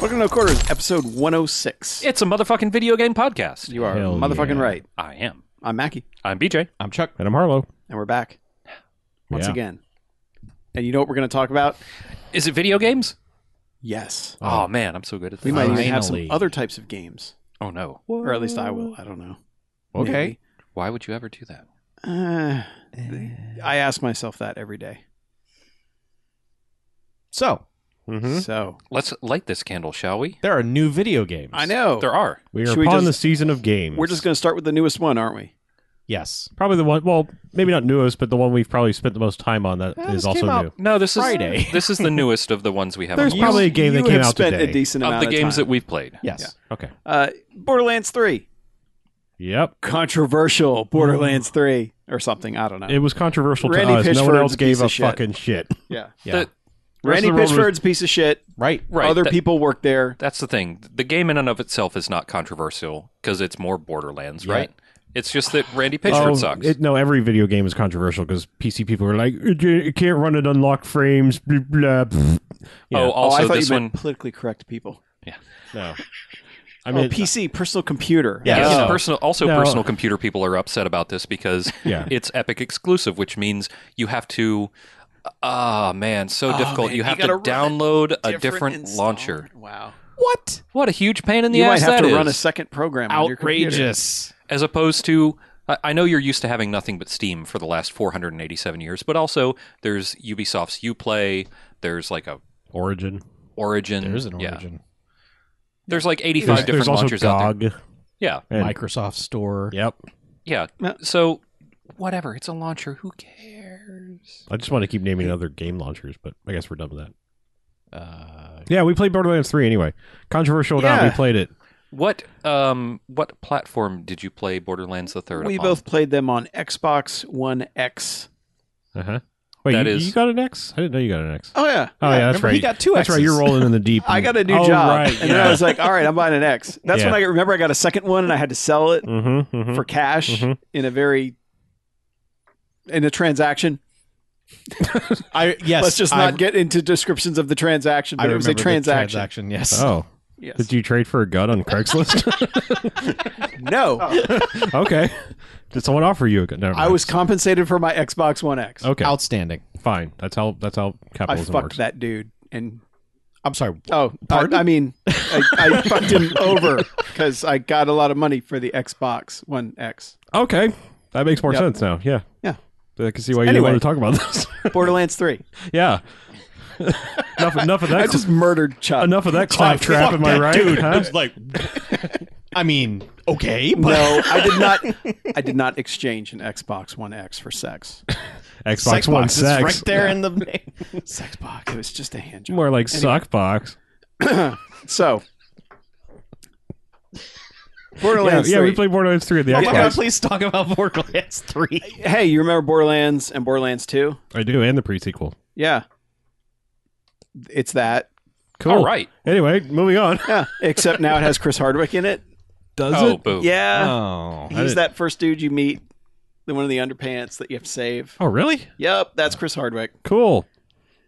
Welcome to No Quarters, episode 106. It's a motherfucking video game podcast. You are Hell motherfucking yeah. right. I am. I'm Mackie, I'm BJ. I'm Chuck. And I'm Harlow. and we're back once Yeah. again. And you know what we're going to talk about? Is it video games? Yes. Oh, man, I'm so good at this. We might even have some Finally. other types of games. oh no. Or at least I will. I don't know. Okay. Why would you ever do that? Maybe. Uh, I ask myself that every day. So, Hmm? So Let's light this candle, shall we? there are new video games. I Oh. know. There are. We are Should we upon just- the season of games. We're just going to start with the newest one, aren't we? yes, probably the one. Well, maybe not newest, but the one we've probably spent the most time on that is this also came out- new. No, this is Friday. this is the newest of the ones we have. There's on You- the list. probably a game that you came have out spent today. a decent of amount the of games time. that we've played. Yes. Okay. Uh, Borderlands 3. Yep, Controversial Borderlands 3 or something. I don't know. it was controversial Randy to us. no one Pitchford's else a gave piece a of shit. fucking shit. yeah. Yeah, The- Rest Randy of the world was- Pitchford's a piece of shit. right. Right. Other that- people work there. That's the thing. The game in and of itself is not controversial because it's more Borderlands, Yeah. right? It's just that Randy Pitchford Oh, sucks. it- no, every video game is controversial because PC people are like, "It- it can't run at unlocked frames. Blah, blah, pff." yeah. Oh, oh, also I thought this you one. meant politically correct people. No, I I mean, oh, PC, personal computer. Yeah. Yes, Oh. personal. Also, No. personal computer people are upset about this because Yeah. it's Epic exclusive, which means you have to. Ah man, so difficult. man, you you have gotta to run download Oh, a different install. launcher. Wow. what? What a huge pain in the you might ass have that to run a is. second program. on your computer. Outrageous. As opposed to, I- I know you're used to having nothing but Steam for the last 487 years, but also there's Ubisoft's UPlay. There's like a Origin. Origin. There is an Yeah. origin. There's like 85 There's, different there's also launchers out there. GOG. Yeah, and- Microsoft Store. Yep. yeah. Yeah. So whatever, it's a launcher. Who cares? I just want to keep naming other game launchers, but I guess we're done with that. Uh, Yeah, we played Borderlands 3 anyway. Controversial or not, Yeah. we played it. What um what platform did you play Borderlands the Third? We upon? both played them on Xbox One X. Uh huh. Wait, That you, is- you got an X? I didn't know you got an X. Oh Uh-huh. yeah. Oh, yeah, that's remember right. He got two. that's right. Xs. You're rolling in the deep. I got a new Oh, job, Right, and then I was like, "All right, I'm buying an X." That's when Yeah. I remember I got a second one, and I had to sell it mm-hmm, for cash Mhm. in a very in a transaction. I yes. Let's just I- not get into descriptions of the transaction, I but it was a remember the transaction. transaction. Yes. Oh, Yes. did you trade for a gun on Craigslist? no, okay. Did someone offer you a gun? Never I mind. was compensated for my Xbox One X. I okay. Outstanding. fine. That's how. That's how capitalism fucked works. that dude, and I'm sorry. Oh, I, I mean, I, I fucked him over because I got a lot of money for the Xbox One X. Okay, that makes more Yep. sense now. Yeah. Yeah. I can see why you Anyway. didn't want to talk about this. Borderlands 3. yeah. enough, enough of I that. just murdered Chuck. enough of that claptrap. Fuck Am I that right? Dude, Huh? I was like, I mean, okay, but No, I did not. I did not exchange an Xbox One X for sex. Xbox sex One box, sex. It's right there in the name. Sex box. It was just a hand job. More like sock box. So, Yeah, Borderlands yeah, 3. we played Borderlands 3 at the Oh my Xbox. god, please talk about Borderlands 3. hey, you remember Borderlands and Borderlands 2? I do, and the prequel. Yeah. It's that. Cool. All Oh, right. Anyway, moving on. Yeah. Except now it has Chris Hardwick in it. Does oh, boo. Yeah. Oh. I He's didn't- that first dude you meet, the one in the underpants that you have to save. Oh, really? Yep, that's Chris Hardwick. Cool.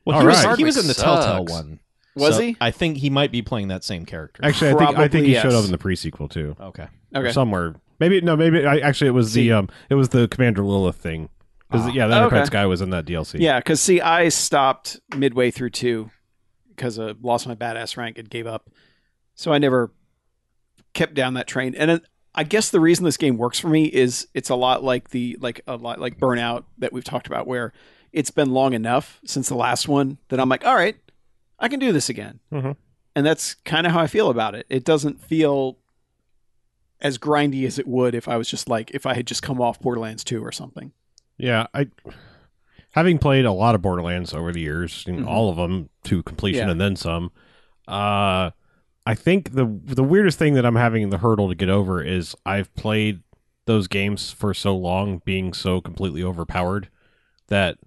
Well, All he, was, right. he was in the Sucks. Telltale one. Was So he? I think he might be playing that same character. Actually, I think I think Probably he yes. showed up in the prequel too. Okay. Or Okay. somewhere. Maybe no. Maybe I, actually it was the um it was the Commander Lilith thing. 'Cause, yeah, the Ah, okay. Underpants guy was in that DLC. Yeah, because see, I stopped midway through two because I lost my badass rank and gave up. So I never kept down that train. And it, I guess the reason this game works for me is it's a lot like the like a lot like Burnout that we've talked about, where it's been long enough since the last one that I'm like, all right, I can do this again. Mhm. And that's kind of how I feel about it. It doesn't feel as grindy as it would if I was just like if I had just come off Borderlands 2 or something. Yeah, I having played a lot of Borderlands over the years, you know, Mhm. all of them to completion Yeah. and then some. Uh, I think the the weirdest thing that I'm having the hurdle to get over is I've played those games for so long, being so completely overpowered that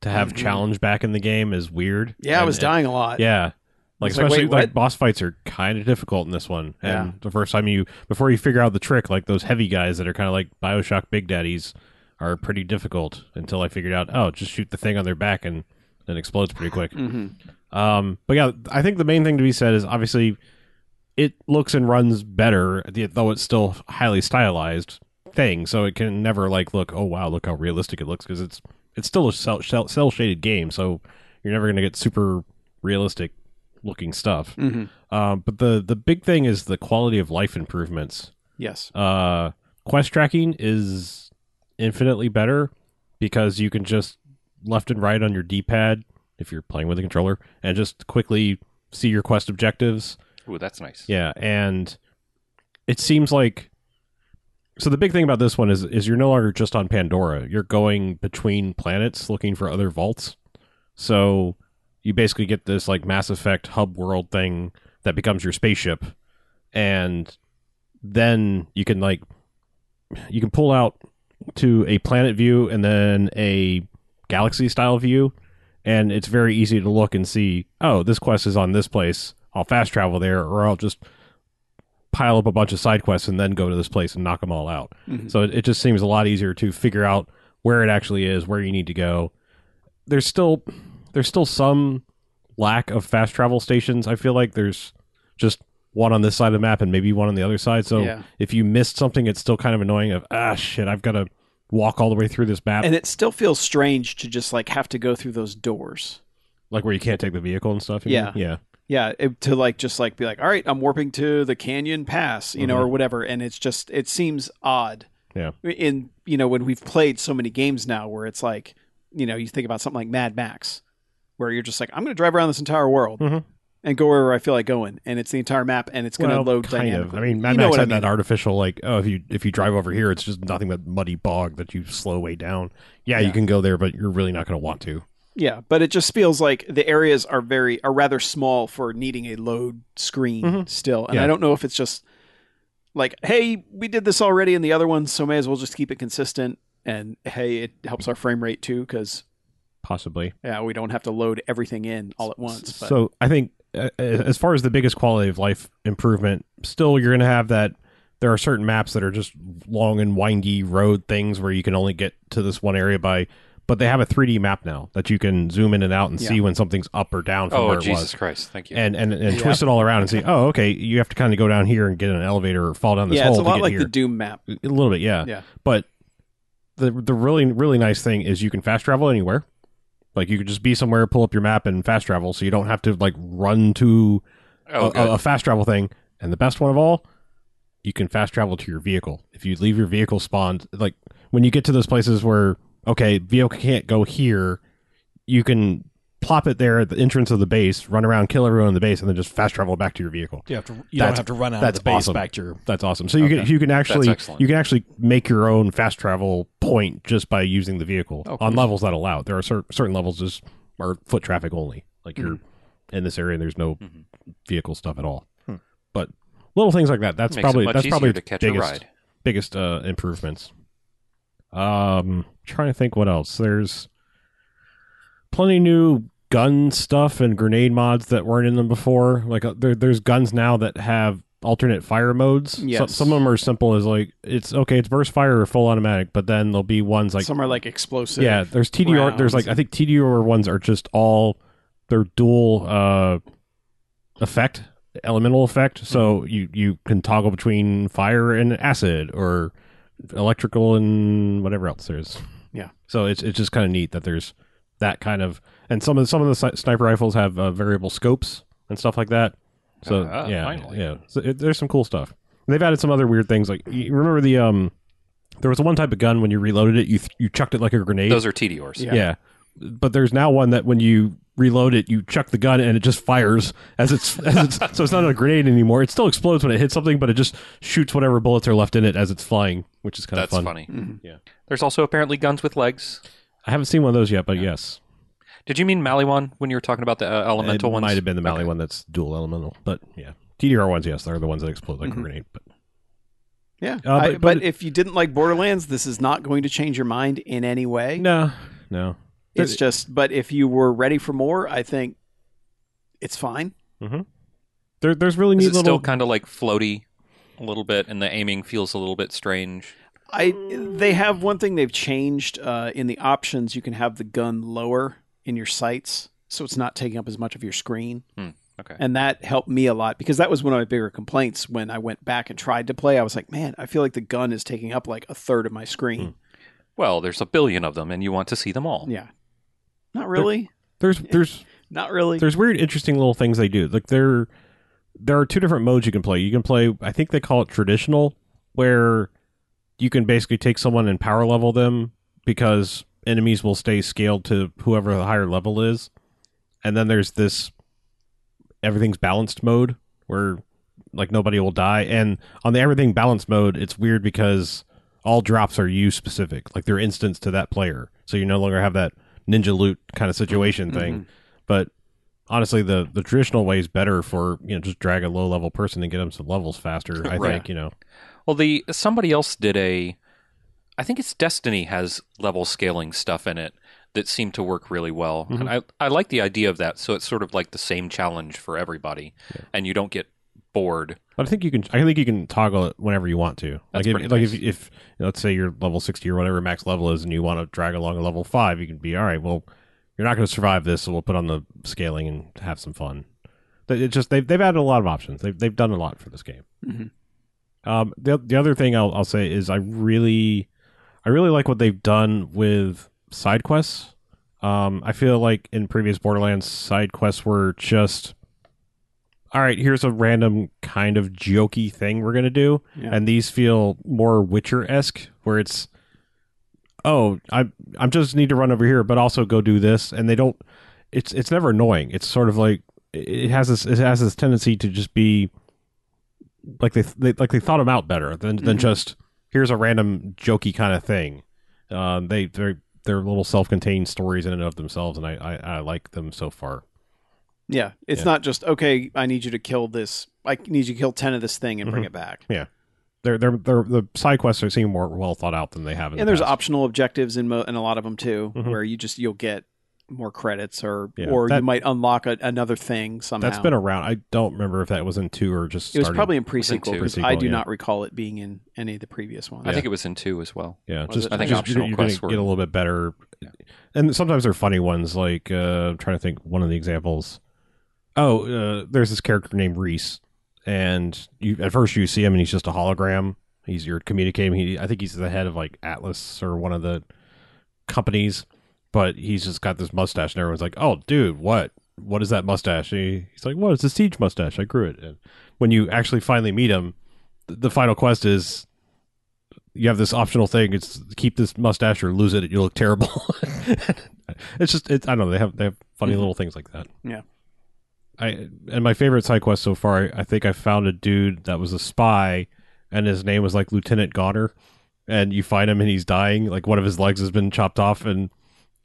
to have Mhm. challenge back in the game is weird. Yeah, I And was it- dying a lot. Yeah. Like It's like, especially wait, like what? boss fights are kind of difficult in this one, and Yeah. the first time you before you figure out the trick, like those heavy guys that are kind of like Bioshock Big Daddies are pretty difficult. Until I figured out, oh, just shoot the thing on their back and then explodes pretty quick. Mm-hmm. Um, but yeah, I think the main thing to be said is obviously it looks and runs better, yet though it's still highly stylized thing. So it can never like look, oh wow, look how realistic it looks because it's it's still a cell, cell, cell shaded game. So you're never gonna get super realistic looking stuff. Mm-hmm. Um, but the the big thing is the quality of life improvements Yes. uh quest tracking is infinitely better because you can just left and right on your d-pad if you're playing with a controller and just quickly see your quest objectives Ooh, that's nice. yeah and it seems like so the big thing about this one is is you're no longer just on pandora you're going between planets looking for other vaults so you basically get this like mass effect hub world thing that becomes your spaceship and then you can like you can pull out to a planet view and then a galaxy style view and it's very easy to look and see oh this quest is on this place i'll fast travel there or i'll just pile up a bunch of side quests and then go to this place and knock them all out Mhm. so it, it just seems a lot easier to figure out where it actually is where you need to go there's still there's still some lack of fast travel stations i feel like there's just one on this side of the map and maybe one on the other side so Yeah. if you missed something it's still kind of annoying of ah shit i've got to walk all the way through this map And it still feels strange to just like have to go through those doors. like where you can't take the vehicle and stuff you Yeah. mean? yeah Yeah, it, to like just like be like, all right, I'm warping to the Canyon Pass, you know, or whatever. And it's just it seems odd. Mm-hmm. Yeah. In you know when we've played so many games now, where it's like, you know, you think about something like Mad Max, where you're just like, I'm going to drive around this entire world Mhm. and go wherever I feel like going, and it's the entire map, and it's going to Well, load kind of. dynamically. I mean, Mad You know Max what had I mean. that artificial like, oh, if you if you drive over here, it's just nothing but muddy bog that you slow way down. Yeah, Yeah. you can go there, but you're really not going to want to. Yeah, but it just feels like the areas are very are rather small for needing a load screen Mhm. still. And Yeah. I don't know if it's just like, hey, we did this already in the other ones, so may as well just keep it consistent. And hey, it helps our frame rate too because Possibly. yeah, we don't have to load everything in all at once. But So I think uh, as far as the biggest quality of life improvement, still you're going to have that. There are certain maps that are just long and windy road things where you can only get to this one area by. But they have a 3D map now that you can zoom in and out and Yeah. see when something's up or down from Oh, where it Jesus was. Christ! Thank you. and and, and twist it all around and see, oh, okay, you have to kind of go down here and get in an elevator or fall down this yeah, hole it's a to lot get like here. the Doom map. a little bit, yeah. Yeah. But the the really really nice thing is you can fast travel anywhere. Like you could just be somewhere, pull up your map, and fast travel, so you don't have to like run to oh, a, good. a fast travel thing. And the best one of all, you can fast travel to your vehicle. If you leave your vehicle spawned, like when you get to those places where okay, vehicle can't go here, you can plop it there at the entrance of the base, run around, kill everyone in the base, and then just fast travel back to your vehicle. You have to. You That's- don't have to run out that's of the boss awesome. back to your. That's awesome. So you can you can actually excellent. you can actually make your own fast travel point just by using the vehicle Oh, on cool. levels that allow. it. There are cer- certain levels just are foot traffic only. Like you're Mm-hmm. in this area and there's no Mhm. vehicle stuff at all. Hmm. But little things like that. That's Makes it probably much that's easier probably to the catch a biggest ride. biggest uh, improvements. Um, trying to think what else. There's plenty new gun stuff and grenade mods that weren't in them before. Like uh, there, there's guns now that have alternate fire modes. Some- Yes. Some, of them are simple as like it's okay, it's burst fire or full automatic, but then there'll be ones like Some are like uh, explosive. yeah, there's TDR. There's rounds. like I think TDR ones are just all they're dual uh, effect, elemental effect. Mm-hmm. So you you can toggle between fire and acid or electrical and whatever else there is. Yeah. So it's it's just kind of neat that there's that kind of and some of some of the si- sniper rifles have uh, variable scopes and stuff like that. So Ah, yeah, finally. yeah. So it, there's some cool stuff. And they've added some other weird things like you remember the um there was one type of gun when you reloaded it you th- you chucked it like a grenade. Those are TDRs. Yeah. yeah. But there's now one that when you reload it you chuck the gun and it just fires as it's as it's so it's not a grenade anymore. It still explodes when it hits something but it just shoots whatever bullets are left in it as it's flying, which is kind That's of fun. funny. Mhm. Yeah. There's also apparently guns with legs. I haven't seen one of those yet, but yes. Did you mean Maliwan when you were talking about the uh, elemental it ones? might have been the Mali Okay. one that's dual elemental, but yeah. TDR ones, yes, they're the ones that explode like Mm-hmm. Mhm. a grenade, but yeah. Uh, I- but, but- but- if you didn't like Borderlands, this is not going to change your mind in any way. no, no. It's just, but if you were ready for more, I think it's fine. There, there's really Is neat it little still kind of like floaty a little bit, and the aiming feels a little bit strange? I they have one thing they've changed uh, in the options. You can have the gun lower in your sights, so it's not taking up as much of your screen. Okay. And that helped me a lot because that was one of my bigger complaints when I went back and tried to play. I was like, man, I feel like the gun is taking up like a third of my screen. Well, there's a billion of them, and you want to see them all. Yeah. Not really. There's there's Not really. there's weird, interesting little things they do. Like there, there are two different modes you can play. You can play, I think they call it traditional, where you can basically take someone and power level them because enemies will stay scaled to whoever the higher level is. And then there's this everything's balanced mode where like nobody will die. And on the everything balanced mode, it's weird because all drops are you specific, like they're instants to that player. So you no longer have that ninja loot kind of situation thing. But honestly the the traditional way is better for you know just drag a low level person and get them some levels faster i Right. think you know Well, the somebody else did a. I think it's Destiny has level scaling stuff in it that seemed to work really well, and I I like the idea of that. So it's sort of like the same challenge for everybody, and you don't get bored. but i think you can i think you can toggle it whenever you want to That's like pretty if, like nice. if, if you know, let's say you're level 60 or whatever max level is and you want to drag along a level 5 you can be all right well you're not going to survive this so we'll put on the scaling and have some fun They- it's just they've, they've added a lot of options they've, they've done a lot for this game Mhm. Mm-hmm. um, the, the other thing I'll, I'll say is i really i really like what they've done with side quests um, i feel like in previous borderlands side quests were just all right here's a random kind of jokey thing we're going to do Yeah. and these feel more witcher-esque where it's oh i i just need to run over here but also go do this and they don't it's it's never annoying it's sort of like it- it has this it has this tendency to just be like they, they like they thought them out better than than Mhm. just here's a random jokey kind of thing um they they're they're little self-contained stories in and of themselves and i i, I like them so far Yeah, it's Yeah. not just okay. I need you to kill this. I need you to kill ten of this thing and bring it back. they're they're, they're the side quests are seem more well thought out than they have in and the there's past. optional objectives in mo- in a lot of them too, Mhm. where you just you'll get more credits or Yeah, or you that- might unlock a, another thing somehow. That's been around. I don't remember if that was in two or just. it was starting. probably in pre Was it sequel two? because Pre-sequel, I do yeah. not recall it being in any of the previous ones. I think it was in two as well. yeah. was Just it? I think just optional you're, you're gonna quests were- get a little bit better, and sometimes they're funny ones. Like uh, I'm trying to think one of the examples. Oh, uh, there's this character named Reese, and you at first you see him and he's just a hologram. He's you're communicating. He I think he's the head of like Atlas or one of the companies, but he's just got this mustache, and everyone's like, "Oh, dude, what? What is that mustache?" And he, he's like, "Well, it's a siege mustache. I grew it." And when you actually finally meet him, th- the final quest is you have this optional thing: it's keep this mustache or lose it. You look terrible. it's just it's, I don't know. They have they have funny Mhm. little things like that. Yeah. I and my favorite side quest so far, I, I think I found a dude that was a spy, and his name was like Lieutenant Goner and you find him and he's dying like one of his legs has been chopped off and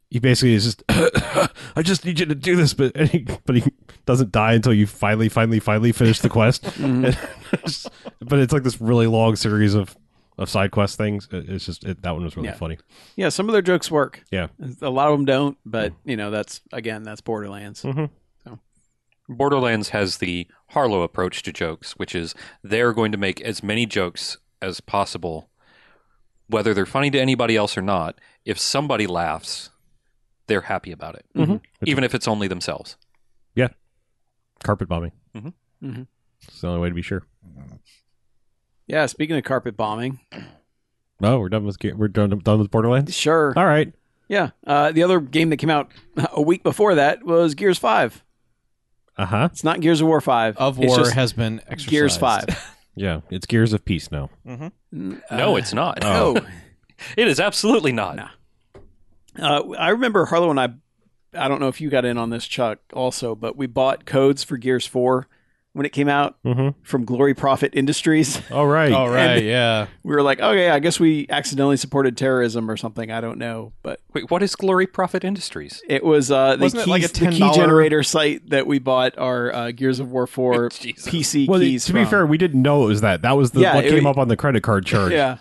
he basically is just i just need you to do this but and he, but he doesn't die until you finally finally finally finish the quest but it's like this really long series of of side quest things It- it's just it, that one was really Yeah. funny yeah, some of their jokes work. Yeah. Mm. a lot of them don't, but you know that's again that's Borderlands. Borderlands has the Harlow approach to jokes, which is they're going to make as many jokes as possible, whether they're funny to anybody else or not. If somebody laughs, they're happy about it, Mhm. even if it's only themselves. carpet bombing Mhm. Mhm. it's the only way to be sure Yeah, speaking of carpet bombing, oh we're done with ga- we're done, done with borderlands sure. all right Yeah, uh, the other game that came out a week before that was Gears Five. uh-huh It's not Gears of War Five. Of It's War just has been exercised. Gears Five. yeah it's gears of peace now Uh, no, it's not. Oh. no. It is absolutely not. No. Uh, I remember Harlow and I. I don't know if you got in on this, Chuck, also, but we bought codes for Gears Four when it came out mm-hmm. from Glory Profit Industries. all right All right, And- yeah. We were like, okay, I guess we accidentally supported terrorism or something. I don't know, but Wait, what is Glory Profit Industries? it was uh, the, Wasn't it keys, like a the key $10 generator site that we bought our uh, Gears of War Four Jesus. PC well, keys. to be from. fair, we didn't know it was that. That was the Yeah, what it- came up on the credit card charge. yeah,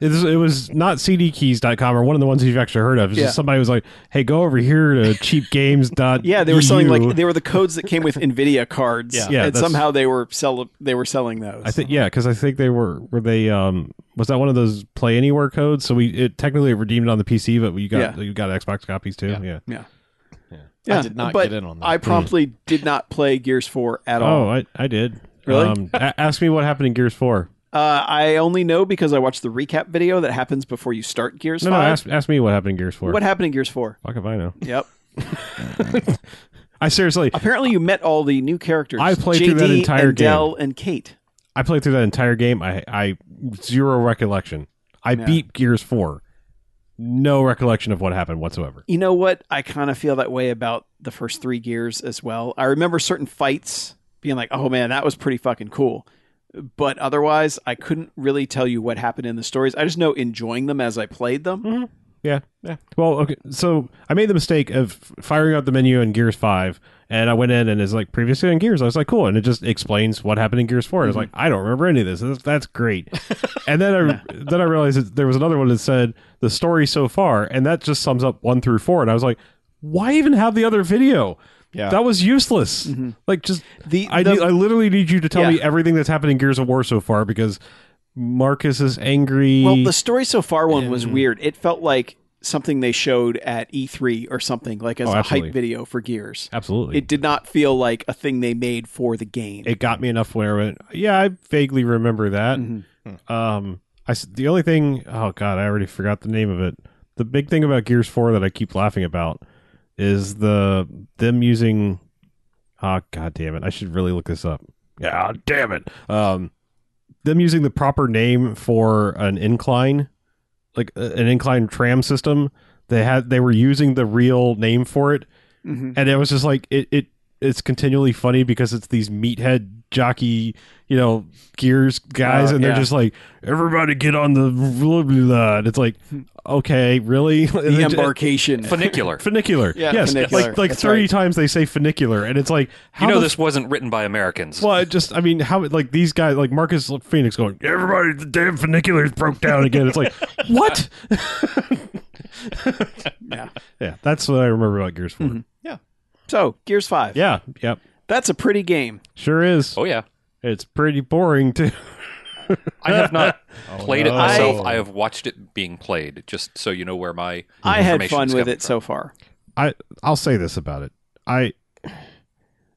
It was, it was not cdkeys.com or one of the ones you've actually heard of. It's Yeah. just somebody was like, hey, go over here to E cheapgames.com. yeah, they were selling like they were the codes that came with Nvidia cards. Yeah. Yeah, and that's- somehow they were sell they were selling those. I think yeah, because I think they were were they um was that one of those play anywhere codes? So we it technically redeemed it on the PC, but you got Yeah. you got Xbox copies too. Yeah, Yeah. Yeah, I did not but get in on that. I promptly did not play Gears 4 at all. Oh, I, I did. Really? Um, a- ask me what happened in Gears Four. Uh, I only know because I watched the recap video that happens before you start Gears No, no. 5. Ask, ask me what happened in Gears Four. what happened in Gears 4? Fuck if I know. Yep. I seriously, Apparently, you met all the new characters. I played JD through that entire and game. Dell and Kate. I played through that entire game. I, I zero recollection. I Yeah. beat Gears Four. No recollection of what happened whatsoever. You know what? I kind of feel that way about the first three Gears as well. I remember certain fights being like, "Oh man, that was pretty fucking cool," but otherwise, I couldn't really tell you what happened in the stories. I just know enjoying them as I played them. Yeah. Yeah. Well, okay. So I made the mistake of f- firing out the menu in Gears Five, and I went in and it's like previously on Gears. I was like, cool, and it just explains what happened in Gears 4 I was Mm-hmm. like, I don't remember any of this. That's, that's great. and then I then I realized that there was another one that said the story so far, and that just sums up one through four. And I was like, why even have the other video? Yeah. That was useless. Like just Mm-hmm. The, I, the- need, I literally need you to tell Yeah. me everything that's happened in Gears of War so far because Marcus is angry. well, the story so far one was weird. It felt like something they showed at E3 or something, like as Oh, a absolutely. hype video for Gears. Absolutely. It did not feel like a thing they made for the game. it got me enough where I went, yeah, I vaguely remember that. Mm-hmm. Mhm. Um, I s- the only thing, oh god, I already forgot the name of it. The big thing about Gears Four that I keep laughing about is the them using, oh god damn it, I should really look this up. Yeah, damn it. Um, them using the proper name for an incline, like uh, an incline tram system. They had they were using the real name for it, Mhm. and it was just like it, it it's continually funny because it's these meathead jockey you know gears guys Oh, and they're yeah. just like everybody get on the blah, blah, blah." and it's like okay really The embarcation. Funicular. funicular Yeah, yes funicular. like like That's 30 right. times they say funicular and it's like how you know the this wasn't written by Americans. well, it just I mean, how like these guys, like Marcus Phoenix, going, everybody, the damn funiculars broke down again. It's like, what? Yeah. yeah, that's what I remember about Gears Mm-hmm. 4 So, Gears 5. Yeah, yep, That's a pretty game. sure is. oh yeah, It's pretty boring too. Oh, I have not played it Oh, no. myself. I- I, have watched it being played. Just so you know where my I had information's fun with coming it so far. I I'll say this about it. I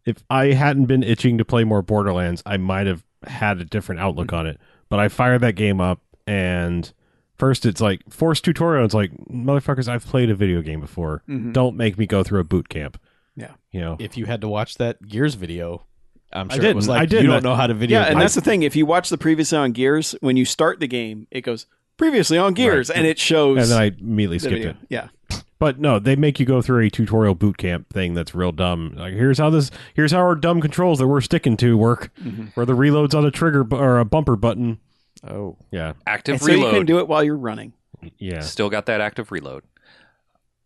if I hadn't been itching to play more Borderlands, I might have had a different outlook on it. But I fired that game up and first it's like forced tutorial. It's like, motherfuckers, I've played a video game before. Mhm. Don't make me go through a boot camp. Yeah. You know. if you had to watch that Gears video, I'm I sure it was didn't. I like you didn't. don't know how to video. Yeah, and game." that's the thing. If you watch the previously on Gears, when you start the game, it goes previously on Gears, Right. and it shows. And then I immediately the skipped video. it. Yeah, But no, they make you go through a tutorial boot camp thing that's real dumb. Like here's how this here's how our dumb controls that we're sticking to work. Mm-hmm. Where the reloads on a trigger bu- or a bumper button. oh, Yeah. active and so you reload. can do it while you're running. Yeah. Still got that active reload.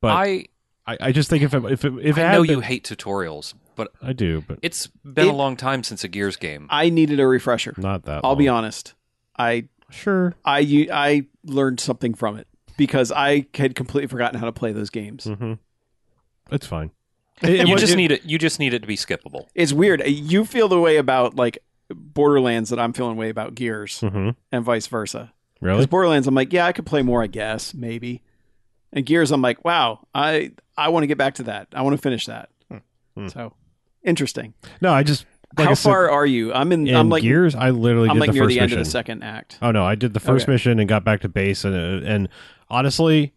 But I I, I just think if it, if it, if it I had know been- you hate tutorials, but I do, but it's been It- a long time since a Gears game. I needed a refresher. not that. I'll be long. honest. I Sure. I u- I learned something from it because I had completely forgotten how to play those games. hmm It's fine. you just need it. You just need it to be skippable. It's weird. You feel the way about like Borderlands that I'm feeling way about Gears, hmm and vice versa. Because Really? Borderlands, I'm like, yeah, I could play more, I guess, maybe. And Gears, I'm like, wow, I I want to get back to that. I want to finish that. Hmm. So interesting. No, I just. Like How I said, far are you? I'm in. in I'm like Gears, I literally I'm did like the near first the end mission. of the second act. Oh no, I did the first Okay. mission and got back to base, and uh, and honestly,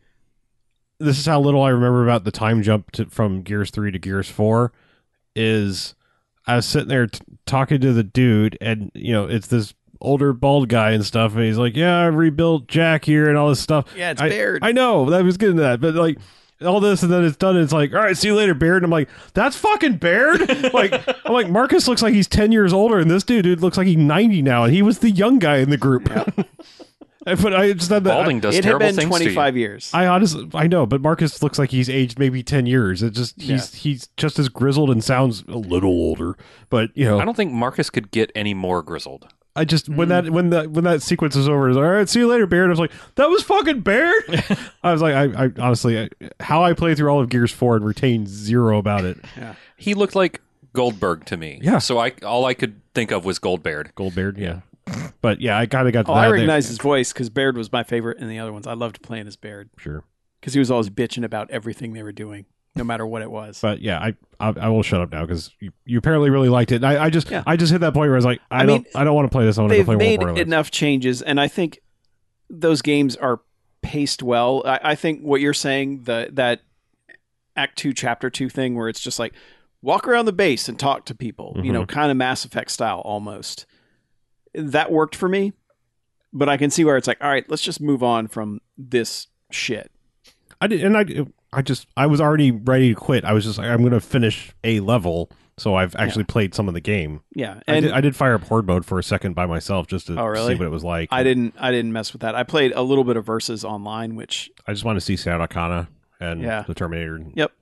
this is how little I remember about the time jump to, from Gears three to Gears four. Is I was sitting there t- talking to the dude, and you know, it's this older bald guy and stuff, and he's like, "Yeah, I rebuilt Jack here and all this stuff." Yeah, it's I, Baird. I know that was good in that, but like. All this and then it's done. And it's like, all right, see you later, Baird. And I'm like, that's fucking Baird. like, I'm like, Marcus looks like he's ten years older, and this dude, dude looks like he's ninety now, and he was the young guy in the group. I- but I just had that. Balding does it had terrible been things to 25 years. I honestly, I know, but Marcus looks like he's aged maybe ten years. It just he's he's just as grizzled and sounds a little older. But you you. I know, don't think Marcus could get any more grizzled. I, just when that when that when that sequence is over, it's like, all right, see you later, Baird. I was like, that was fucking Baird. I was like, I, I honestly, I, how I play through all of Gears Four and retain zero about it. He looked like Goldberg to me. Yeah. So I all I could think of was Goldbeard. Gold Baird, yeah. But yeah, I kind of got. To oh, that I there. recognize his voice because Baird was my favorite in the other ones. I loved playing as Baird Sure. because he was always bitching about everything they were doing. no matter what it was. But yeah, I I, I will shut up now because you, you apparently really liked it. And I, I just Yeah. I just hit that point where I was like, I, I don't mean, I don't want to play this. I want to They've play made World War enough changes, and I think those games are paced well. I, I think what you're saying, the that Act Two, Chapter Two thing, where it's just like walk around the base and talk to people, you know, Mm-hmm. kind of Mass Effect style almost. That worked for me, but I can see where it's like, all right, let's just move on from this shit. I did, and I I just I was already ready to quit. I was just like, I'm going to finish a level. So I've actually played some of the game. Yeah, I and did, I did fire up horde mode for a second by myself just to Oh, really? see what it was like. I didn't I didn't mess with that. I played a little bit of verses online, which I just wanted to see Sarah Arcana and Yeah. the Terminator. Yep.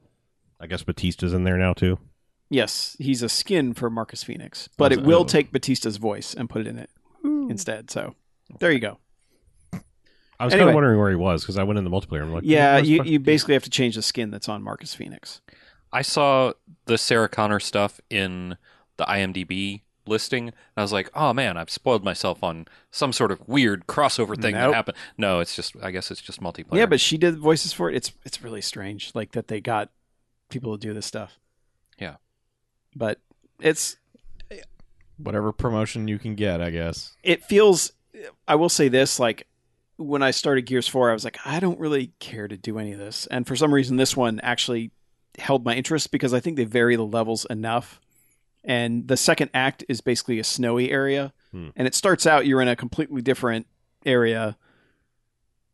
I guess Batista's in there now too. yes, he's a skin for Marcus Phoenix, but it Oh. will take Batista's voice and put it in it instead. So there you go. I was kind Anyway. of wondering where he was because I went in the multiplayer. I'm like, Yeah, where's you, fuck- you basically have to change the skin that's on Marcus Phoenix. I saw the Sarah Connor stuff in the IMDb listing, and I was like, "Oh man, I've spoiled myself on some sort of weird crossover thing Nope. that happened." No, it's just I guess it's just multiplayer. Yeah, but she did the voices for it. It's it's really strange, like that they got people to do this stuff. Yeah. but it's Whatever promotion you can get, I guess. it feels. I will say this, like when I started Gears Four, I was like, I don't really care to do any of this, and for some reason, this one actually held my interest because I think they vary the levels enough. And the second act is basically a snowy area, Hmm. and it starts out you're in a completely different area.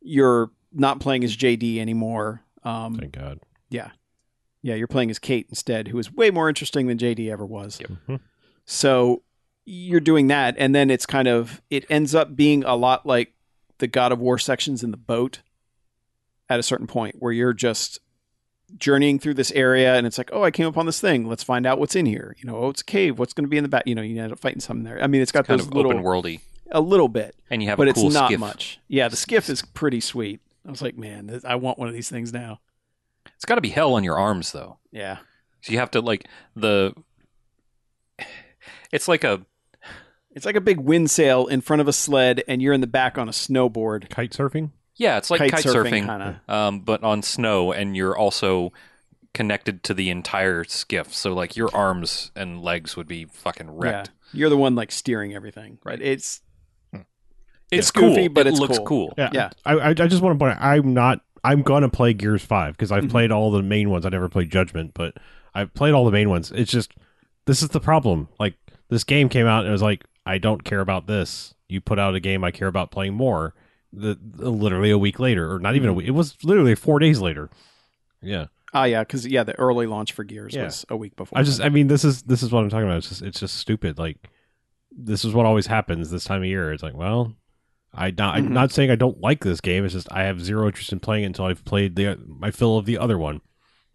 You're not playing as JD anymore. Um, Thank God. yeah, you're playing as Kate instead, who is way more interesting than JD ever was. Yep. Mhm. So you're doing that, and then it's kind of it ends up being a lot like the God of War sections in the boat at a certain point where you're just journeying through this area and it's like, oh, I came upon this thing. Let's find out what's in here. You know, oh, it's a cave. What's going to be in the back? You know, you end up fighting something there. I mean, it's got kind those of open little, worldy, a little bit, and you have but a it's cool not skiff. much. Yeah, the skiff is pretty sweet. I was like, man, this, I want one of these things now. It's got to be hell on your arms though. Yeah. So you have to like the. It's like a It's like a big wind sail in front of a sled, and you're in the back on a snowboard, Kite surfing. yeah, it's like kite, surfing, kinda. um, but on snow, and you're also connected to the entire skiff. So like your arms and legs would be fucking wrecked. Yeah, you're the one like steering everything. Right? It's It's, It's cool, goofy, but it it's looks cool. cool. Yeah. Yeah. I, I I just want to point out, I'm not. I'm gonna play Gears Five because I've Mhm. played all the main ones. I never played Judgment, but I've played all the main ones. It's just this is the problem. Like this game came out and it was like, I don't care about this. You put out a game I care about playing more. The, the- literally a week later, or not even a week. It was literally four days later. Yeah. ah yeah, because yeah, the early launch for Gears Yeah. was a week before. I just I mean this is this is what I'm talking about. It's just it's just stupid. Like this is what always happens this time of year. It's like, well, I not, Mhm. I'm not saying I don't like this game. It's just I have zero interest in playing it until I've played the my fill of the other one.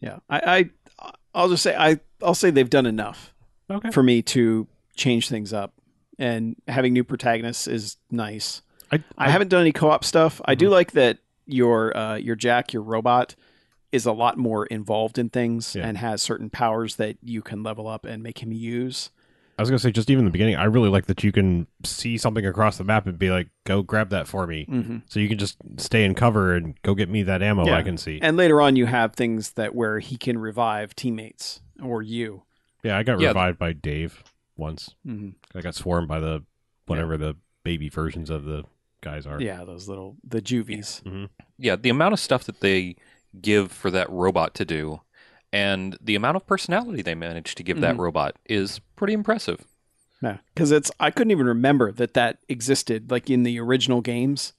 yeah, I, I I'll just say I I'll say they've done enough Okay. for me to change things up, and having new protagonists is nice. I, Mm-hmm. I haven't done any co-op stuff. I do like that your uh, your Jack, your robot, is a lot more involved in things Yeah. and has certain powers that you can level up and make him use. I was gonna say just even in the beginning. I really like that you can see something across the map and be like, go grab that for me. Mm-hmm. So you can just stay in cover and go get me that ammo Yeah. I can see. And later on, you have things that where he can revive teammates or you. yeah, I got Yeah. revived by Dave once. I got swarmed by the whatever the baby versions of the guys are. Mm-hmm. Yeah, those little the juvies. yeah, the amount of stuff that they give for that robot to do and the amount of personality they manage to give Mm-hmm. that robot is pretty impressive. Yeah, because it's I couldn't even remember that that existed like in the original games,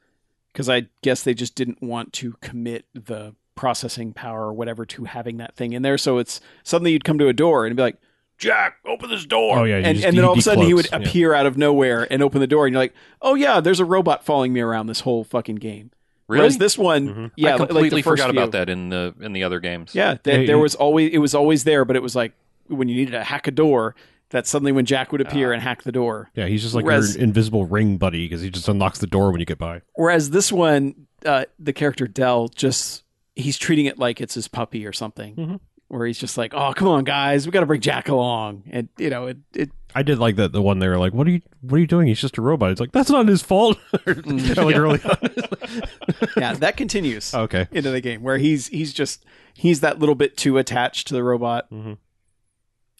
because I guess they just didn't want to commit the processing power or whatever to having that thing in there. So it's suddenly you'd come to a door and be like, Jack, open this door. Oh, yeah, you and, just and then all of a sudden he would decloaks, yeah. appear out of nowhere and open the door, and you're like, oh yeah, there's a robot following me around this whole fucking game. Really? Whereas this one, Mhm. yeah, I like the completely first forgot few- about that in the in the other games. Yeah, th- Yeah, there you- was always it was always there, but it was like when you needed to hack a door, that's suddenly when Jack would appear and hack the door. Yeah, he's just like Whereas- your invisible ring buddy because he just unlocks the door when you get by. Whereas this one, uh, the character Dell just he's treating it like it's his puppy or something, Mhm. where he's just like, "Oh, come on, guys, we got to bring Jack along," and you know, it it I did like that the one they were like, "What are you? What are you doing? He's just a robot." It's like that's not his fault. Kinda Mm. like early on. yeah, that continues okay. into the game where he's he's just he's that little bit too attached to the robot. Mm-hmm.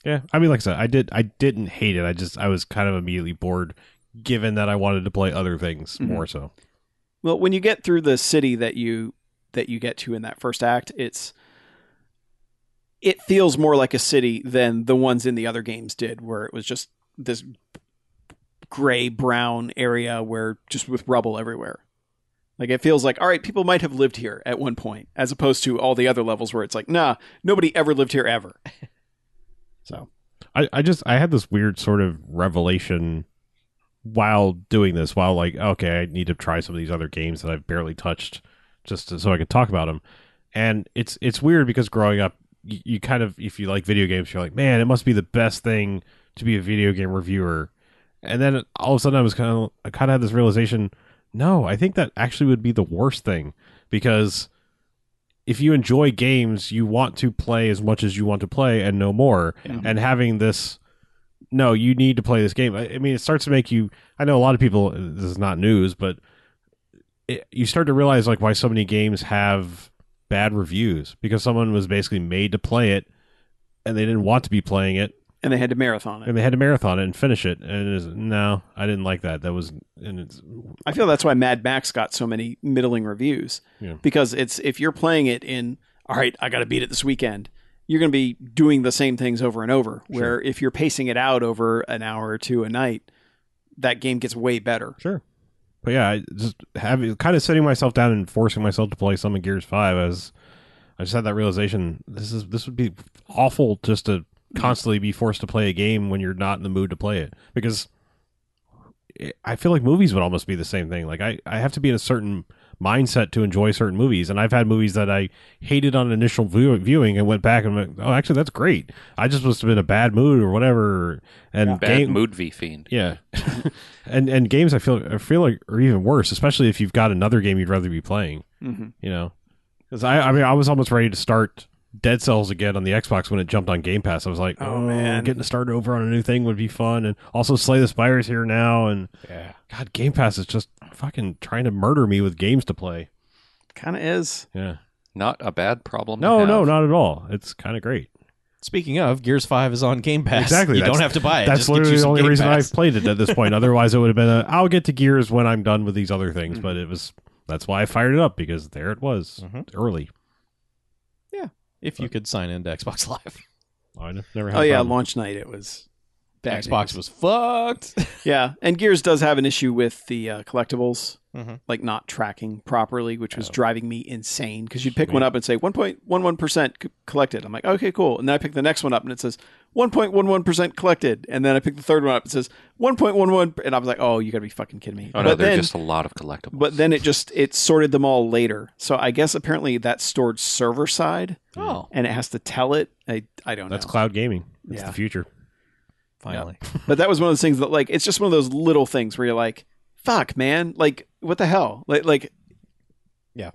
Yeah, I mean, like I said, I did. I didn't hate it. I just I was kind of immediately bored, given that I wanted to play other things Mhm. more. So Well, when you get through the city that you that you get to in that first act, it's it feels more like a city than the ones in the other games did, where it was just this gray brown area where just with rubble everywhere. Like it feels like, all right, people might have lived here at one point, as opposed to all the other levels where it's like, nah, nobody ever lived here ever. so I, I just I had this weird sort of revelation while doing this, while like, okay, I need to try some of these other games that I've barely touched, just to, so I could talk about them. And it's it's weird because growing up, you, you kind of if you like video games, you're like, man, it must be the best thing to be a video game reviewer. And then all of a sudden, I was kind of I kind of had this realization. No, I think that actually would be the worst thing because if you enjoy games, you want to play as much as you want to play and no more and having this no you need to play this game I, I mean it starts to make you i know a lot of people this is not news but it, you start to realize like why so many games have bad reviews because someone was basically made to play it and they didn't want to be playing it and they had to marathon it. and they had to marathon it and finish it and it is no i didn't like that that was and it's I feel that's why Mad Max got so many middling reviews Yeah. because it's if you're playing it in all right, I got to beat it this weekend, you're going to be doing the same things over and over. Where if you're pacing it out over an hour or two a night, that game gets way better. Sure. But yeah, I just having kind of sitting myself down and forcing myself to play some of Gears Five as I just had that realization. This is this would be awful just to constantly be forced to play a game when you're not in the mood to play it because it, I feel like movies would almost be the same thing. Like I I have to be in a certain mindset to enjoy certain movies, and I've had movies that I hated on initial view- viewing and went back and went, oh, actually that's great. I just must have been in a bad mood or whatever. And Bad game, mood V fiend. yeah, and and games I feel I feel like are even worse, especially if you've got another game you'd rather be playing. Mm-hmm. You know, because I I mean I was almost ready to start Dead Cells again on the Xbox when it jumped on Game Pass. I was like, Oh, oh, man. man, getting to start over on a new thing would be fun, and also Slay the Spire is here now, and Oh, Yeah. God, Game Pass is just fucking trying to murder me with games to play. Kind of is. Yeah, Not a bad problem. to no, have. no, not at all. It's kind of great. Speaking of, Gears Five is on Game Pass. Exactly, You don't that's- have to buy it. That's Just get literally you the some only Game reason Pass. I've played it at this point. Otherwise, it would have been a I'll get to Gears when I'm done with these other Mm-hmm. things. But it was that's why I fired it up because there it was Mhm. early. If you could sign into Xbox Live, I n- never had. Oh a yeah, problem. launch night it was bad Xbox news. was fucked. Yeah, and Gears does have an issue with the uh, collectibles, Mm-hmm. Mhm. like not tracking properly, which was Oh. driving me insane. Because you'd pick Sweet. one up and say 1.11 percent collected. I'm like, okay, cool. And then I pick the next one up and it says 1.11 percent collected. And then I pick the third one up and it says 1.11. And I was like, oh, you gotta be fucking kidding me. Oh no, but they're then, just a lot of collectibles. but then it just it sorted them all later. So I guess apparently that's stored server side Oh, and it has to tell it. I I don't That's know. cloud gaming. It's Yeah. the future. finally. But that was one of those things that like it's just one of those little things where you're like, fuck, man, like what the hell? Like like Yeah.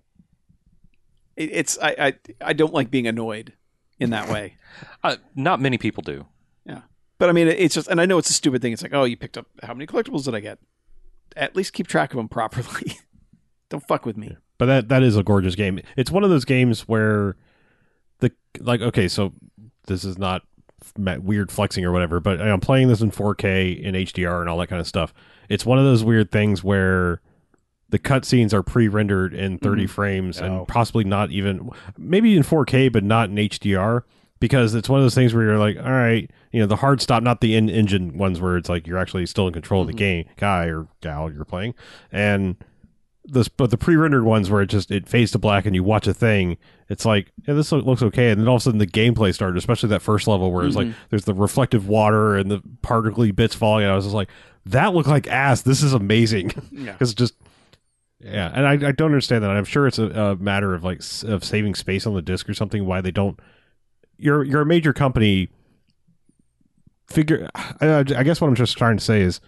It, it's I, I I don't like being annoyed in that way. uh, not many people do. But I mean it, it's just and I know it's a stupid thing. It's like, oh, you picked up how many collectibles did I get? At least keep track of them properly. don't fuck with me. But that that is a gorgeous game. It's one of those games where the like okay, so this is not f- ma- weird flexing or whatever, but I'm playing this in 4K in HDR and all that kind of stuff. It's one of those weird things where the cutscenes are pre-rendered in 30 frames Oh. and possibly not even maybe in 4K but not in HDR because it's one of those things where you're like, all right, you know, the hard stop, not the in-engine ones where it's like you're actually still in control of the game, guy or gal you're playing, and this but the pre-rendered ones where it just it fades to black and you watch a thing it's like yeah this lo- looks okay and then all of a sudden the gameplay started especially that first level where it's like there's the reflective water and the particly bits falling and i was just like that looked like ass this is amazing Yeah. it's just yeah and I, I don't understand that i'm sure it's a, a matter of like s- of saving space on the disk or something why they don't you're you're a major company figure I, I guess what i'm just trying to say is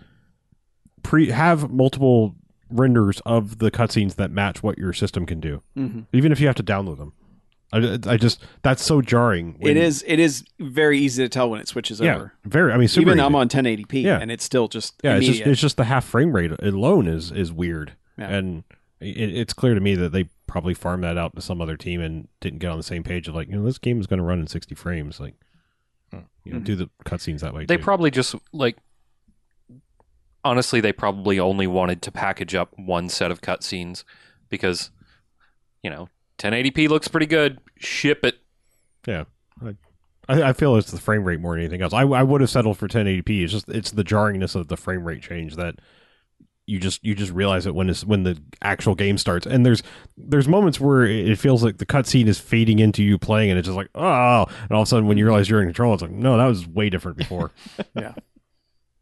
pre have multiple renders of the cutscenes that match what your system can do Mm-hmm. even if you have to download them I, I just that's so jarring. it when- is it is very easy to tell when it switches Yeah, over. very. I mean, super Even easy. I'm on 1080p Yeah. and it's still just yeah, it's immediate. just it's just the half frame rate alone is is weird, Yeah. and it, it's clear to me that they probably farmed that out to some other team and didn't get on the same page of like you know this game is going to run in sixty frames. Like, you know, do the cutscenes that way. They too. probably just like honestly, they probably only wanted to package up one set of cutscenes because you know 1080p looks pretty good. Ship it. I, I feel it's the frame rate more than anything else. I, I would have settled for 1080p. It's just it's the jarringness of the frame rate change that you just you just realize it when it's when the actual game starts. And there's there's moments where it it feels like the cutscene is fading into you playing, and it's just like oh, and all of a sudden when you realize you're in control, it's like no, that was way different before. Yeah.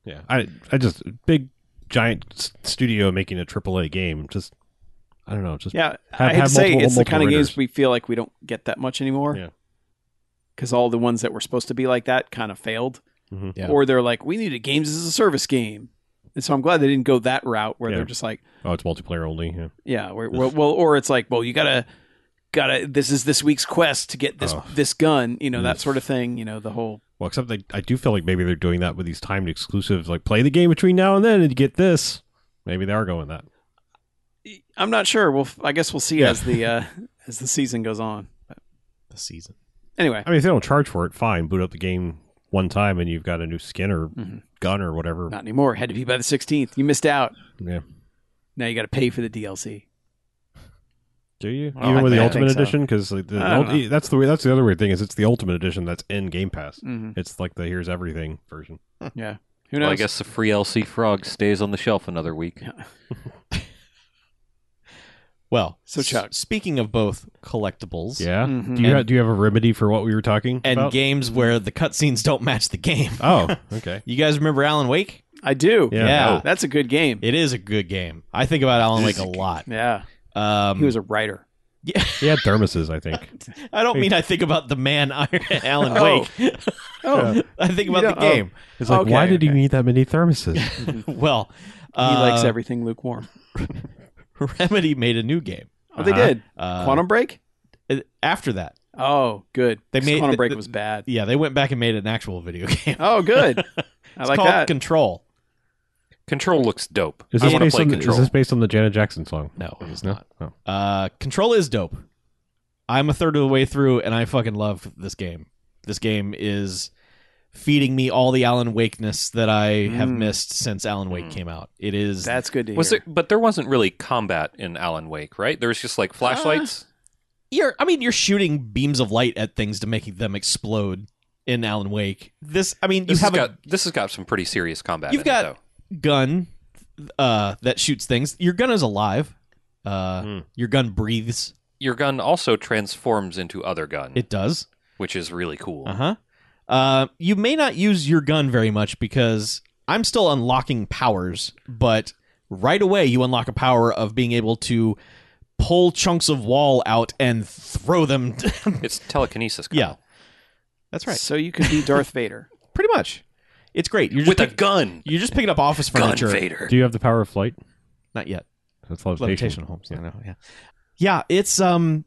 yeah. I I just big giant s- studio making a AAA game. Just I don't know. Just yeah, have- I have have to say multiple- it's the multiple kind of renders. games we feel like we don't get that much anymore. Yeah. Because all the ones that were supposed to be like that kind of failed. Mhm. Yeah. Or they're like, we need a games as a service game. And so I'm glad they didn't go that route where Yeah. they're just like, oh, it's multiplayer only. Yeah. Yeah, we well, well, or it's like, well, you gotta, gotta. This is this week's quest to get this Oh. this gun, you know, that Mm. sort of thing. You know, the whole. Well, except they, I do feel like maybe they're doing that with these timed exclusives. Like play the game between now and then and get this. Maybe they are going that. I'm not sure. We'll, I guess we'll see Yeah. as the uh, as the season goes on. the season. Anyway, I mean, if they don't charge for it, fine. Boot up the game one time and you've got a new skin or Mhm. gun or whatever. not anymore. Had to be by the 16th. You missed out. Yeah. Now you got to pay for the DLC. Do you? Well, Even I with the think- I ultimate think so. edition, because like, the, I don't ult- that's the way. That's the other weird thing is it's the ultimate edition that's in Game Pass. Mhm. It's like the here's everything version. Yeah. Who knows? Well, I guess the free LC frog stays on the shelf another week. Well, So, s- Chuck. speaking of both collectibles Yeah. Mhm. Do you And- ha- do you have a remedy for what we were talking and about? games where the cutscenes don't match the game. oh, okay. You guys remember Alan Wake? I do. Yeah. Yeah. That's a good game. It is a good game. I think about Alan Wake a lot. yeah. Um, He was a writer. He had thermoses, I think. I don't mean I think about the man Iron Alan Oh. Wake. Oh. I think You about the don't- oh. game. It's like, why Okay, did he okay. need that many thermoses? Well, He uh, likes everything lukewarm. Remedy made a new game. Oh, they uh-huh. did. Uh, Quantum Break? uh, After that, Oh, good. They 'Cause made- Quantum th- Break th- was bad. yeah, they went back and made an actual video game. Oh, good. I it's like called that. Control. Control looks dope. Is I this, want to based play on, the- Control. is this based on the Janet Jackson song? No, it was No? not. Oh. Uh, Control is dope. I'm a third of the way through, and I fucking love this game. This game is feeding me all the Alan Wakeness that I have Mm. missed since Alan Wake Mm. came out. It is That's good to hear. Was there, but there wasn't really combat in Alan Wake, right? There was just like flashlights. Ah. you're I mean you're shooting beams of light at things to make them explode in Alan Wake. This I mean this you have has a got this has got some pretty serious combat. You've in got- it, though. gun uh that shoots things. Your gun is alive. Uh Hmm. Mm. your gun breathes. your gun also transforms into other gun, It does. which is really cool. Uh-huh. Uh you may not use your gun very much because I'm still unlocking powers, but right away you unlock a power of being able to pull chunks of wall out and throw them. It's telekinesis. Kyle. yeah. That's right. So you could be Darth Vader. Pretty much. It's great. You're just with a pick- gun. You're just picking up office Gun furniture. Vader. Do you have the power of flight? Not yet. That's levitation. Levitation homes. Yeah. I know. Yeah. Yeah. It's um.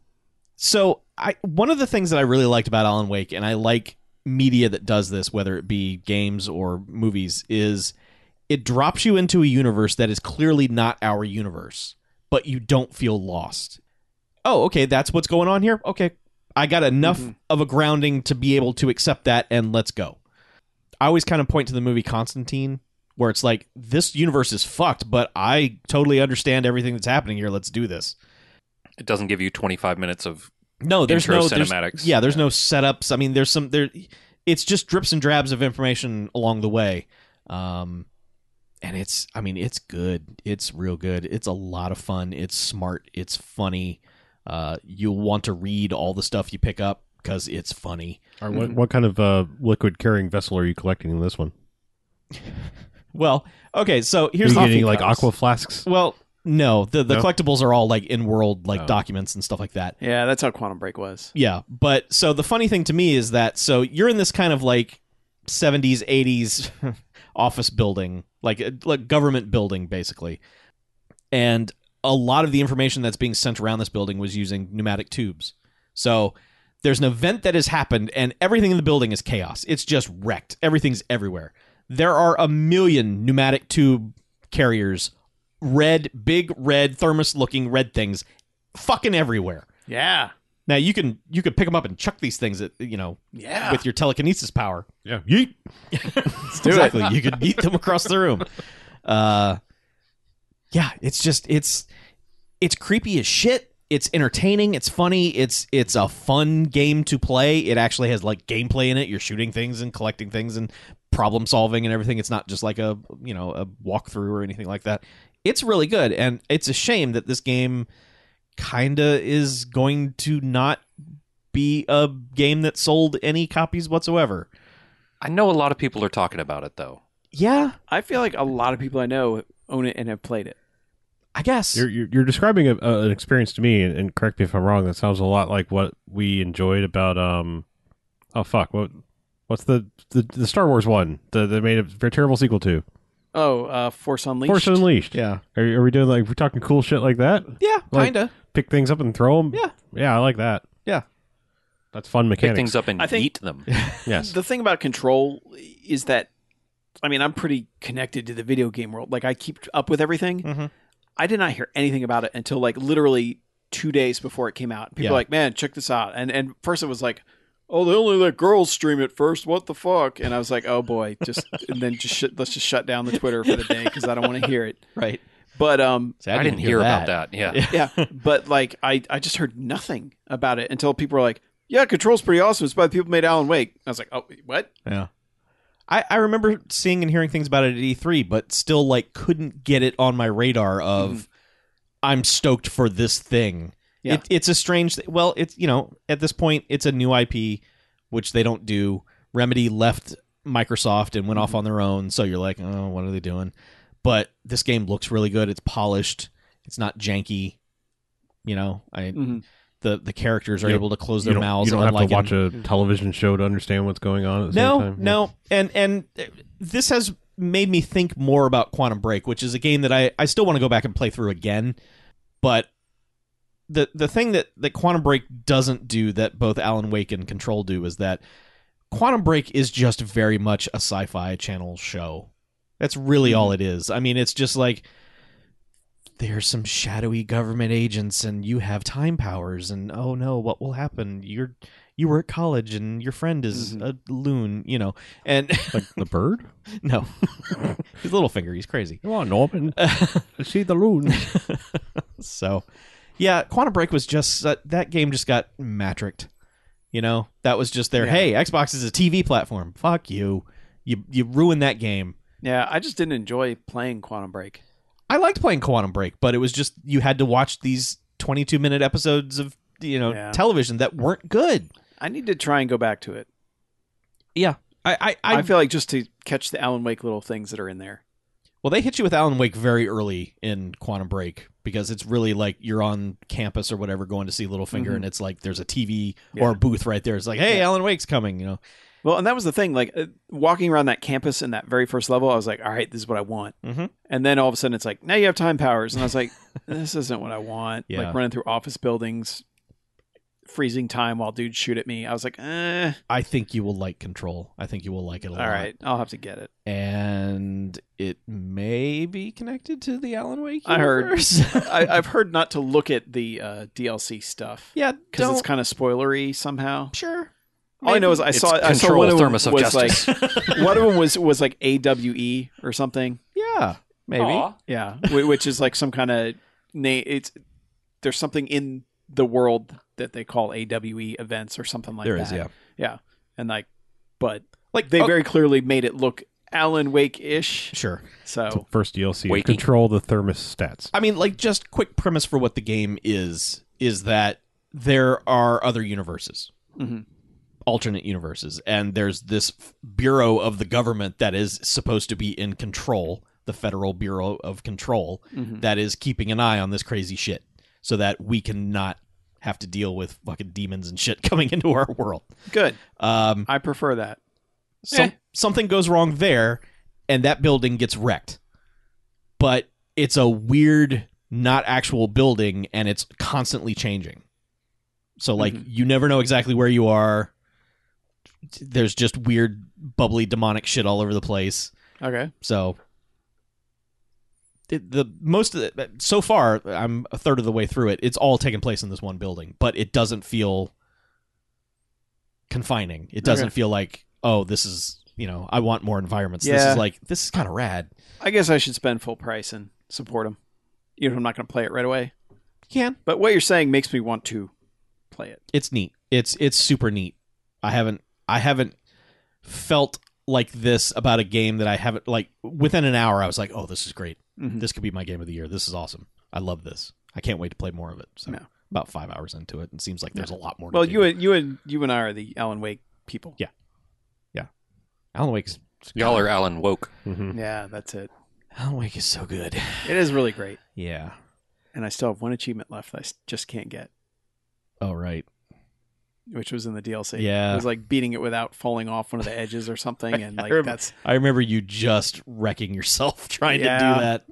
So I one of the things that I really liked about Alan Wake, and I like media that does this, whether it be games or movies, is it drops you into a universe that is clearly not our universe, but you don't feel lost. Oh, okay, that's what's going on here. Okay, I got enough Mhm. of a grounding to be able to accept that, and let's go. I always kind of point to the movie Constantine, where it's like this universe is fucked, but I totally understand everything that's happening here. Let's do this. It doesn't give you 25 minutes of No, there's intro no there's- cinematics. yeah, there's no setups. I mean, there's some there. It's just drips and drabs of information along the way, um, and it's. I mean, it's good. It's real good. It's a lot of fun. It's smart. It's funny. Uh, you'll want to read all the stuff you pick up because it's funny. All right, what, Mm-hmm. what kind of uh, liquid carrying vessel are you collecting in this one? Well, okay, so here's are the you getting like cups. aqua flasks? Well, no, the the No? collectibles are all like in world like Oh. documents and stuff like that. Yeah, that's how Quantum Break was. Yeah, but so the funny thing to me is that so you're in this kind of like 70s 80s office building, like uh, like government building basically. And a lot of the information that's being sent around this building was using pneumatic tubes. So There's an event that has happened, and everything in the building is chaos. It's just wrecked. Everything's everywhere. There are a million pneumatic tube carriers, red, big red thermos looking red things, fucking everywhere. Yeah. Now you can you could pick them up and chuck these things at you know Yeah. with your telekinesis power. Yeah. Yeet. do it. exactly. You could eat them across the room. Uh, yeah, it's just it's it's creepy as shit. It's entertaining. It's funny. It's it's a fun game to play. It actually has like gameplay in it. You're shooting things and collecting things and problem solving and everything. It's not just like a you know a walkthrough or anything like that. It's really good, and it's a shame that this game kinda is going to not be a game that sold any copies whatsoever. I know a lot of people are talking about it though. Yeah, I feel like a lot of people I know own it and have played it. I guess. You're, you're, you're describing a, a, an experience to me, and, and correct me if I'm wrong. That sounds a lot like what we enjoyed about um, oh fuck, what what's the the, the Star Wars one? The they made a very terrible sequel to Oh, uh, Force Unleashed. Force Unleashed. yeah. Are, are we doing like we're talking cool shit like that? Yeah, Like- kinda. Pick things up and throw them. Yeah. yeah, I like that. Yeah. that's fun Pick mechanics. things up and I think- eat them. Yes, The thing about control is that, I mean, I'm pretty connected to the video game world. Like, I keep up with everything. Mhm. Mm-hmm. I did not hear anything about it until like literally two days before it came out. People Yeah. were like, man, check this out. And and first it was like, oh, they only let girls stream it first. What the fuck? And I was like, oh boy, just and then just shut let's just shut down the Twitter for the day because I don't want to hear it. right. But um, See, I, didn't hear about that. Yeah. Yeah. yeah, but like I I just heard nothing about it until people were like, yeah, Control's pretty awesome. It's by the people who made Alan Wake. I was like, oh, what? Yeah. I, I remember seeing and hearing things about it at E3, but still like couldn't get it on my radar of I'm stoked for this thing. Yeah. It, it's a strange thi- well, it's you know, at this point it's a new IP, which they don't do. Remedy left Microsoft and went off on their own, so you're like, oh, what are they doing? But this game looks really good. It's polished. It's not janky. You know, I Mhm. the the characters are You- able to close you their don't, mouths. you don't have unlike to in- watch a television show to understand what's going on. At the no, same time. no, and and uh, this has made me think more about Quantum Break, which is a game that I I still want to go back and play through again, but the the thing that that Quantum Break doesn't do that both Alan Wake and Control do is that Quantum Break is just very much a sci-fi channel show. That's really all it is. I mean, it's just like there's some shadowy government agents and you have time powers and oh no, what will happen? You're you were at college and your friend is a loon, you know. And like the bird. no. he's Littlefinger, he's crazy. Come on, Norman, see the loon. So, yeah, Quantum Break was just uh, that game just got matricked. You know, that was just their Yeah. hey, Xbox is a TV platform. Fuck you, you you ruined that game. Yeah, I just didn't enjoy playing Quantum Break. I liked playing Quantum Break, but it was just you had to watch these twenty-two minute episodes of you know Yeah. television that weren't good. I need to try and go back to it. I I, I, I, feel like just to catch the Alan Wake little things that are in there. well, they hit you with Alan Wake very early in Quantum Break because it's really like you're on campus or whatever going to see Littlefinger, Mhm. and it's like there's a TV Yeah. or a booth right there. It's like hey, Yeah. Alan Wake's coming, you know. Well, and that was the thing. Like uh, walking around that campus in that very first level, I was like, all right, this is what I want. Mm-hmm. Mhm. And then all of a sudden, it's like, now you have time powers, and I was like, this isn't what I want. Yeah. Like running through office buildings, freezing time while dudes shoot at me. I was like, eh, Uh-huh. I think you will like Control. I think you will like it a all lot. right, I'll have to get it. And it may be connected to the Alan Wake I heard. universe. I, I've heard not to look at the uh, DLC stuff yeah, because don't. it's kind of spoilery somehow. sure. All I know is I It's saw I saw control one of them thermos was of like justice. one of them was was like AWE or something. Yeah, maybe. Aw. Yeah, whi- which is like some kind of name. It's there's something in the world that they call AWE events or something like There that. is, yeah. and like, but Like they oh, very clearly made it look Alan Wake ish. sure. So First DLC. Wakey. Control the thermostats. I mean, like just quick premise for what the game is is that there are other universes. mhm. alternate universes and there's this f- bureau of the government that is supposed to be in control the federal bureau of control Mhm. that is keeping an eye on this crazy shit so that we cannot have to deal with fucking demons and shit coming into our world good. um I prefer that. some, Eh. something goes wrong there and that building gets wrecked but it's a weird not actual building and it's constantly changing So like Mhm. you never know exactly where you are. There's just weird bubbly demonic shit all over the place. Okay. So it, the most of the, so far I'm a third of the way through it. It's all taking place in this one building, but it doesn't feel confining. It doesn't Okay. feel like oh this is you know I want more environments. This Yeah. is like this is kind of rad. I guess I should spend full price and support them. You know, I'm not going to play it right away. Yeah, But what you're saying makes me want to play it. it's neat. It's it's super neat. I haven't I haven't felt like this about a game that I haven't like within an hour I was like, "Oh, this is great. Mhm. This could be my game of the year. This is awesome. I love this. I can't wait to play more of it." So Yeah. about 5 hours into it, and seems like there's a lot more to Well, do. you and you and you and I are the Alan Wake people. Alan Wake's Y'all are Alan Woke. Mm-hmm. Yeah, that's it. Alan Wake is so good. It is really great, Yeah. and I still have one achievement left. that I s- just can't get, Oh right. which was in the DLC. Yeah. it was like beating it without falling off one of the edges or something, and like remember- that's. I remember you just wrecking yourself trying to Yeah. do that.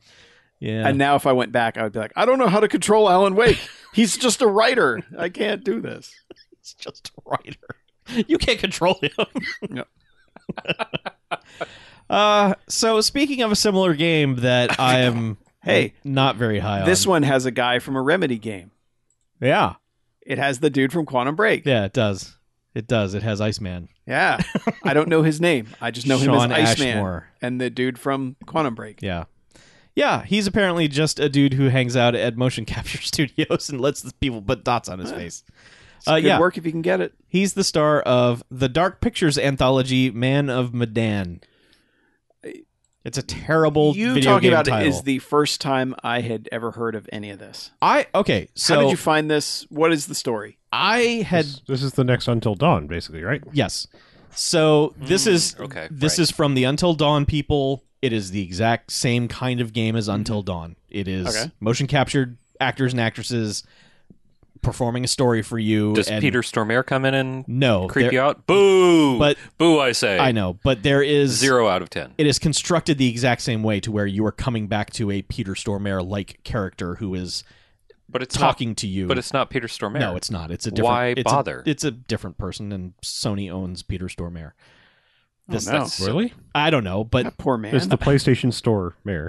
Yeah. And now if I went back, I would be like, I don't know how to control Alan Wake. He's just a writer. I can't do this. It's just a writer. You can't control him. Yep. uh, so speaking of a similar game that I am Hey, not very high this on. one has a guy from a Remedy game. This Yeah. It has the dude from Quantum Break. Yeah, it does. It does. It has Iceman. Yeah. I don't know his name. I just know Sean him as Iceman Ashmore. and the dude from Quantum Break. Yeah. Yeah, he's apparently just a dude who hangs out at motion capture studios and lets the people put dots on his face. It's Uh, good yeah. work if you can get it. He's the star of the Dark Pictures anthology Man of Medan. It's a terrible you video talking game about title. it is the first time I had ever heard of any of this. I okay, so How did you find this? What is the story? I had This, this is the next Until Dawn, basically, right? yes. So this is Mm, okay, This right. is from the Until Dawn people. It is the exact same kind of game Mm-hmm. as Until Dawn. It is Okay. motion captured actors and actresses performing a story for you. Does and Peter Stormare come in and no creep there- Mm. you out? Boo! But- boo, I say. I know, but there is Zero out of ten. It is constructed the exact same way to where you are coming back to a Peter Stormare like character who is But it's talking to you. Not, but it's not Peter Stormare. No, it's not. It's a different. Why it's a- bother? it's a different person, and Sony owns Peter Stormare. This, oh, no. that's- Really? I don't know, but That poor man. It's the PlayStation Store mayor.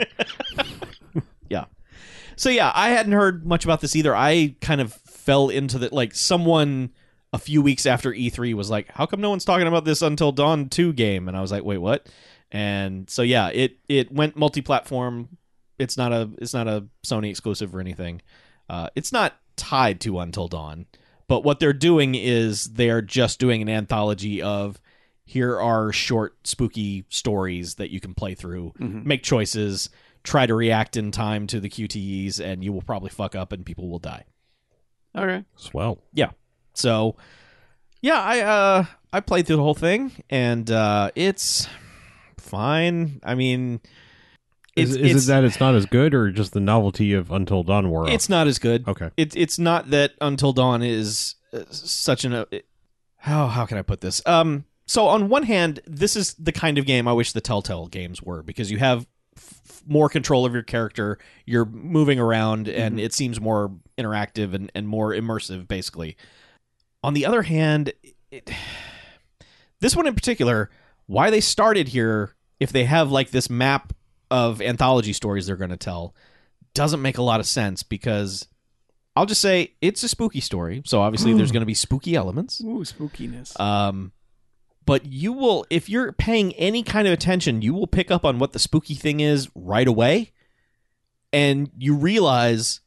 so yeah, I hadn't heard much about this either. I kind of fell into the like someone a few weeks after E3 was like, "How come no one's talking about this Until Dawn 2 game?" And I was like, "Wait, what?" And so yeah, it it went multi-platform. It's not a it's not a Sony exclusive or anything. Uh, it's not tied to Until Dawn, but what they're doing is they're just doing an anthology of here are short spooky stories that you can play through Mhm. make choices, try to react in time to the QTEs, and you will probably fuck up and people will die. Okay. Swell. So, yeah, I uh, I played through the whole thing, and uh, it's fine. I mean, it's Is, is it's, it that it's not as good, or just the novelty of Until Dawn wore off? it's not as good. okay. It's it's not that Until Dawn is uh, such an uh, how how can I put this? Um, so on one hand, this is the kind of game I wish the Telltale games were because you have f- more control of your character, you're moving around, and it seems more interactive and and more immersive, basically. On the other hand, it, this one in particular, why they started here, if they have like this map of anthology stories they're going to tell, doesn't make a lot of sense because I'll just say it's a spooky story. So obviously there's going to be spooky elements. Ooh, spookiness. Um, but you will, if you're paying any kind of attention, you will pick up on what the spooky thing is right away, and you realize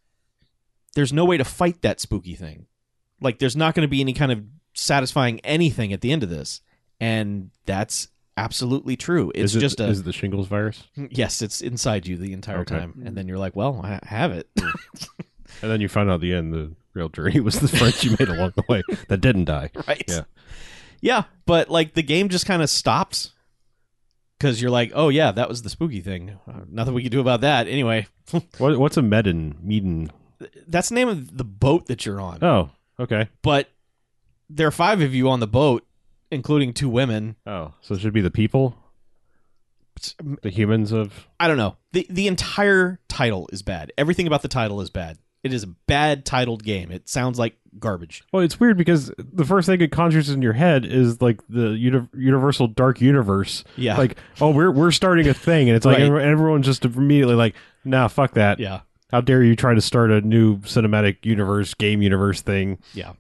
there's no way to fight that spooky thing. Like, there's not going to be any kind of satisfying anything at the end of this, and that's absolutely true. It's is it, just a is it the shingles virus, yes, it's inside you the entire Okay. time, and then you're like, well, I have it. and then you find out at the end the real journey was the friends you made along the way that didn't die. right? Yeah. Yeah, but like the game just kind of stops because you're like, oh yeah, that was the spooky thing. Uh, nothing we could do about that. Anyway, What, what's a Medin? Medin? that's the name of the boat that you're on. Oh, okay. But there are five of you on the boat, including two women. Oh, so it should be the people, the humans of. I don't know. the The entire title is bad. Everything about the title is bad. It is a bad titled game. It sounds like garbage. Well, it's weird because the first thing it conjures in your head is like the uni- universal dark universe. Yeah. Like, oh, we're we're starting a thing, and it's like Right. everyone everyone's just immediately like, nah, fuck that. yeah. How dare you try to start a new cinematic universe, game universe thing? Yeah.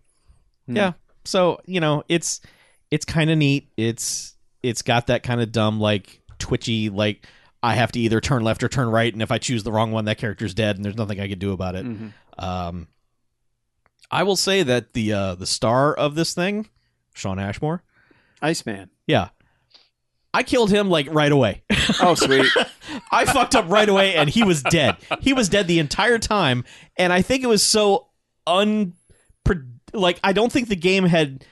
Hmm. Yeah. So, you know, it's it's kind of neat. It's it's got that kind of dumb like twitchy like I have to either turn left or turn right and if I choose the wrong one that character's dead and there's nothing I can do about it. Mhm. Um I will say that the uh the star of this thing, Sean Ashmore, Iceman. yeah. I killed him like right away. Oh, sweet. I fucked up right away and he was dead. He was dead the entire time and I think it was so un like I don't think the game had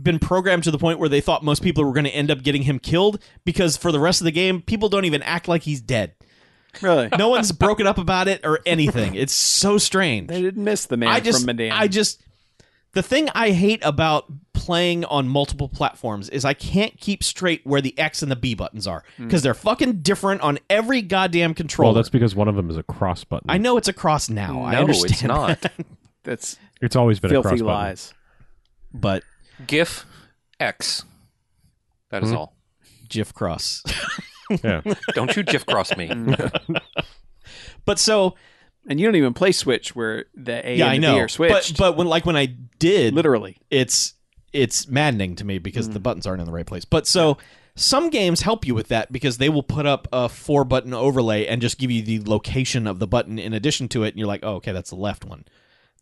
been programmed to the point where they thought most people were going to end up getting him killed because for the rest of the game people don't even act like he's dead. really? No one's broken up about it or anything. It's so strange. They didn't miss the man I just, from Medan. I just, the thing I hate about playing on multiple platforms is I can't keep straight where the X and the B buttons are Hmm. because they're fucking different on every goddamn Well, controller. that's because one of them is a cross button. I know it's across now. I no, understand, it's not. That's It's always been a cross filthy button. lies. but GIF X. That Hmm? is all. GIF cross. Yeah. Don't you GIF cross me. but so And you don't even play Switch where the A yeah, and I the know. B are switched. But but when like when I did, literally. Mm. it's it's maddening to me because the buttons aren't in the right place. But so some games help you with that because they will put up a four button overlay and just give you the location of the button in addition to it, and you're like, oh, okay, that's the left one.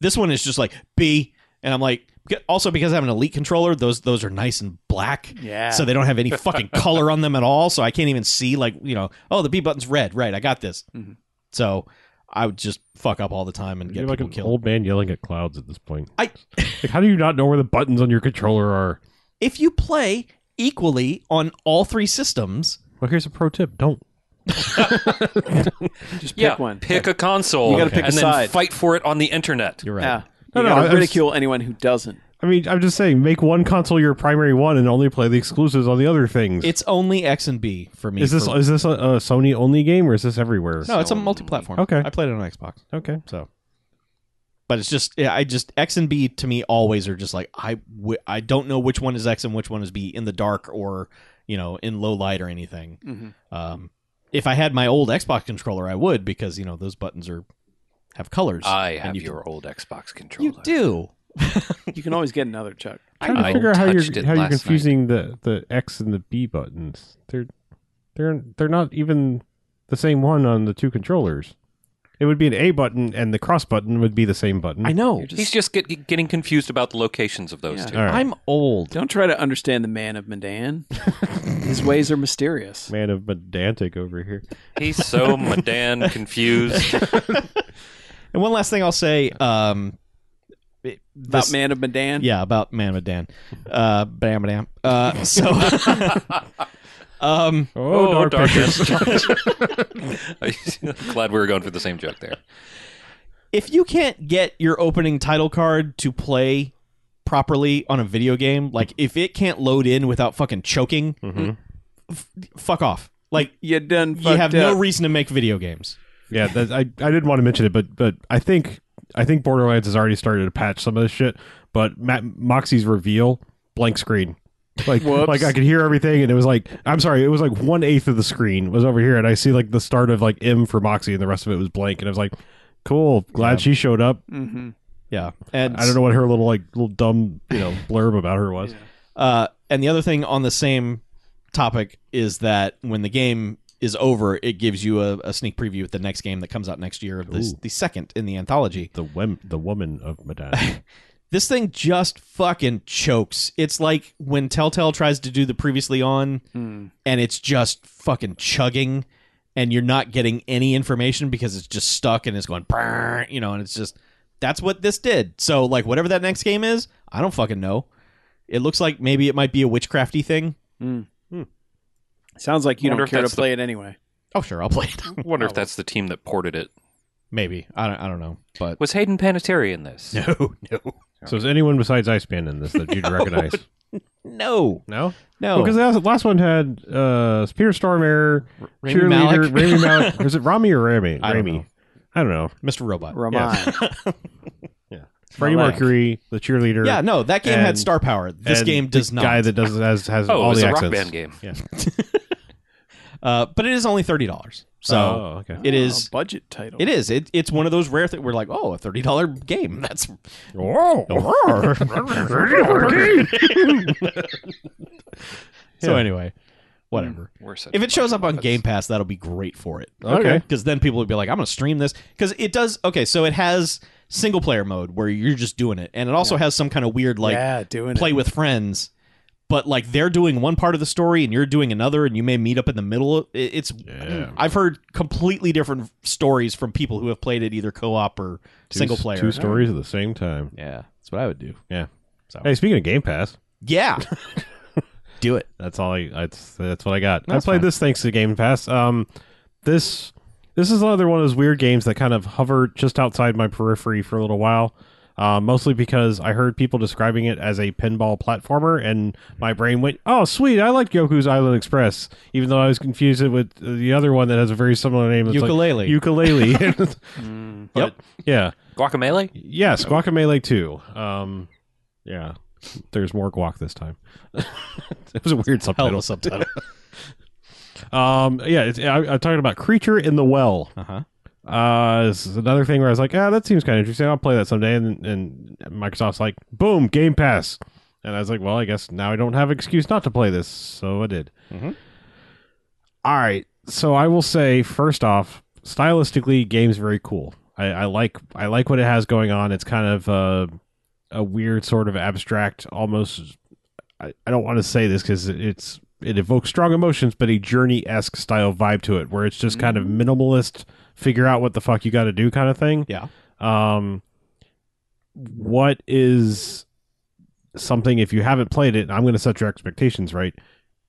This one is just like B, and I'm like, also because I have an elite controller, those those are nice and black. Yeah. So they don't have any fucking color on them at all. So I can't even see like you know, oh, the B button's red, right? I got this. Mhm. So I would just fuck up all the time and get You're like people an killed. old man yelling at clouds at this point. I- like, how do you not know where the buttons on your controller are? if you play equally on all three systems, Well, here's a pro tip: don't. Just pick yeah, one. pick a console. You gotta pick a and then side. fight for it on the internet. you're Yeah. No, You no, I gotta was- ridicule anyone who doesn't. I mean, I'm just saying, make one console your primary one and only play the exclusives on the other things. It's only X and B for me. is this for- is this a, a Sony only game or is this everywhere? no? It's a multi-platform. Okay. I played it on Xbox, Okay. so. But it's just yeah, I just X and B to me always are just like I w- I don't know which one is X and which one is B in the dark or you know in low light or anything. Mhm. Um, if I had my old Xbox controller, I would because you know those buttons are have colors. Ah, I and have you your old Xbox Can, controller. you do. You can always get another Chuck. I'm trying to I figure out how touched it you're how you're last night. confusing the the X and the B buttons. They're they're they're not even the same one on the two controllers. It would be an A button and the cross button would be the same button. I know. You're just- He's just get, getting confused about the locations of those Yeah. two. All right. I'm old. Don't try to understand the man of Medan. His ways are mysterious. Man of pedantic over here. He's so madan confused. And one last thing I'll say. Um, it- About this- man of Medan. Yeah, about Man with Dan. Uh, bam, bam. Uh, so, um, Oh, dark pictures. Glad we were going for the same joke there. if you can't get your opening title card to play properly on a video game, like if it can't load in without fucking choking, Mhm. f- fuck off. Like You done you Mm-hmm. fucked have up. no reason to make video games. Yeah, that, I I didn't want to mention it, but but I think I think Borderlands has already started to patch some of this shit. But Matt, Moxie's reveal blank screen, like Whoops. like I could hear everything, and it was like I'm sorry, it was like one eighth of the screen was over here, and I see like the start of like M for Moxie, and the rest of it was blank, and I was like, cool, glad she showed up. Mhm. Yeah, and I don't know what her little like little dumb you know blurb about her was. Uh, and the other thing on the same topic is that when the game is over, it gives you a, a sneak preview of the next game that comes out next year, of the, Ooh. the second in the anthology. The wem- the woman of Medan. This thing just fucking chokes. It's like when Telltale tries to do the previously on, Hmm. and it's just fucking chugging, and you're not getting any information because it's just stuck and it's going, "Brrr," you know, and it's just that's what this did. So like whatever that next game is, I don't fucking know. It looks like maybe it might be a witchcrafty thing. Sounds like you don't Wonder if care to that's the- play it anyway. Oh sure, I'll play it. Wonder if that's the team that ported it. Maybe I don't. I don't know. But Was Hayden Panettiere in this? no, no, so is anyone besides Iceman in this that you'd recognize? no, No. no. Because the last one had uh, Peter Stormare, Rami cheerleader Malek? Rami Malek. Is it Rami or Rami? I don't Rami. know. I don't know. Mr. Robot. Ramon. Freddie Malek. Mercury, the cheerleader. Yeah, no, that game had And- star power. This and game does the not. Guy that does has has Oh, all it was the a rock accents. band game. uh, but it is only thirty dollars. So oh, okay. it is. a budget title. It is. It, it's one of those rare things. We're like, oh, a thirty dollar game. That's so. Anyway, whatever. We're such If it shows up on fucking Game Pass, that'll be great for it. Mm. Okay. Because then people would be like, I'm going to stream this. Because it does. Okay. So it has single player mode where you're just doing it. And it also has some kind of weird, like, yeah, doing play it. with friends. But, like, they're doing one part of the story and you're doing another, and you may meet up in the middle. It- It's. Yeah. I've heard completely different stories from people who have played it either co op or Two- single player. Two stories at the same time. Yeah. That's what I would do. Yeah. So. Hey, speaking of Game Pass, Yeah. do it. that's all I that's that's what I got. That's I played fine. this thanks to Game Pass. Um this this is another one of those weird games that kind of hovered just outside my periphery for a little while. Uh, mostly because I heard people describing it as a pinball platformer, and my brain went, "Oh, sweet! I like Goku's Island Express," even though I was confused it with the other one that has a very similar name. It's Ukulele. like ukulele. Mm. Yep. yeah, Guacamole? Yes, Guacamele too. Um, yeah, there's more guac this time. it was a weird Hell of subtitle. a subtitle. Um, yeah, it's, I, I'm talking about Creature in the Well. uh-huh. Uh, this is another thing where I was like, ah, that seems kind of interesting. I'll play that someday. And, and Microsoft's like, boom, Game Pass. And I was like, well, I guess now I don't have an excuse not to play this. So I did. Mhm. All right. So I will say, first off, stylistically, game's very cool. I, I like I like what it has going on. It's kind of uh, a weird sort of abstract, almost. I, I don't want to say this because it's it evokes strong emotions, but a journey esque style vibe to it, where it's just kind of minimalist, figure out what the fuck you got to do kind of thing. Yeah. Um, what is something if you haven't played it? I'm going to set your expectations right.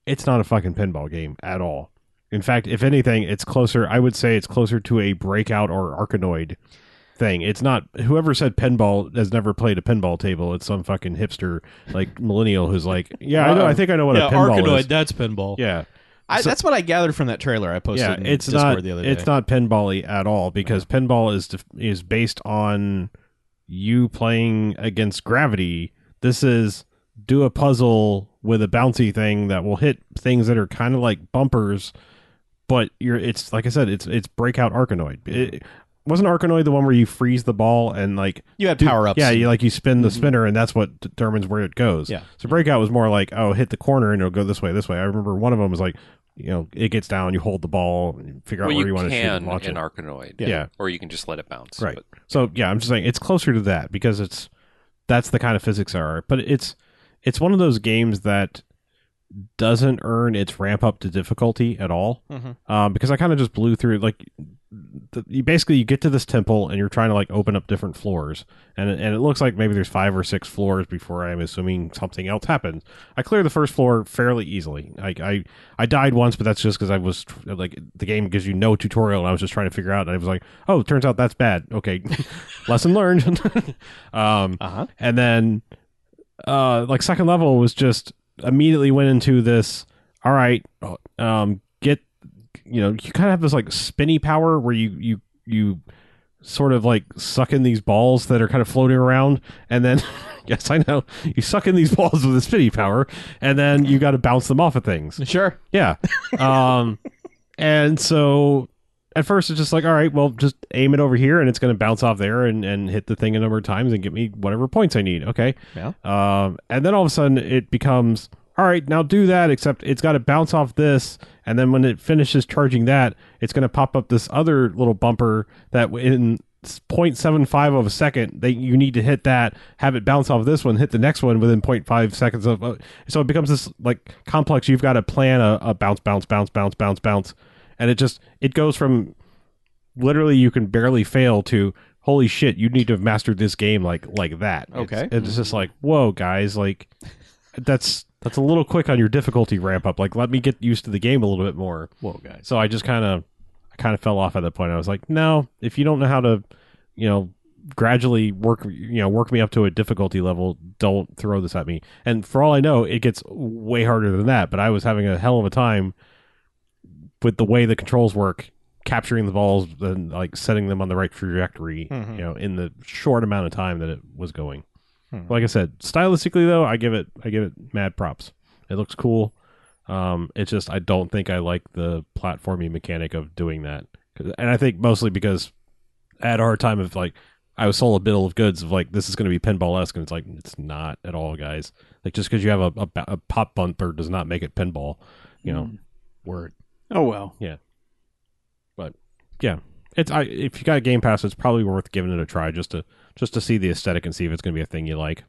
It's not a fucking pinball game at all. In fact, if anything, it's closer. I would say it's closer to a breakout or arcanoid thing. It's not. Whoever said pinball has never played a pinball table. It's some fucking hipster like millennial who's like, yeah, I know. I think I know what yeah, a pinball Arkanoid, is. that's pinball. Yeah, I, So- that's what I gathered from that trailer I posted. in it's Discord not the other day. Uh-huh. it's not pinball-y at all because pinball is def- is based on you playing against gravity. This is do a puzzle with a bouncy thing that will hit things that are kind of like bumpers, but you're it's like I said, it's it's breakout Arkanoid. It, wasn't Arkanoid the one where you freeze the ball and like You had do- power ups. Yeah, you like you spin the spinner, and that's what determines where it goes. Yeah. So breakout was more like, oh, hit the corner and it'll go this way, this way. I remember one of them was like, you know, it gets down, you hold the ball, and you figure Well, out where you, you want to shoot can and in launch it. Arkanoid. Yeah. Yeah. Or you can just let it bounce. Right. But So yeah, I'm just saying it's closer to that because it's that's the kind of physics there are. But it's it's one of those games that doesn't earn its ramp up to difficulty at all Mhm. um, because I kind of just blew through like the, you basically you get to this temple and you're trying to like open up different floors and and it looks like maybe there's five or six floors before I'm assuming something else happens. I clear the first floor fairly easily. I I, I died once, but that's just because I was tr- like the game gives you no tutorial and I was just trying to figure out. And I was like, oh, it turns out that's bad. Okay, lesson learned. um, Uh-huh. and then uh like second level was just immediately went into this all right um get you know you kind of have this like spinny power where you you you sort of like suck in these balls that are kind of floating around and then yes i know you suck in these balls with a spinny power and then you got to bounce them off of things Sure. yeah. Um, and so at first it's just like, all right, well, just aim it over here and it's going to bounce off there and, and hit the thing a number of times and get me whatever points I need. Okay. Yeah. Um, and then all of a sudden it becomes, all right, now do that, except it's got to bounce off this. And then when it finishes charging that, it's going to pop up this other little bumper that in 0.75 of a second that you need to hit that have it bounce off this one hit the next one within 0.5 seconds of uh, so it becomes this like complex you've got to plan a, a bounce bounce bounce bounce bounce bounce and it just it goes from literally you can barely fail to holy shit you need to have mastered this game like like that Okay. it's, it's just like whoa guys like that's that's a little quick on your difficulty ramp up like let me get used to the game a little bit more Whoa, guys. so I just kind of, I kind of fell off at that point. I was like, no, if you don't know how to, you know, gradually work, you know, work me up to a difficulty level, don't throw this at me. And for all I know, it gets way harder than that. But I was having a hell of a time with the way the controls work, capturing the balls and like setting them on the right trajectory, Mhm. you know, in the short amount of time that it was going. Hmm. Like I said, stylistically though, I give it I give it mad props. It looks cool. Um, it's just I don't think I like the platforming mechanic of doing that, 'Cause- and I think mostly because I had a hard time of like I was sold a bill of goods of like this is going to be pinball esque, and it's like it's not at all, guys. Like just because you have a, a, ba- a pop bumper does not make it pinball, you know. Mm. Word. Oh well. It's I if you got a Game Pass, it's probably worth giving it a try just to just to see the aesthetic and see if it's going to be a thing you like.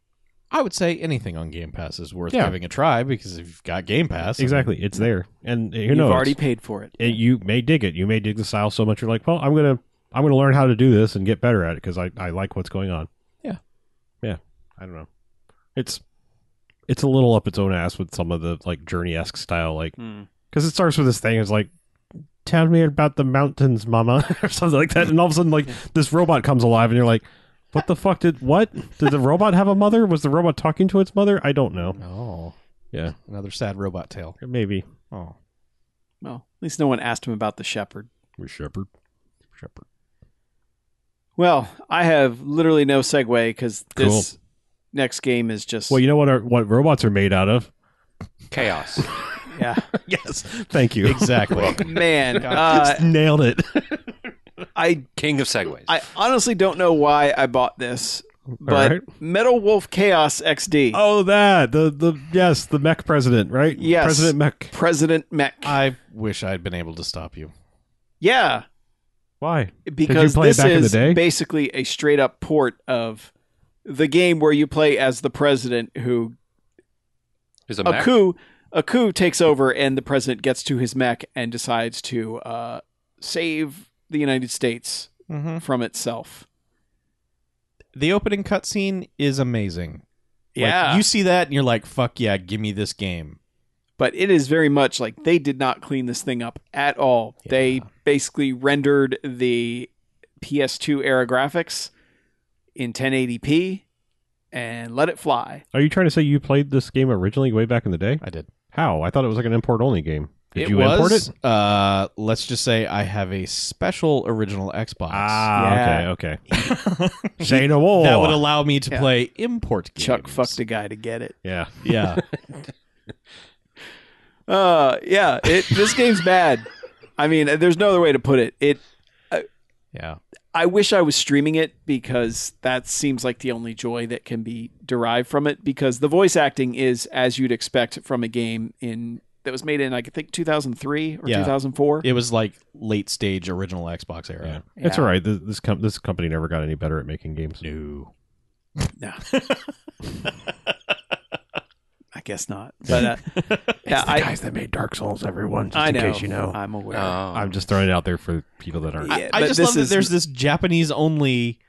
I would say anything on Game Pass is worth Yeah. giving a try because if you've got Game Pass, I mean, Exactly, it's there, and uh, who You've knows? already paid for it. it, you may dig it. You may dig the style so much you're like, well, I'm gonna I'm gonna learn how to do this and get better at it because I I like what's going on. Yeah. yeah. I don't know. It's it's a little up its own ass with some of the like journey esque style, like Hmm. because it starts with this thing. It's like, tell me about the mountains, mama, or something like that. And all of a sudden, like this robot comes alive, and you're like, what the fuck did what? Did the robot have a mother? Was the robot talking to its mother? I don't know. Oh, Yeah, another sad robot tale. maybe. Oh, Well, at least no one asked him about the shepherd. Or shepherd. Shepherd. Well, I have literally no segue because this Cool. next game is just Well, you know what? Our, what robots are made out of? Chaos. yeah, yes. Thank you. exactly. man. Just Uh, nailed it. I King of segways. I honestly don't know why I bought this, but Metal Wolf Chaos XD oh, that the the yes, the mech president, right? Yes. President Mech. President Mech. I wish I'd been able to stop you. yeah, Why? because play it this back in the is day? basically a straight up port of the game where you play as the president who is a a mech. coup a coup takes over and the president gets to his mech and decides to uh, save the United States Mm-hmm. from itself. The opening cutscene is amazing. Like, Yeah. you see that and you're like, "Fuck yeah, give me this game." but it is very much like they did not clean this thing up at all. They Yeah. basically rendered the PS2 era graphics in 1080p and let it fly. Are you trying to say you played this game originally way back in the day? I did. How? I thought it was like an import only game. Did it you was, import it? Uh, let's just say I have a special original Xbox Ah, Oh. Yeah. okay, okay. say no more. that would allow me to Yeah. play import games. Chuck fucked a guy to get it. yeah. Yeah. Uh, yeah, it, this game's bad. I mean, there's no other way to put it. It. yeah. I wish I was streaming it because that seems like the only joy that can be derived from it. Because the voice acting is as you'd expect from a game in that was made in like I think 2003 or Yeah. 2004. It was like late stage original Xbox yeah, era. It's Yeah. all right. This this, com- this company never got any better at making games. No. I guess not. But uh, yeah, I, that made Dark Souls, everyone. Just I know. I'm aware. Uh, Oh. I'm just throwing it out there for people that aren't. Yeah, I but just this love that is- there's this Japanese only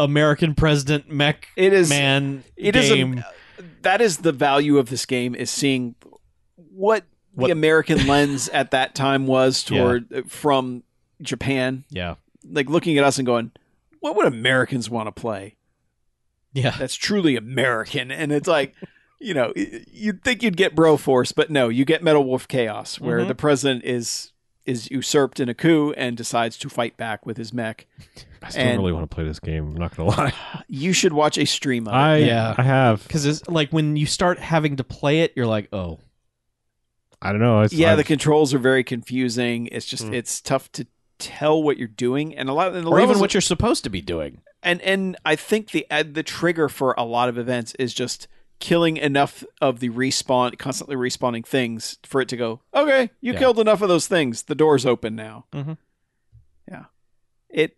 American president mech it is man it is a- game. that is the value of this game is seeing what, What- the American lens at that time was Yeah. toward uh, from Japan, yeah. like looking at us and going, "What would Americans want to play?" Yeah. That's truly American, and it's like. You know, y- you'd think you'd get Bro Force, but no, you get Metal Wolf Chaos, where Mm-hmm. Mhm. the president is is usurped in a coup and decides to fight back with his mech. I still and- really want to play this game. I'm not gonna lie. You should watch a stream of it. I Yeah. I have. Because it's like when you start having to play it, you're like, oh, I don't know. It's, yeah, I've- the controls are very confusing. It's just Mm. it's tough to tell what you're doing, and a lot and the or even levels, what you're supposed to be doing. and and I think the uh, the trigger for a lot of events is just killing enough of the respawn constantly respawning things for it to go okay you Yeah. killed enough of those things the door's open now Mhm. yeah it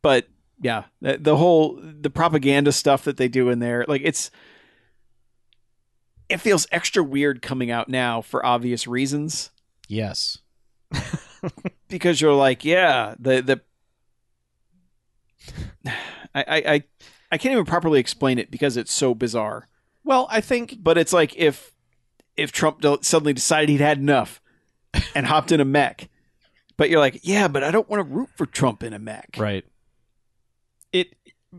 but yeah the, the whole the propaganda stuff that they do in there like it's it feels extra weird coming out now for obvious reasons Yes. because you're like, yeah, the the I, I I I can't even properly explain it because it's so bizarre. Well, I think But it's like if if Trump del- suddenly decided he'd had enough and hopped in a mech, but you're like, yeah, but I don't want to root for Trump in a mech. right. It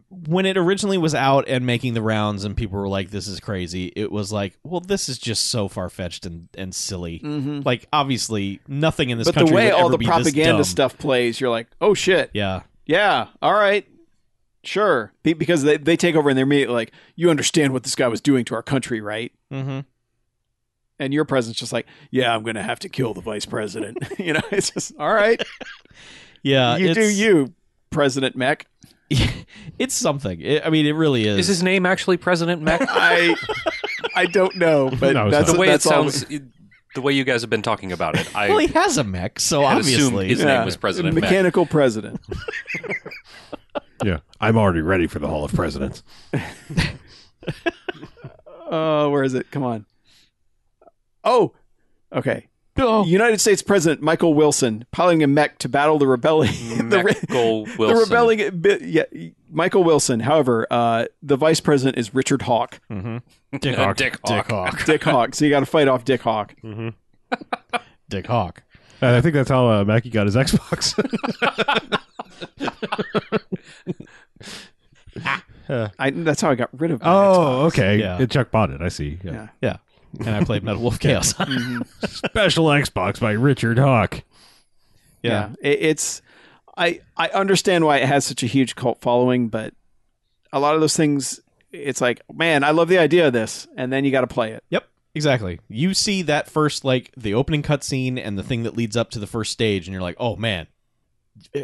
when it originally was out and making the rounds and people were like this is crazy it was like well this is just so far-fetched and, and silly Mm-hmm. like obviously nothing in this But the country way would all ever the be this dumb. propaganda stuff plays, you're like, oh shit, yeah yeah, all right, sure. Be- Because they, they take over and they're immediately like, you understand what this guy was doing to our country, right? mm-hmm. And your president's just like, yeah, I'm going to have to kill the vice president. you know, it's just, all right, yeah you do Uh, it's- you, President Mech. it's something It- i mean it really is Is his name actually President Mac? I I don't know, but No, it's that's not. the way it that's all we- sounds, the way you guys have been talking about it, I well he has a mech so had obviously assumed his name was President Mac. Mechanical president. Yeah, I'm already ready for the Hall of Presidents. Oh, where is it? Come on. Oh, okay. United States President Michael Wilson piloting a mech to battle the rebellion. the, re- Michael the Wilson. rebelling. bi- Yeah, Michael Wilson. However, uh, the vice president is Richard Hawk, Dick Uh, Hawk. Dick Hawk. Dick Hawk. So you got to fight off Dick Hawk. Mhm. dick hawk And I think that's how uh, Mackie got his Xbox. I, that's how I got rid of. my oh, okay. Yeah. It Chuck bought it. I see. Yeah. Yeah. yeah and i played metal wolf chaos Xbox. Mhm. Special Xbox by Richard Hawk. yeah, yeah. It, it's I I understand why it has such a huge cult following, but a lot of those things, it's like, man, I love the idea of this, and then you got to play it. Yep, exactly. You see that first, like the opening cutscene and the thing that leads up to the first stage, and you're like, oh man,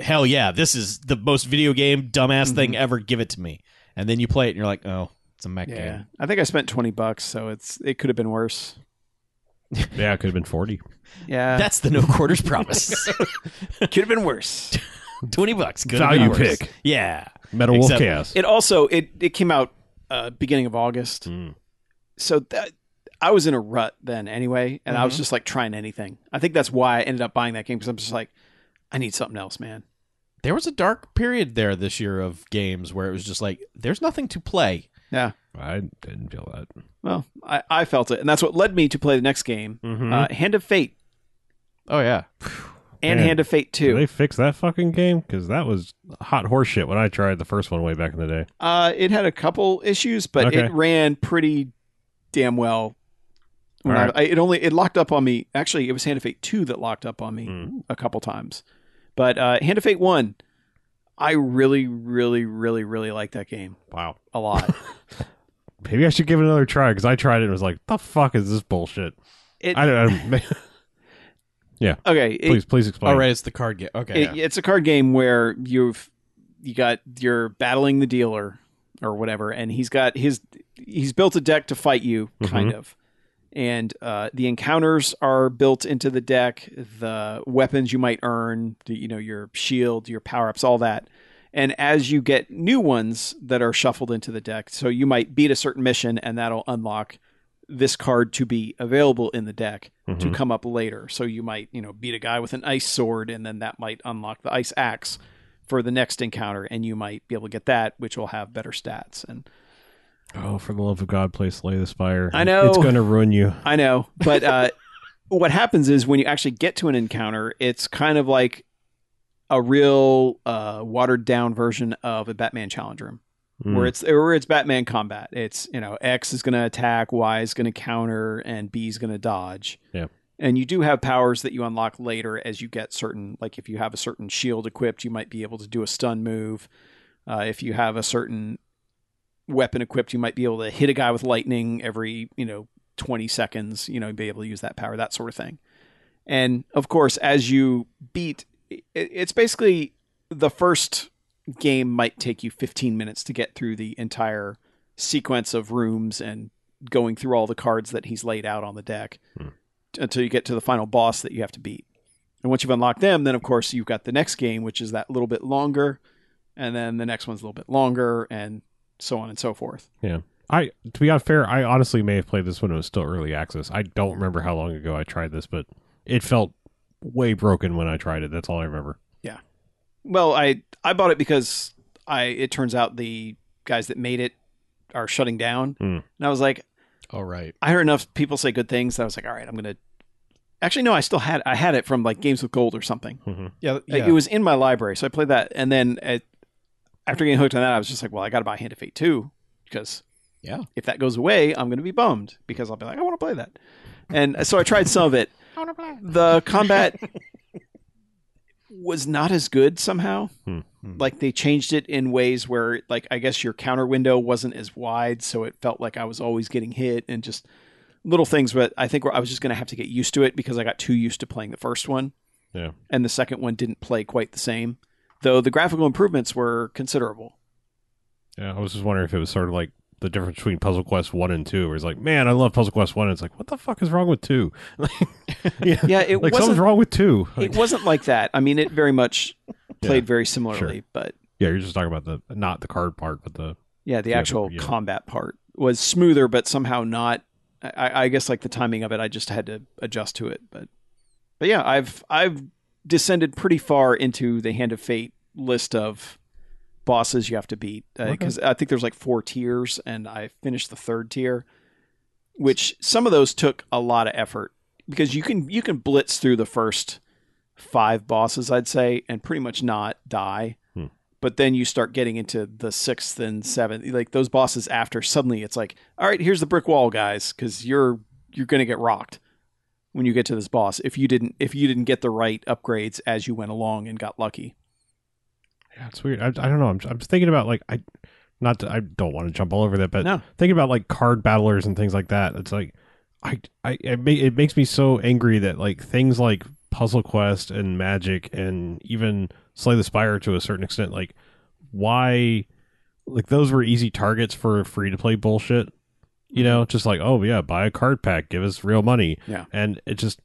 hell yeah, this is the most video game dumbass thing ever. Give it to me. And then you play it, and you're like, oh, it's a mech Yeah, game. I think I spent twenty bucks, so it's it could have been worse. Yeah, it could have been 40. Yeah, That's the no quarters promise. could have been worse. Twenty bucks, good Value enough. pick. Yeah, Metal Except- Wolf Chaos. It also it it came out uh, beginning of August, Mm. so that I was in a rut then anyway, and I was Mm-hmm. Mhm. just like trying anything. I think that's why I ended up buying that game because I'm just like, I need something else, man. there was a dark period there this year of games where it was just like, there's nothing to play. I didn't feel that. Well, I, I felt it, and that's what led me to play the next game, Mm-hmm. uh, Hand of Fate. Oh yeah, and Man. Hand of Fate Did they too. fix that fucking game? Because that was hot horse shit when I tried the first one way back in the day. Uh, it had a couple issues, but Okay. it ran pretty damn well. When All right. I, I, it only it locked up on me. Actually, it was Hand of Fate two that locked up on me Mm. a couple times. But uh, Hand of Fate one, I really, really, really, really like that game Wow. a lot. Maybe I should give it another try because I tried it and was like, the fuck is this bullshit? It, I don't know. okay, it- please, please explain. all right, it's the card game. Okay, It, It's a card game where you've you got you're battling the dealer or whatever, and he's got his he's built a deck to fight you, kind of. And uh, the encounters are built into the deck. The weapons you might earn, the, you know, your shield, your power ups, all that. And as you get new ones that are shuffled into the deck, so you might beat a certain mission, and that'll unlock this card to be available in the deck to Mhm. come up later. So you might, you know, beat a guy with an ice sword and then that might unlock the ice axe for the next encounter and you might be able to get that which will have better stats. And Oh, for the love of God, play Slay the Spire. I know. It's going to ruin you. I know, but uh what happens is when you actually get to an encounter, it's kind of like a real uh watered down version of a Batman challenge room. Mm. where it's where it's Batman combat. It's you know X is going to attack, Y is going to counter, and B is going to dodge. Yeah. And you do have powers that you unlock later as you get certain, like if you have a certain shield equipped, you might be able to do a stun move. Uh, if you have a certain weapon equipped, you might be able to hit a guy with lightning every you know 20 seconds. You know, be able to use that power, that sort of thing. And of course, as you beat, it, it's basically the first game might take you 15 minutes to get through the entire sequence of rooms and going through all the cards that he's laid out on the deck Hmm. t- until you get to the final boss that you have to beat. And once you've unlocked them, then of course you've got the next game, which is that little bit longer, and then the next one's a little bit longer, and so on and so forth. I to be fair, I honestly may have played this when it was still early access. I don't remember how long ago I tried this, but it felt way broken when I tried it. That's all I remember. Well, I I bought it because I it turns out the guys that made it are shutting down, Hmm. and I was like, all right. I heard enough people say good things that I was like, all right, I'm gonna. Actually, no, I still had I had it from like Games with Gold or something. Yeah, It was in my library, so I played that, and then it, after getting hooked on that, I was just like, well, I got to buy Hand of Fate 2 because Yeah. if that goes away, I'm going to be bummed because I'll be like, I want to play that. And so I tried some of it. The combat was not as good somehow. Hmm. Like they changed it in ways where, like, I guess your counter window wasn't as wide, so it felt like I was always getting hit and just little things. But I think where I was just going to have to get used to it because I got too used to playing the first one. Yeah. And the second one didn't play quite the same, though the graphical improvements were considerable. Yeah, I was just wondering if it was sort of like the difference between Puzzle Quest One and Two, where it's like, man, I love Puzzle Quest One. It's like, what the fuck is wrong with two? yeah, Yeah, it like wasn't something's wrong with two. it Like, wasn't like that. I mean, it very much played very similarly, but yeah, you're just talking about the not the card part, but the yeah, the Yeah, actual yeah. combat part was smoother, but somehow not. I, I guess like the timing of it, I just had to adjust to it. But but yeah, I've I've descended pretty far into the Hand of Fate list of bosses you have to beat because I think there's like four tiers, and I finished the third tier, which some of those took a lot of effort because you can you can blitz through the first five bosses, I'd say, and pretty much not die. Hmm. But then you start getting into the sixth and seventh, like those bosses after. Suddenly, it's like, all right, here's the brick wall, guys, because you're you're gonna get rocked when you get to this boss if you didn't if you didn't get the right upgrades as you went along and got lucky. yeah, it's weird. I, I don't know. I'm I'm thinking about like I not to, I don't want to jump all over that, but No. thinking about like card battlers and things like that. It's like I I it, ma- it makes me so angry that like things like Puzzle Quest and Magic and even Slay the Spire to a certain extent, like why like those were easy targets for free to play bullshit. You know, just like oh yeah, buy a card pack, give us real money. Yeah. and it just.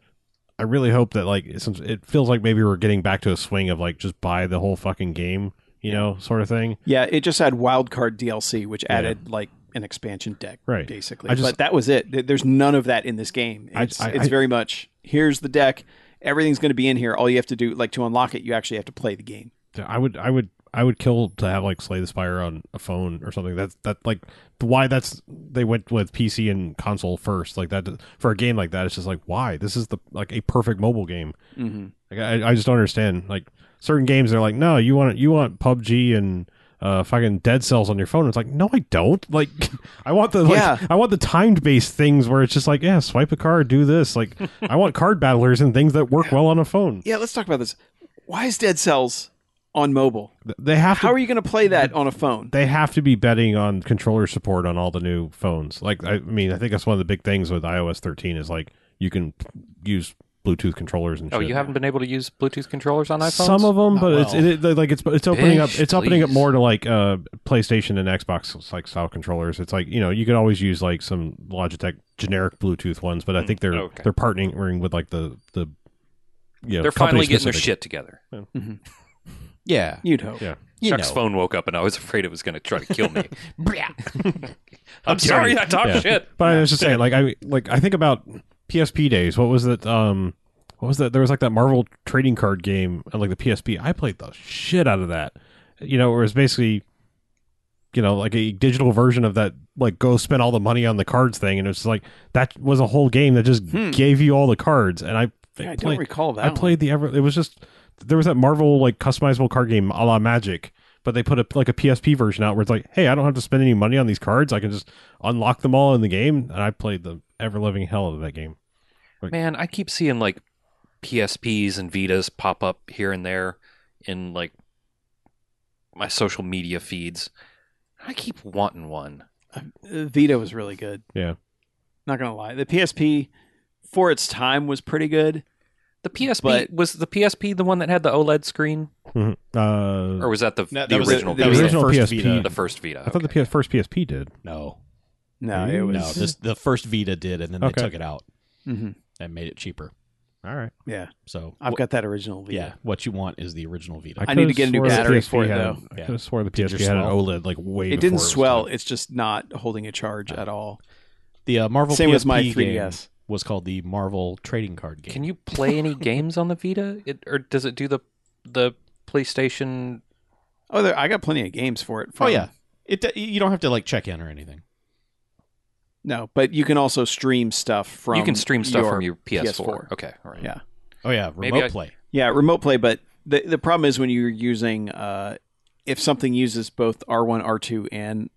I really hope that like it's- it feels like maybe we're getting back to a swing of like just buy the whole fucking game, you know, sort of thing. Yeah, it just had wildcard DLC, which added like an expansion deck, Right. Basically, I just- but that was it. Th- There's none of that in this game. I- It's, I- it's I- very much here's the deck. Everything's going to be in here. All you have to do, like to unlock it, you actually have to play the game. Yeah, I would, I would, I would kill to have like Slay the Spire on a phone or something. That's that like why that's they went with PC and console first. Like that for a game like that, it's just like why this is the like a perfect mobile game. Mm-hmm. Like I, I just don't understand. Like certain games, they're like, no, you want you want PUBG and uh fucking Dead Cells on your phone. It's like, no, I don't. Like I want the like Yeah. I want the timed based things where it's just like, yeah, swipe a card, do this. Like I want card battlers and things that work well on a phone. Yeah, let's talk about this. Why is Dead Cells on mobile? Th- They have to How are you going to play that on a phone? they have to be betting on controller support on all the new phones. Like, I mean, I think that's one of the big things with iOS 13 is like you can use Bluetooth controllers and Oh, shit. you haven't been able to use Bluetooth controllers on iPhones? Oh, Some of them, Not but it's well. it, it, like it's it's opening up Bitch, it's opening up please. more to like uh PlayStation and Xbox like style controllers. It's like you know you can always use like some Logitech generic Bluetooth ones, but I think they're okay. they're partnering with like the the you know, They're finally getting their company-specific. shit together. Yeah. You'd hope. Yeah. You Chuck's know. phone woke up and I was afraid it was going to try to kill me. I'm, sorry. sorry, I talked Yeah. shit. But I was just saying, like I like I think about PSP days. What was that? Um, what was that? There was like that Marvel trading card game on like the PSP. I played the shit out of that. You know, where it's basically, you know, like a digital version of that. Like go spend all the money on the cards thing, and it's like that was a whole game that just Hmm. gave you all the cards. And I, Yeah, I don't played, recall that. I one. played the ever. It was just there was that Marvel like customizable card game a la Magic, but they put a like a PSP version out where it's like, hey, I don't have to spend any money on these cards. I can just unlock them all in the game, and I played the ever living hell out of that game. Man, I keep seeing like PSPs and Vitas pop up here and there in like my social media feeds. I keep wanting one. Uh, Vita was really good. Yeah. Not going to lie. The PSP for its time was pretty good. The PSP But- was the PSP the one that had the OLED screen, Uh, or was that the, No, that the was original? The, the Vita? original first PSP. the Vita. first Vita. I thought the okay. P- first PSP did. No. No, it was. No. This, the first Vita did, and then Okay. they took it out Mhm. and made it cheaper. All right, Yeah. So I've got that original Vita. yeah, what you want is the original Vita. I need to could've get a new swore the battery PSP for it, had- though. I Yeah. could have swore the Did PSP your had an swell? OLED like way. It didn't before was swell. done. It's just not holding a charge at all. the uh, Marvel Same PSP with my game 3DS. was called the Marvel Trading Card Game. Can you play any games on the Vita, it, or does it do the the PlayStation? Oh, there, I got plenty of games for it. Oh from- yeah, it. d- You don't have to like check in or anything. No, but you can also stream stuff from. you can stream stuff your- from your PS4. PS4. Okay, all right. Yeah. Oh yeah, remote Maybe I- play. Yeah, remote play. But the the problem is when you're using uh, if something uses both R1, R2, and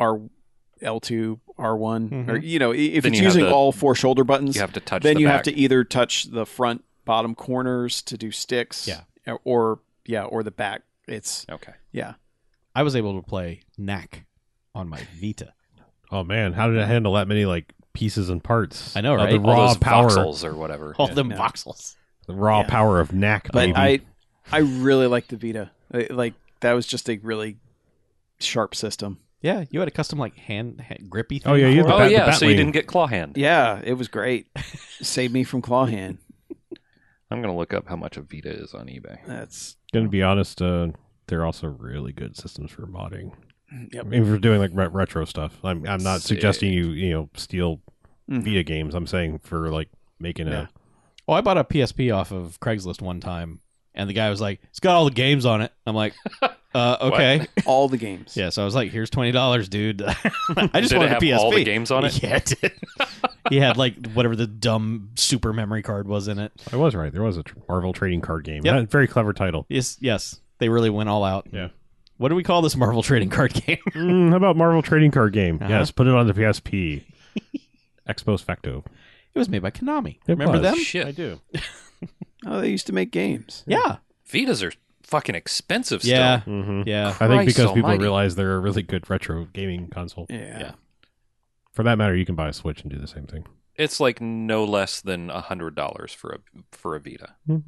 R L2, R1, or you know, i- if Mm-hmm. Then it's you have using the- all four shoulder buttons, You have to touch. then the you back. have to either touch the front bottom corners to do sticks, Yeah. or, or yeah, or the back. It's Okay. yeah, I was able to play Knack on my Vita. Oh man, how did I handle that many like pieces and parts? I know, Uh, right? the All raw those power, voxels or whatever. All Yeah. them no. voxels. the raw Yeah. power of knack. but baby. I I really like the Vita. I- Like that was just a really sharp system. Yeah, you had a custom like hand, hand grippy thing. Oh, yeah, you had for it? the Oh bat- yeah, bat so you wing. didn't get claw hand. Yeah, it was great. Saved me from claw hand. I'm gonna look up how much a Vita is on eBay. That's Gonna be honest, uh, they're also really good systems for modding. Yep. I mean, if you're doing like re- retro stuff, I'm I'm not suggesting you you know steal Mhm. Mm-hmm. Vita games. I'm saying for like making Yeah. a Oh, I bought a PSP off of Craigslist one time, and the guy was like, "It's got all the games on it." I'm like, uh, "Okay, all the games. yeah." So I was like, "Here's twenty dollars, dude." I just Did it wanted have a PSP. all the games on it? Yeah, it did. he had like whatever the dumb super memory card was in it. I was right. There was a tr- Marvel trading card game. Yep. That- very clever title. Yes, yes, they really went all out. Yeah. What do we call this Marvel trading card game? Mm, how about Marvel trading card game? Uh-huh. Yes, put it on the PSP. Ex post facto. it was made by Konami. It Remember was. them? Shit. do. Oh, they used to make games. Yeah, Vitas are fucking expensive. Still. yeah, hmm yeah. I think Christ because people almighty. realize they're a really good retro gaming console. Yeah. Yeah. For that matter, you can buy a Switch and do the same thing. It's like no less than a hundred dollars for a for a Vita. God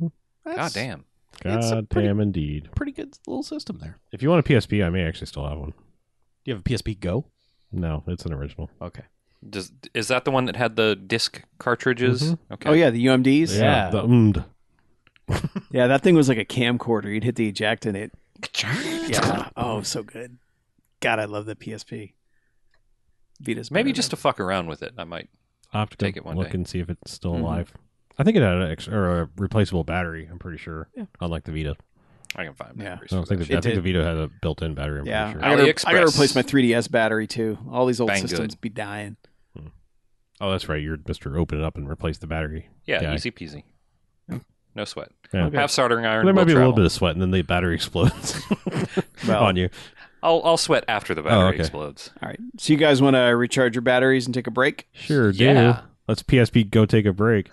That's damn. It's Mm-hmm. a God pretty- damn, indeed. Pretty good little system there. If you want a PSP, I may actually still have one. Do you have a PSP Go? No, it's an original. Okay. Does is that the one that had the disc cartridges? Okay. Oh yeah, the UMDs. Yeah. the mm, umd. Yeah, that thing was like a camcorder. You'd hit the eject and it. Yeah. Oh, so good. God, I love the PSP. Vita's Maybe better, just to though. fuck around with it, I might. I'll have to Take go it one look day. Mm-hmm. and see if it's still Mhm. alive. I think it had an ex- or a replaceable battery. I'm pretty sure. Yeah. Unlike the Vita, I can find. Yeah. I don't think the, I It think the did. Vita had a built-in battery. I'm Yeah, pretty I sure. gotta, AliExpress. I gotta replace my 3DS battery too. All these old Bang systems good. be dying. Oh, that's right. You're Mister. Open it up and replace the battery. Yeah, Yeah. easy peasy. No sweat. Yeah. Have soldering iron. There might will be a travel. little bit of sweat, and then the battery explodes Well, on you. I'll I'll sweat after the battery Oh, okay. explodes. All right. So you guys want to recharge your batteries and take a break? Sure do. Yeah. Let's PSP go take a break.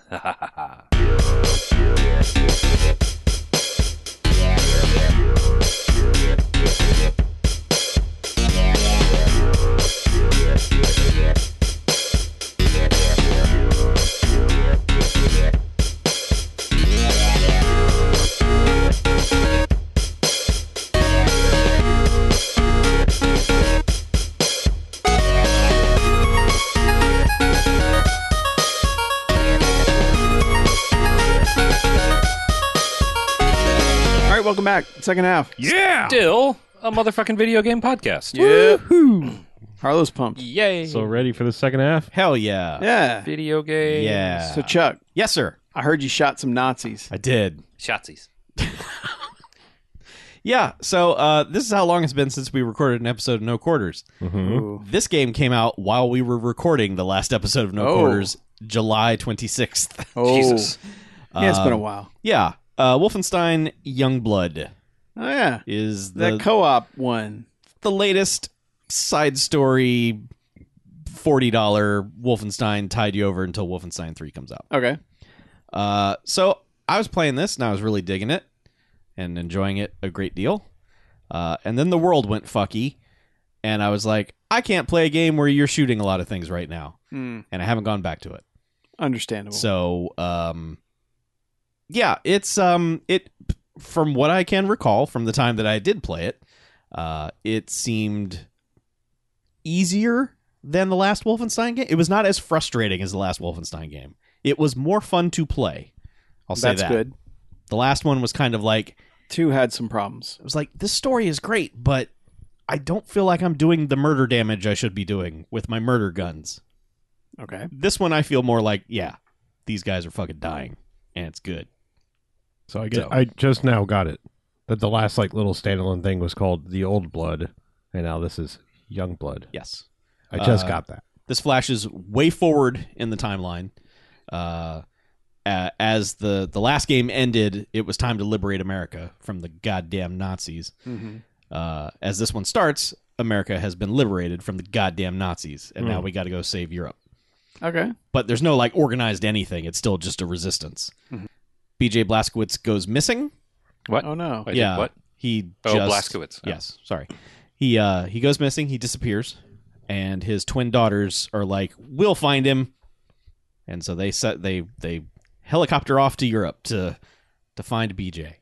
All right. Welcome back. Second half. Yeah. Still a motherfucking video game podcast. Yeah. Harlow's pumped. Yay. So ready for the second half? Hell yeah. Yeah. video game. Yeah. So Chuck, yes, sir. I heard you shot some Nazis. I did. Shotsies. Yeah. So uh, this is how long it's been since we recorded an episode of No Quarters. Ooh. This game came out while we were recording the last episode of No Oh. Quarters, July 26th. Oh. Jesus. Yeah, it's been a Um, while. Yeah. Uh, Wolfenstein Youngblood Oh yeah. is the, That co-op one. the latest side story $40 Wolfenstein tied you over until Wolfenstein 3 comes out. Okay. Uh, so I was playing this and I was really digging it and enjoying it a great deal. Uh, and then the world went fucky, and I was like, I can't play a game where you're shooting a lot of things right now, Hmm. and I haven't gone back to it. Understandable. So, um, yeah, it's um, it from what I can recall from the time that I did play it, uh, it seemed easier than the last Wolfenstein game. It was not as frustrating as the last Wolfenstein game. It was more fun to play. I'll say That's that. good. The last one was kind of like Two had some problems. it was like this story is great, but I don't feel like I'm doing the murder damage I should be doing with my murder guns. Okay. This one I feel more like, yeah, these guys are fucking dying and it's good. So I get- I just now got it. That the last like little standalone thing was called the old blood, and now this is young blood. Yes. I just Uh, got that. This flashes way forward in the timeline. Uh uh, as the the last game ended, it was time to liberate America from the goddamn Nazis. Mm-hmm. Uh, as this one starts, America has been liberated from the goddamn Nazis, and now Mm. we got to go save Europe. Okay. But there's no like organized anything; it's still just a resistance. Mhm. BJ Blazkowicz goes missing. What? Oh no. Wait, yeah. What? He Oh, just, Blazkowicz. Oh. Yes, sorry. He uh he goes missing, he disappears, and his twin daughters are like, "We'll find him." And so they set they they helicopter off to Europe to to find BJ.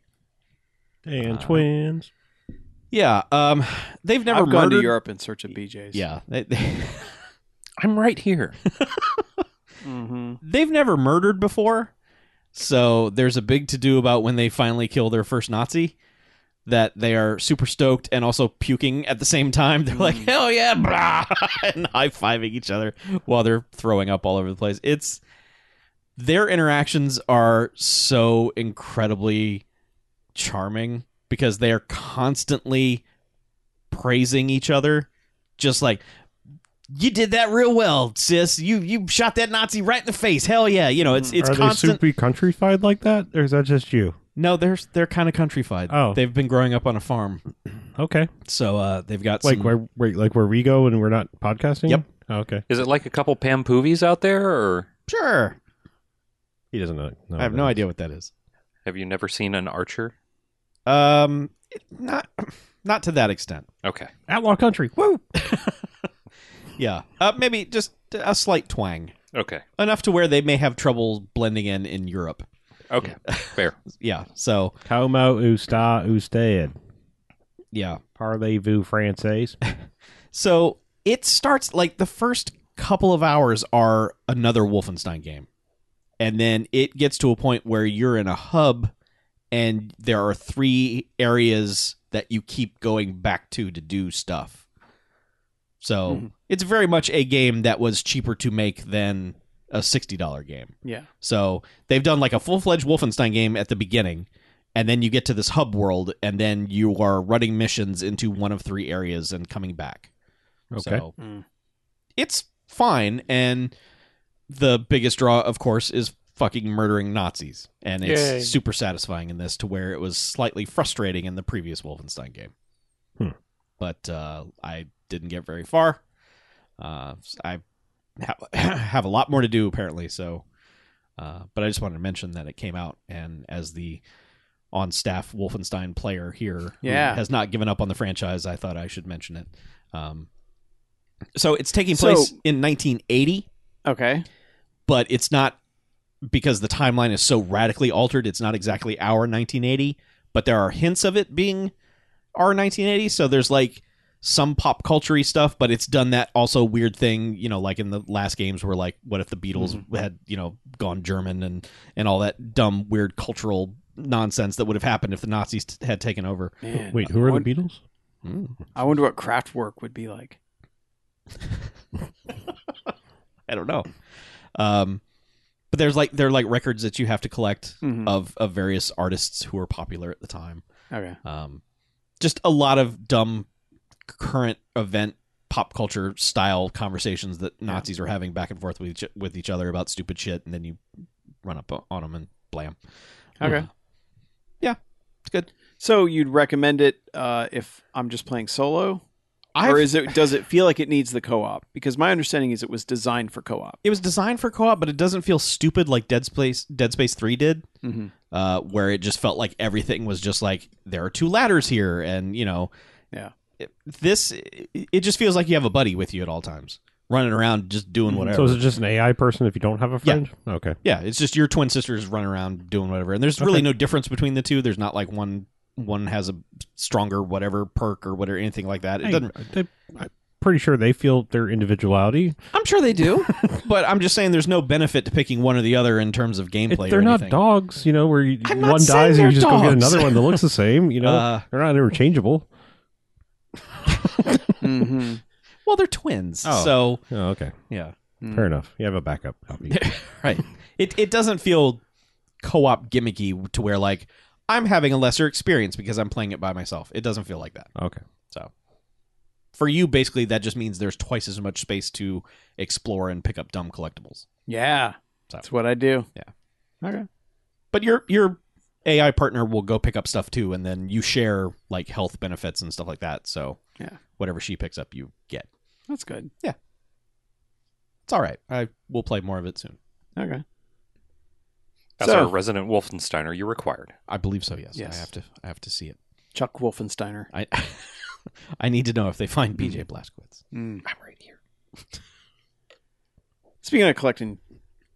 And Uh, twins. Yeah, um they've never I've gone to murdered- Europe in search of BJ's. Yeah, they, they, I'm right here. Mm-hmm. they've never murdered before. So there's a big to do about when they finally kill their first Nazi that they are super stoked and also puking at the same time. They're like, Mm. hell yeah, brah, and high fiving each other while they're throwing up all over the place. It's their interactions are so incredibly charming because they are constantly praising each other, just like you did that real well, sis. You you shot that Nazi right in the face. Hell yeah, you know it's it's Are constant. they soupy countryfied like that, or is that just you? No, they're they're kind of countryfied. Oh. they've been growing up on a farm, Okay, so uh, they've got like some- where, where like where we go and we're not podcasting. Yep. Oh, okay. Is it like a couple Pam Poovies out there, or sure. He doesn't know. know I have that. no idea what that is. have you never seen an archer? Um, not not to that extent. Okay. Outlaw country. Woo. Yeah, uh, maybe just a slight twang, Okay. enough to where they may have trouble blending in in Europe. Okay. Fair. Yeah, so Como usta usted? yeah, Parlez-vous français? so it starts like the first couple of hours are another Wolfenstein game, and then it gets to a point where you're in a hub, and there are three areas that you keep going back to to do stuff. So Mhm. it's very much a game that was cheaper to make than a sixty dollar game. Yeah. So they've done like a full fledged Wolfenstein game at the beginning, and then you get to this hub world, and then you are running missions into one of three areas and coming back. Okay. So Mm. it's fine, and the biggest draw, of course, is fucking murdering Nazis, and it's Yay. super satisfying in this to where it was slightly frustrating in the previous Wolfenstein game. Hmm. But uh, I didn't get very far. Uh, I have, have a lot more to do apparently, so. Uh, but I just wanted to mention that it came out, and as the on staff Wolfenstein player here who Yeah. has not given up on the franchise, I thought I should mention it. Um, so it's taking place So- in 1980, Okay. but it's not because the timeline is so radically altered. It's not exactly our 1980, but there are hints of it being our 1980. So there's like some pop culture stuff, but it's done that also weird thing, you know, like in the last games where like, what if the Beatles had, you know, gone German and, and all that dumb, weird cultural nonsense that would have happened if the Nazis t- had taken over. Man. Wait, who are the One- Beatles? I wonder what craft work would be like. I don't know. Um, but there's like, they're like records that you have to collect Mhm. of, of various artists who were popular at the time. Okay. um, just a lot of dumb current event pop culture style conversations that Nazis are having back and forth with each, with each other about stupid shit, and then you run up o- on them and blam. Okay. Uh, yeah, it's good. So you'd recommend it uh, if I'm just playing solo, I or is it? Does it feel like it needs the co-op? Because my understanding is it was designed for co-op. it was designed for co op, but it doesn't feel stupid like Dead Space Dead Space Three did. Mm-hmm. uh, where it just felt like everything was just like there are two ladders here, and you know, Yeah. it- this it, it just feels like you have a buddy with you at all times, running around just doing Mhm. whatever. So is it just an AI person if you don't have a Yeah. friend? Okay. yeah, it's just your twin sisters running around doing whatever, and there's Okay. really no difference between the two. There's not like one one has a stronger whatever perk or whatever anything like that. It Hey, doesn't. they- I'm pretty sure they feel their individuality. I'm sure they do, but I'm just saying there's no benefit to picking one or the other in terms of It- gameplay. they're or not anything. dogs, you know, where you, I'm not one saying dies and they're you just go get dogs. another one that looks the same. You know, Uh, they're not interchangeable. mm-hmm. well, they're twins, Oh. so Oh, okay, yeah. Mm. fair enough. You have a backup copy. right. It it doesn't feel co-op gimmicky to where like I'm having a lesser experience because I'm playing it by myself. It doesn't feel like that. okay. For you basically that just means there's twice as much space to explore and pick up dumb collectibles. Yeah, So- that's what I do. Okay. But your your AI partner will go pick up stuff too, and then you share like health benefits and stuff like that. So Yeah. whatever she picks up, you get. That's good. It's all right. I will play more of it soon. Okay. As So- our resident Wolfensteiner, you're required. I believe so. Yes. Yes. I have to. I have to see it. Chuck Wolfensteiner. I I need to know if they find BJ Blazkowicz. Mm. I'm right here. Speaking of collecting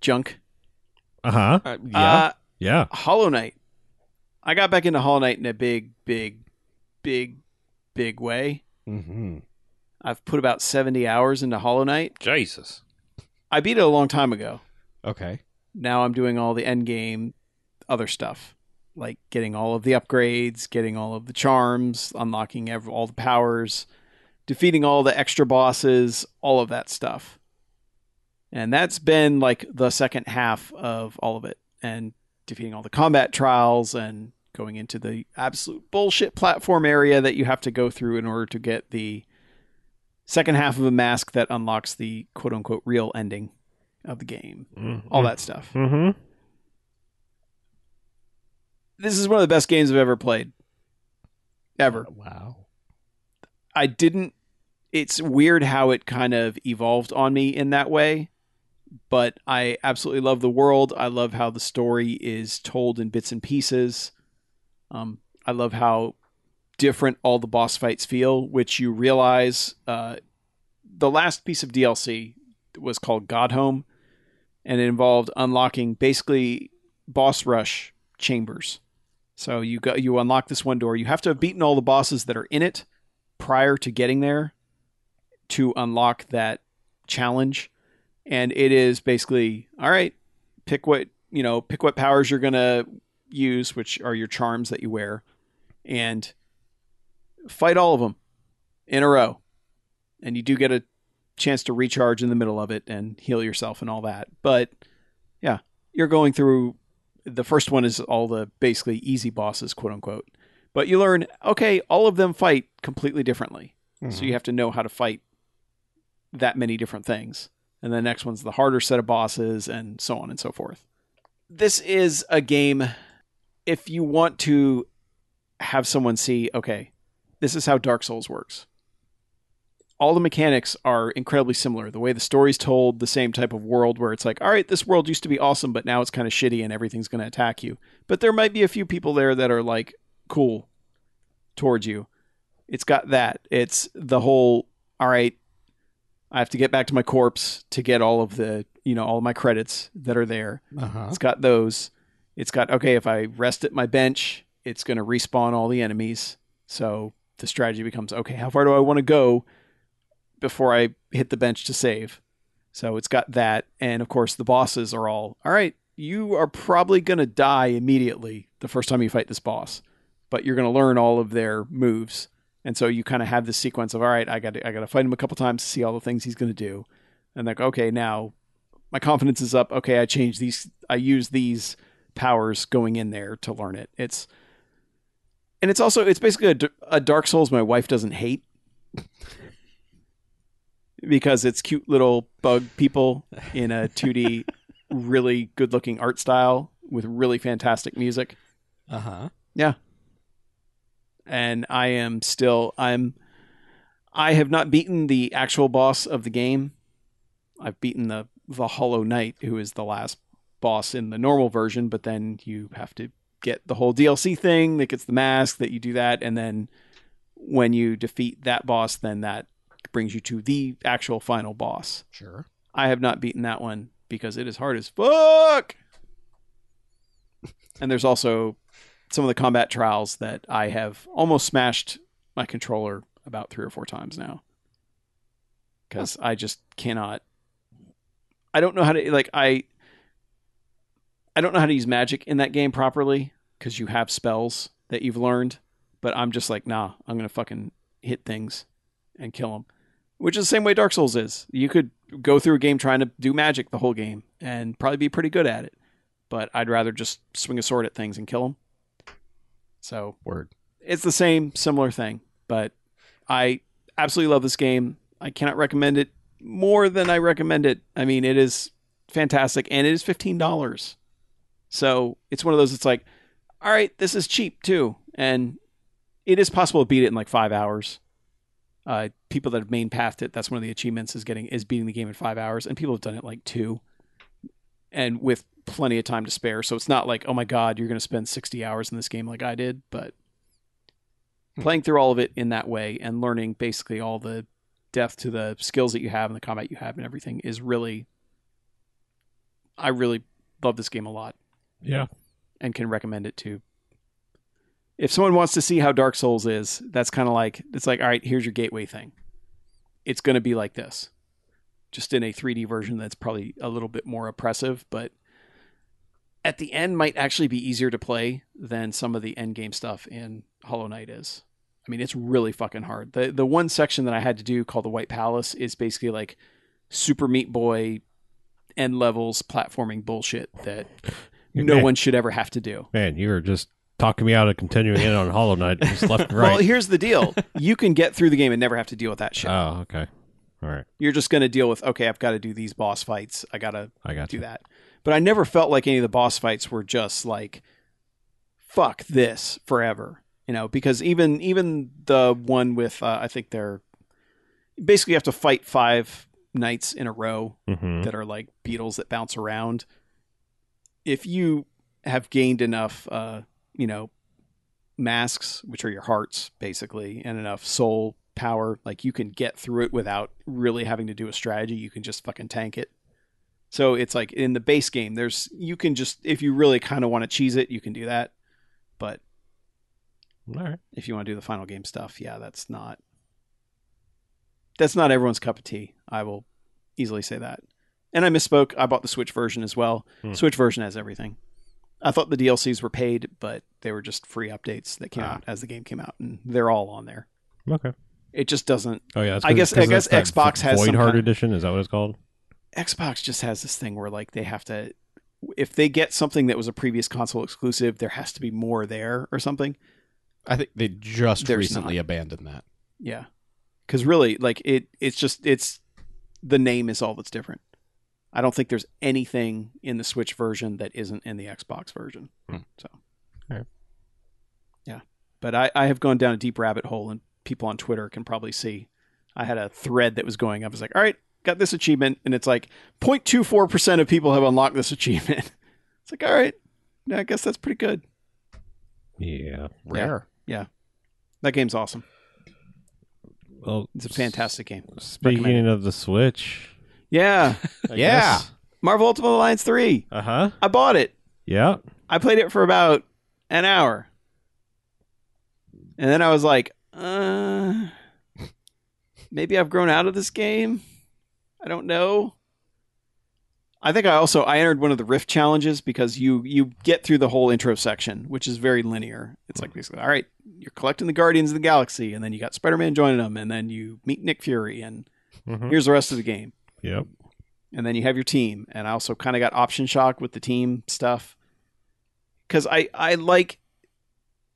junk, Uh huh. Uh, uh, Yeah. Hollow Knight. I got back into Hollow Knight in a big, big, big, big way. mm-hmm. I've put about 70 hours into Hollow Knight. Jesus. I beat it a long time ago. Okay. Now I'm doing all the end game other stuff, like getting all of the upgrades, getting all of the charms, unlocking ev- all the powers, defeating all the extra bosses, all of that stuff. And that's been like the second half of all of it and defeating all the combat trials and going into the absolute bullshit platform area that you have to go through in order to get the second half of a mask that unlocks the quote unquote real ending of the game. Mm-hmm. All that stuff Mm hmm. this is one of the best games I've ever played. Ever. Wow. I didn't. It's weird how it kind of evolved on me in that way, but I absolutely love the world. I love how the story is told in bits and pieces. Um, I love how different all the boss fights feel, which you realize uh, the last piece of DLC was called God Home, and it involved unlocking basically boss rush chambers. So you go, you unlock this one door. You have to have beaten all the bosses that are in it prior to getting there to unlock that challenge and it is basically all right pick what you know pick what powers you're going to use which are your charms that you wear and fight all of them in a row and you do get a chance to recharge in the middle of it and heal yourself and all that but yeah you're going through the first one is all the basically easy bosses quote unquote but you learn okay all of them fight completely differently so you have to know how to fight that many different things and the next one's the harder set of bosses and so on and so forth this is a game if you want to have someone see okay this is how dark souls works all the mechanics are incredibly similar the way the story's told the same type of world where it's like all right this world used to be awesome but now it's kind of shitty and everything's going to attack you but there might be a few people there that are like cool towards you. It's got that. It's the whole all right, I have to get back to my corpse to get all of the, you know, all my credits that are there. Uh-huh. It's got those. It's got okay, if I rest at my bench, it's going to respawn all the enemies. So the strategy becomes okay, how far do I want to go before I hit the bench to save? So it's got that and of course the bosses are all all right, you are probably going to die immediately the first time you fight this boss, but you're going to learn all of their moves. And so you kind of have this sequence of all right, I got to I got to fight him a couple times to see all the things he's going to do. And like okay, now my confidence is up. Okay, I changed these. I use these powers going in there to learn it. It's and it's also it's basically a, d- a Dark Souls my wife doesn't hate because it's cute little bug people in a 2D really good looking art style with really fantastic music Uh huh. and I am still I'm I have not beaten the actual boss of the game. I've beaten the the Hollow Knight, who is the last boss in the normal version, but then you have to get the whole DLC thing that gets the mask, that you do that, and then when you defeat that boss, then that brings you to the actual final boss. Sure. I have not beaten that one because it is hard as fuck. and there's also some of the combat trials that I have almost smashed my controller about three or four times now because I just cannot. I don't know how to like I. I don't know how to use magic in that game properly because you have spells that you've learned, but I'm just like, nah, I'm gonna fucking hit things and kill them, which is the same way Dark Souls is. You could go through a game trying to do magic the whole game and probably be pretty good at it, but I'd rather just swing a sword at things and kill them. So Word. it's the same similar thing but i absolutely love this game i cannot recommend it more than i recommend it i mean it is fantastic and it is $15 So it's one of those. It's like, all right, this is cheap too, and it is possible to beat it in like five hours. Uh, people that have main pathed it, that's one of the achievements is getting is beating the game in five hours, and people have done it in, like two, and with plenty of time to spare. So it's not like, oh my god, you're going to spend sixty hours in this game like I did, but playing through all of it in that way and learning basically all the depth to the skills that you have and the combat you have and everything is really I really love this game a lot Yeah. and can recommend it to if someone wants to see how Dark Souls is, that's kind of like it's like all right, here's your gateway thing. It's going to be like this. Just in a 3D version that's probably a little bit more oppressive, but at the end might actually be easier to play than some of the end game stuff in Hollow Knight is. I mean, it's really fucking hard. The the one section that I had to do called the White Palace is basically like Super Meat Boy end levels platforming bullshit that no Okay. one should ever have to do. Man, you were just talking me out of continuing in on Hollow Knight just left and Well, right. here's the deal. you can get through the game and never have to deal with that shit. oh, okay. All right. You're just going to deal with okay, I've got to do these boss fights. I got to I got do you. that. But I never felt like any of the boss fights were just like fuck this forever, you know, because even even the one with uh, I think they're basically you have to fight 5 knights in a row Mm-hmm. that are like beetles that bounce around. If you have gained enough, uh, you know, masks, which are your hearts, basically, and enough soul power, like you can get through it without really having to do a strategy. You can just fucking tank it. So it's like in the base game, there's you can just if you really kind of want to cheese it, you can do that. But All right. if you want to do the final game stuff, yeah, that's not that's not everyone's cup of tea. I will easily say that. And I misspoke. I bought the Switch version as well. Hmm. Switch version has everything. I thought the DLCs were paid, but they were just free updates that came out as the game came out, and they're all on there. Okay. It just doesn't. Oh yeah. that's I 'cause- guess- 'cause I guess that's that Xbox has some Void Heart kind- Edition. Is that what it's called? Xbox just has this thing where like they have to, if they get something that was a previous console exclusive, there has to be more there or something. I think they just There's recently abandoned that. Yeah. Cuz really like it it's just it's the name is all that's different. I don't think there's anything in the Switch version that isn't in the Xbox version. Hmm. So. Alright. Yeah. But I I have gone down a deep rabbit hole and people on Twitter can probably see I had a thread that was going up. It's like, "All right, got this achievement." And it's like 0.24% of people have unlocked this achievement. It's like, "All right. Yeah, I guess that's pretty good." Yeah. Rare. That game's awesome. Well, It's a fantastic game. Speaking Recommend of the Switch. Yeah. Yeah. Marvel Ultimate Alliance 3. Uh huh. I bought it. Yeah. I played it for about an hour. And then I was like, uh, maybe I've grown out of this game. I don't know. I think I also I entered one of the rift challenges because you you get through the whole intro section, which is very linear. It's like basically, all right, you're collecting the Guardians of the Galaxy, and then you got Spider Man joining them, and then you meet Nick Fury, and Mm-hmm. here's the rest of the game Yep. and then you have your team and i also kind of got option shock with the team stuff because i i like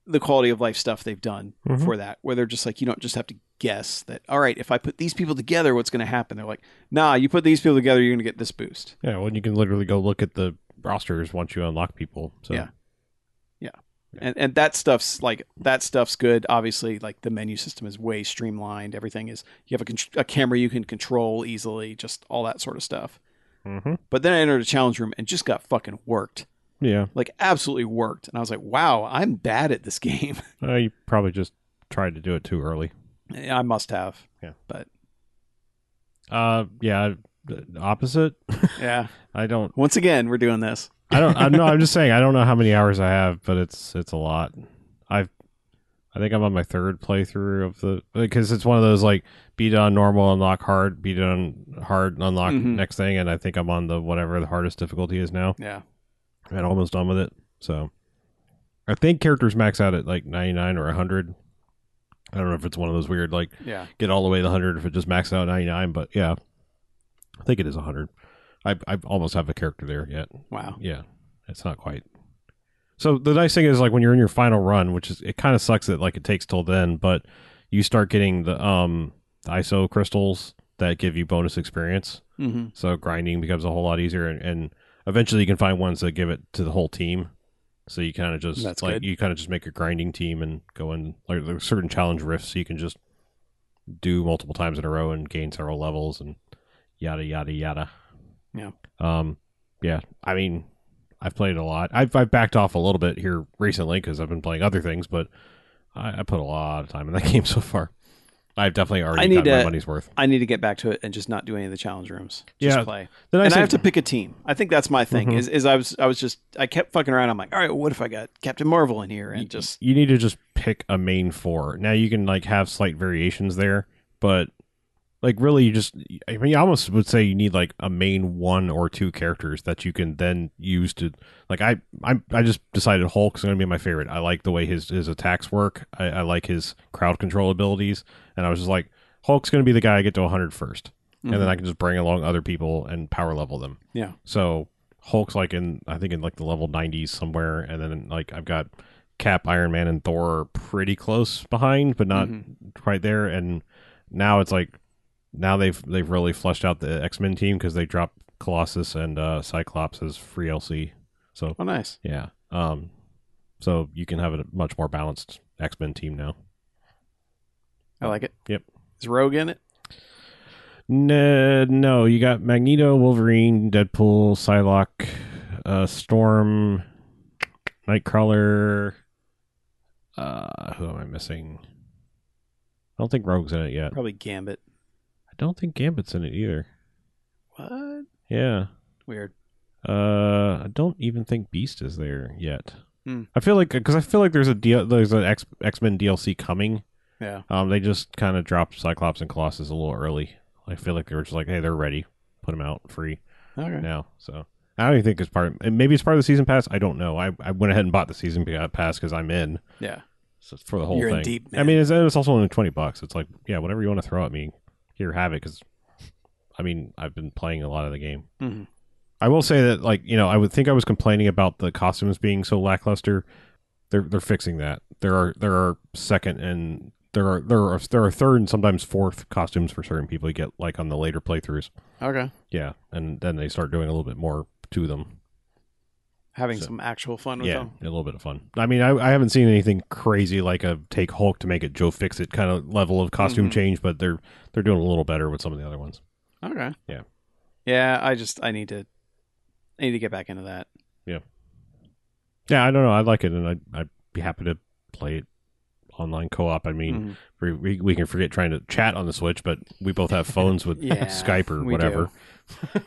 the quality of life stuff they've done Mhm. for that where they're just like you don't just have to guess that all right if i put these people together what's going to happen they're like nah you put these people together you're going to get this boost Yeah. Well, you can literally go look at the rosters once you unlock people. So. Yeah. and and that stuff's like that stuff's good obviously like the menu system is way streamlined everything is you have a, con- a camera you can control easily just all that sort of stuff Mm-hmm. but then i entered a challenge room and just got fucking worked Yeah. like absolutely worked and i was like wow i'm bad at this game Uh, you probably just tried to do it too early. i must have Uh, yeah. the Opposite. yeah I don't. once again we're doing this I don't. I'm no. I'm just saying. I don't know how many hours I have, but it's it's a lot. I've. I think I'm on my third playthrough of the because it's one of those like beat on normal, unlock hard, beat on hard, unlock Mhm. next thing, and I think I'm on the whatever the hardest difficulty is now, yeah and almost done with it. So, I think characters max out at like 99 or 100. I don't know if it's one of those weird like yeah get all the way to 100 if it just maxes out at 99 but yeah i think it is 100 i i almost have a character there yet wow yeah it's not quite so the nice thing is like when you're in your final run which is it kind of sucks that like it takes till then but you start getting the um the iso crystals that give you bonus experience mm-hmm. so grinding becomes a whole lot easier and, and eventually you can find ones that give it to the whole team. So you kind of just That's like good. you kind of just make a grinding team and go in like there's certain challenge rifts so you can just do multiple times in a row and gain several levels and yada yada yada. Yeah. Um. Yeah. I mean, I've played a lot. I've I've backed off a little bit here recently because I've been playing other things, but I, I put a lot of time in that game so far. I've definitely already I need got my to- money's worth. I need to get back to it and just not do any of the challenge rooms. Just Yeah. play. Then and I said- have to pick a team. I think that's my thing. Mhm. Is is I was I was just I kept fucking around. I'm like, all right, what if I got Captain Marvel in here and just you need to just pick a main four. Now you can like have slight variations there, but like really you just I mean I almost would say you need like a main one or two characters that you can then use to like I I I just decided Hulk's going to be my favorite. I like the way his his attacks work. I, I like his crowd control abilities and I was just like Hulk's going to be the guy I get to 100 first and then I can just bring along other people and power level them. Yeah. So Hulk's like in I think in like the level 90s somewhere, and then like I've got Cap, Iron Man, and Thor are pretty close behind, but not Mhm. quite there. And now it's like now they've they've really fleshed out the X Men team because they dropped Colossus and uh, Cyclops as free LC. So Oh, nice. yeah, um, so you can have a much more balanced X Men team now. I like it. Yep. Is Rogue in it? No, no, you got Magneto, Wolverine, Deadpool, Psylocke, uh, Storm, Nightcrawler. Uh, who am I missing? I don't think Rogue's in it yet. Probably Gambit. I don't think Gambit's in it either. What? Yeah. Weird. Uh, I don't even think Beast is there yet. Hmm. I feel like because I feel like there's a D- there's an X X Men DLC coming. Yeah. Um, they just kind of dropped Cyclops and Colossus a little early. I feel like they were just like, hey, they're ready, put them out free. Okay. now. So I don't even think it's part. and Maybe it's part of the season pass. I don't know. I, I went ahead and bought the season pa- pass because I'm in Yeah. so it's for the whole You're in thing. deep, I man. mean, it's, and it's also only twenty bucks. It's like yeah, whatever you want to throw at me, here have it. Because I mean, I've been playing a lot of the game. Mhm. I will say that like you know, I would think I was complaining about the costumes being so lackluster. They're they're fixing that. There are there are second and there are there are there are third and sometimes fourth costumes for certain people you get like on the later playthroughs. Okay. Yeah, and then they start doing a little bit more to them. Having So- some actual fun with yeah, them. a little bit of fun. I mean, I, I haven't seen anything crazy like a take Hulk to make it Joe Fix It kind of level of costume Mhm. change, but they're they're doing a little better with some of the other ones. Okay. Yeah. Yeah. I just I need to I need to get back into that. Yeah, I don't know. I like it, and I I'd be happy to play it online co-op. I mean, Mhm. we, we we can forget trying to chat on the Switch, but we both have phones with Yeah, Skype or we whatever. do.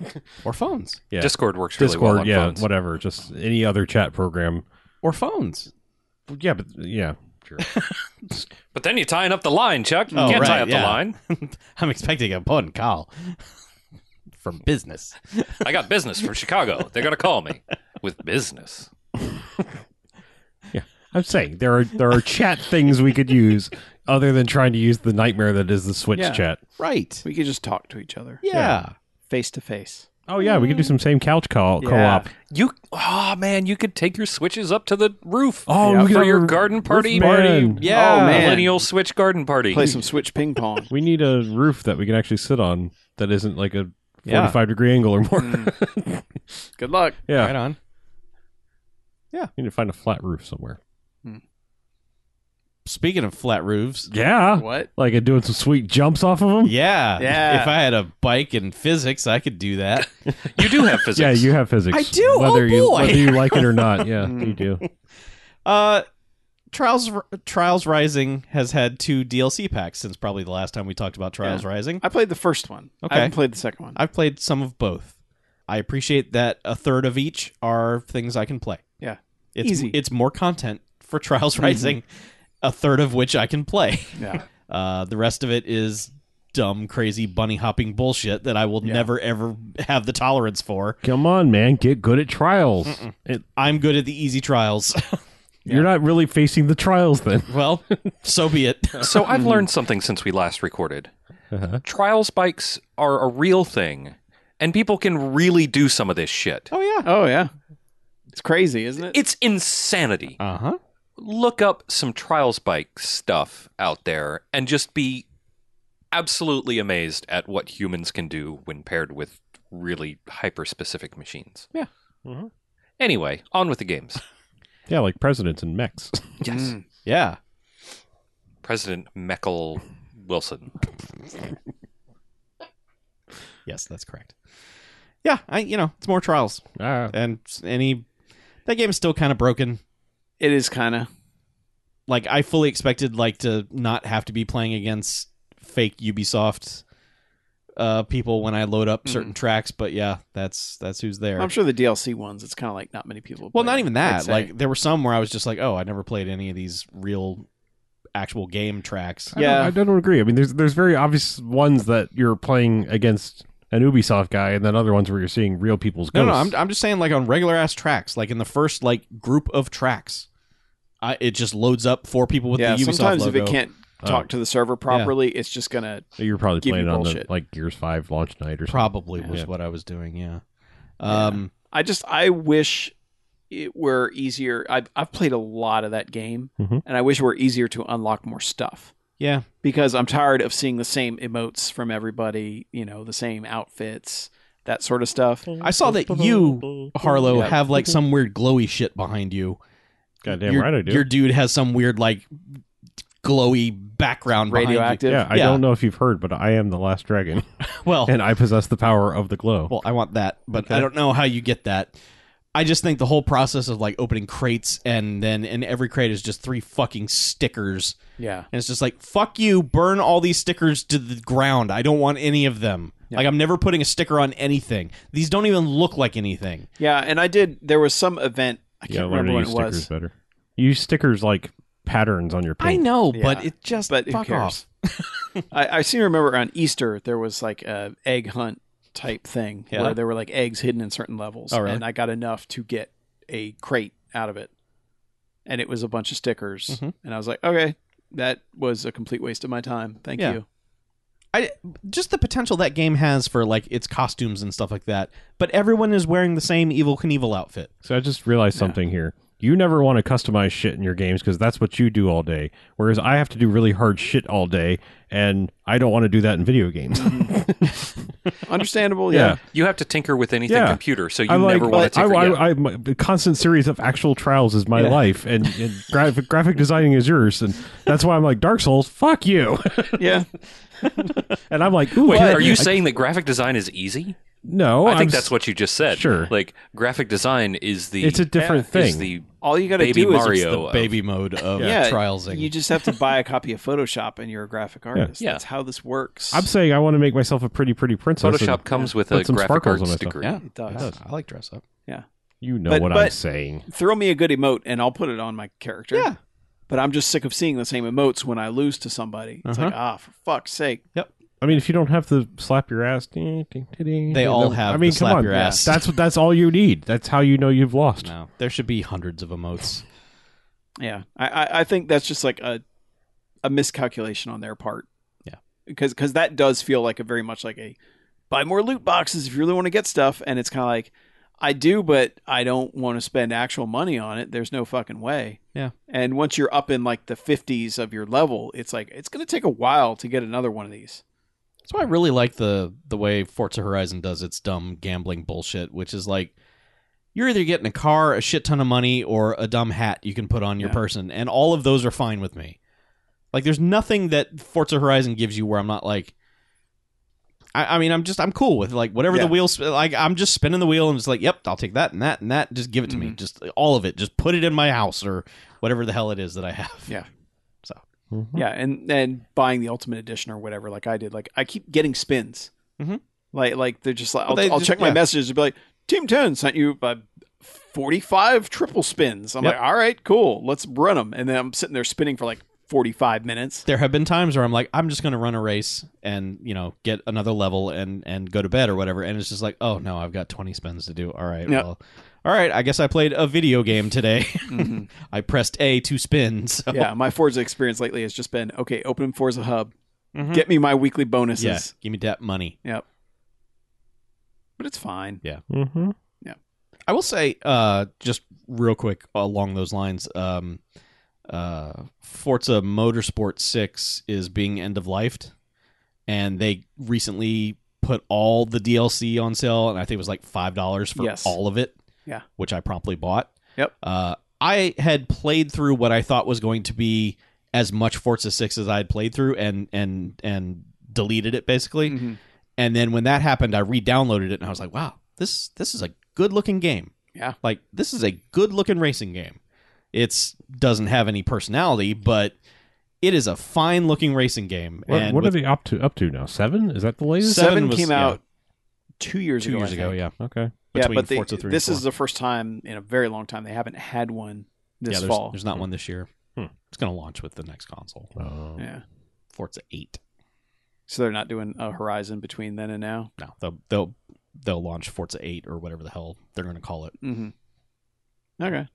or phones Yeah. Discord works really Discord, well on yeah, phones. whatever. Just any other chat program. or phones. Yeah, but yeah, sure. But then you're tying up the line, Chuck. You Oh, can't tie right, up the yeah. line. I'm expecting a phone call from business. I got business from Chicago. They're gonna call me with business. I'm saying there are there are chat things we could use other than trying to use the nightmare that is the Switch Yeah. chat. Right. We could just talk to each other Yeah. face to face. Oh yeah, we could do some same couch call Yeah. co-op. You, oh man, you could take your switches up to the roof. Oh, Yeah. we could for have your a garden roof party man. party. Yeah. Oh, man. Millennial switch garden party. Play some Switch ping pong. We need a roof that we can actually sit on that isn't like a 45 Yeah. degree angle or more. Good luck. yeah, Right on. we need to find a flat roof somewhere. Speaking of flat roofs. Yeah, What? like uh, doing some sweet jumps off of them. Yeah. Yeah. If I had a bike in physics, I could do that. You do have physics. Yeah, you have physics. I do? Whether Oh, you boy. whether you like it or not, yeah, you do. Uh Trials Trials Rising has had two DLC packs since probably the last time we talked about Trials Rising. I played the first one. Okay. I haven't played the second one. I've played some of both. I appreciate that a third of each are things I can play. Yeah. It's Easy. it's more content for Trials Rising, a third of which I can play. yeah. Uh, the rest of it is dumb, crazy bunny hopping bullshit that I will Yeah. never ever have the tolerance for. Come on, man, get good at trials. It, I'm good at the easy trials. You're not really facing the trials then. well, so be it. So I've learned something since we last recorded. Trials bikes are a real thing, and people can really do some of this shit. Oh yeah. Oh yeah. It's crazy, isn't it? It's insanity. Uh Uh-huh. huh. Look up some trials bike stuff out there and just be absolutely amazed at what humans can do when paired with really hyper specific machines. Mhm. Anyway, on with the games. Yeah, like presidents and mechs. Yes. Mm. Yeah. President Meckel Wilson. Yes, that's correct. Yeah, I you know it's more trials ah, and any that game is still kind of broken. It is kind of. Like I fully expected like to not have to be playing against fake Ubisoft uh people when I load up certain tracks, but yeah, that's that's who's there. Mm-hmm. I'm sure the DLC ones. It's kind of like not many people. Well, play not it, even I'd that. say. Like there were some where I was just like, oh, I never played any of these real, actual game tracks. I Yeah. don't, I don't agree. I mean, there's there's very obvious ones that you're playing against an Ubisoft guy, and then other ones where you're seeing real people's No, ghosts. no, I'm I'm just saying like on regular ass tracks, like in the first like group of tracks, I, it just loads up four people with yeah, the Ubisoft sometimes logo. Uh, if it can't Oh. talk to the server properly, it's just gonna. you're probably give you playing on the bullshit. like Gears Five launch night or something. probably was Yeah. what I was doing. Yeah. Yeah. Um. I just I wish it were easier. I've I've played a lot of that game, Mhm. and I wish it were easier to unlock more stuff Yeah. because I'm tired of seeing the same emotes from everybody. You know, the same outfits, that sort of stuff. I saw that you, Harlow, Yeah. have like some weird glowy shit behind you. Goddamn your, right I do. Your dude has some weird like glowy background behind you. Radioactive. yeah, I Yeah. don't know if you've heard, but I am the last dragon, Well, and I possess the power of the glow. Well, I want that, but I Okay. don't know how you get that. I just think the whole process of like opening crates and then in every crate is just three fucking stickers. Yeah, And it's just like, fuck you, burn all these stickers to the ground. I don't want any of them. Yeah. Like I'm never putting a sticker on anything. These don't even look like anything. yeah. And I did. There was some event. I yeah, can't learn remember to when use it stickers was. better. Use stickers like patterns on your paint. I know, Yeah. but it just but who fuck cares? off. I, I seem to remember on Easter there was like a egg hunt type thing Yeah. where there were like eggs hidden in certain levels, Oh, really? and I got enough to get a crate out of it, and it was a bunch of stickers, Mhm. and I was like, okay, that was a complete waste of my time. Thank Yeah. you. I just the potential that game has for like its costumes and stuff like that. But everyone is wearing the same Evil Knievel outfit. So I just realized Yeah. something here. You never want to customize shit in your games because that's what you do all day. Whereas I have to do really hard shit all day, and I don't want to do that in video games. Understandable, yeah. You have to tinker with anything Yeah. computer, so you I like, never want to I, tinker. I, yeah. I, my- the constant series of actual trials is my Yeah. life, and, and graphic graphic designing is yours, and that's why I'm like Dark Souls. Fuck you, yeah, and I'm like, ooh, Wait, I- are you I- saying that graphic design is easy? No, I think I'm that's s- what you just said. Sure. Like graphic design is the It's a different is thing. the All you got to baby do is Mario. The of- baby mode of Yeah, trialsing. you just have to buy a copy of Photoshop, and you're a graphic artist. Yeah. That's how this works. I'm saying I want to make myself a pretty, pretty princess. and Photoshop comes with put a some graphic sparkles on arts my stuff. degree. yeah, It does. yeah, Oh, I like dress up. You know But- what I'm but- saying. Throw me a good emote, and I'll put it on my character. Yeah. but I'm just sick of seeing the same emotes when I lose to somebody. It's like, Uh-huh. ah, for fuck's sake. I mean, if you don't have to slap your ass, they They all have I mean, the come slap on, your yeah. ass. That's that's all you need. That's how you know you've lost. No, there should be hundreds of emotes. Yeah, I, I, I think that's just like a a miscalculation on their part. Yeah. because because that does feel like a very much like a buy more loot boxes if you really want to get stuff, and it's kind of like I do, but I don't want to spend actual money on it. There's no fucking way. Yeah. and once you're up in like the 50s of your level, it's like it's gonna take a while to get another one of these. That's why I really like the the way Forza Horizon does its dumb gambling bullshit, which is like you're either getting a car, a shit ton of money, or a dumb hat you can put on your Yeah. person, and all of those are fine with me. Like there's nothing that Forza Horizon gives you where I'm not like I, I mean I'm just I'm cool with like whatever Yeah. the wheel sp- like I'm just spinning the wheel and it's like yep I'll take that and that and that just give it to me Mhm. just all of it just put it in my house or whatever the hell it is that I have Yeah. Mhm. Yeah, and and buying the ultimate edition or whatever, like I did. Like I keep getting spins. Mhm. Like like they're just like I'll, they I'll just- check my yeah. messages and be like, Team Ten sent you uh, forty five triple spins. I'm Yep. like, all right, cool, let's run them. And then I'm sitting there spinning for like forty five minutes. there have been times where I'm like, I'm just going to run a race and you know get another level and and go to bed or whatever, and it's just like, oh no, I've got 20 spins to do. All right, Yeah. well, all right, I guess I played a video game today. I pressed A to spin. So. Yeah, my Forza experience lately has just been okay. Open Forza Hub, get me my weekly bonuses. Mm-hmm. Yeah, give me that money. Yep. But it's fine. Mm-hmm. I will say, uh, just real quick along those lines, um, uh, Forza Motorsport 6 is being end of lifed, and they recently put all the DLC on sale, and I think it was like $5 for Yes. all of it. Yeah. which I promptly bought. Yep. Uh, I had played through what I thought was going to be as much Forza Six as I had played through, and and and deleted it basically. Mhm. And then when that happened, I re-downloaded it and I was like, wow, this this is a good looking game. Yeah. Like this is a good looking racing game. It's doesn't have any personality, but it is a fine looking racing game. What, and what are with they up to? Up to now? Seven? Is that the latest? Oh, Seven Seven was- came yeah. out two years two ago. years I ago, think. yeah. Okay. yeah, Between but they, Forza 3 and this is 4. the first time in a very long time they haven't had one yeah, this there's, fall. there's not one this year. Hmm. It's going to launch with the next console, Um, Yeah, Forza Eight. so they're not doing a Horizon between then and now. No, they'll they'll they'll launch Forza Eight or whatever the hell they're going to call it. hmm Okay.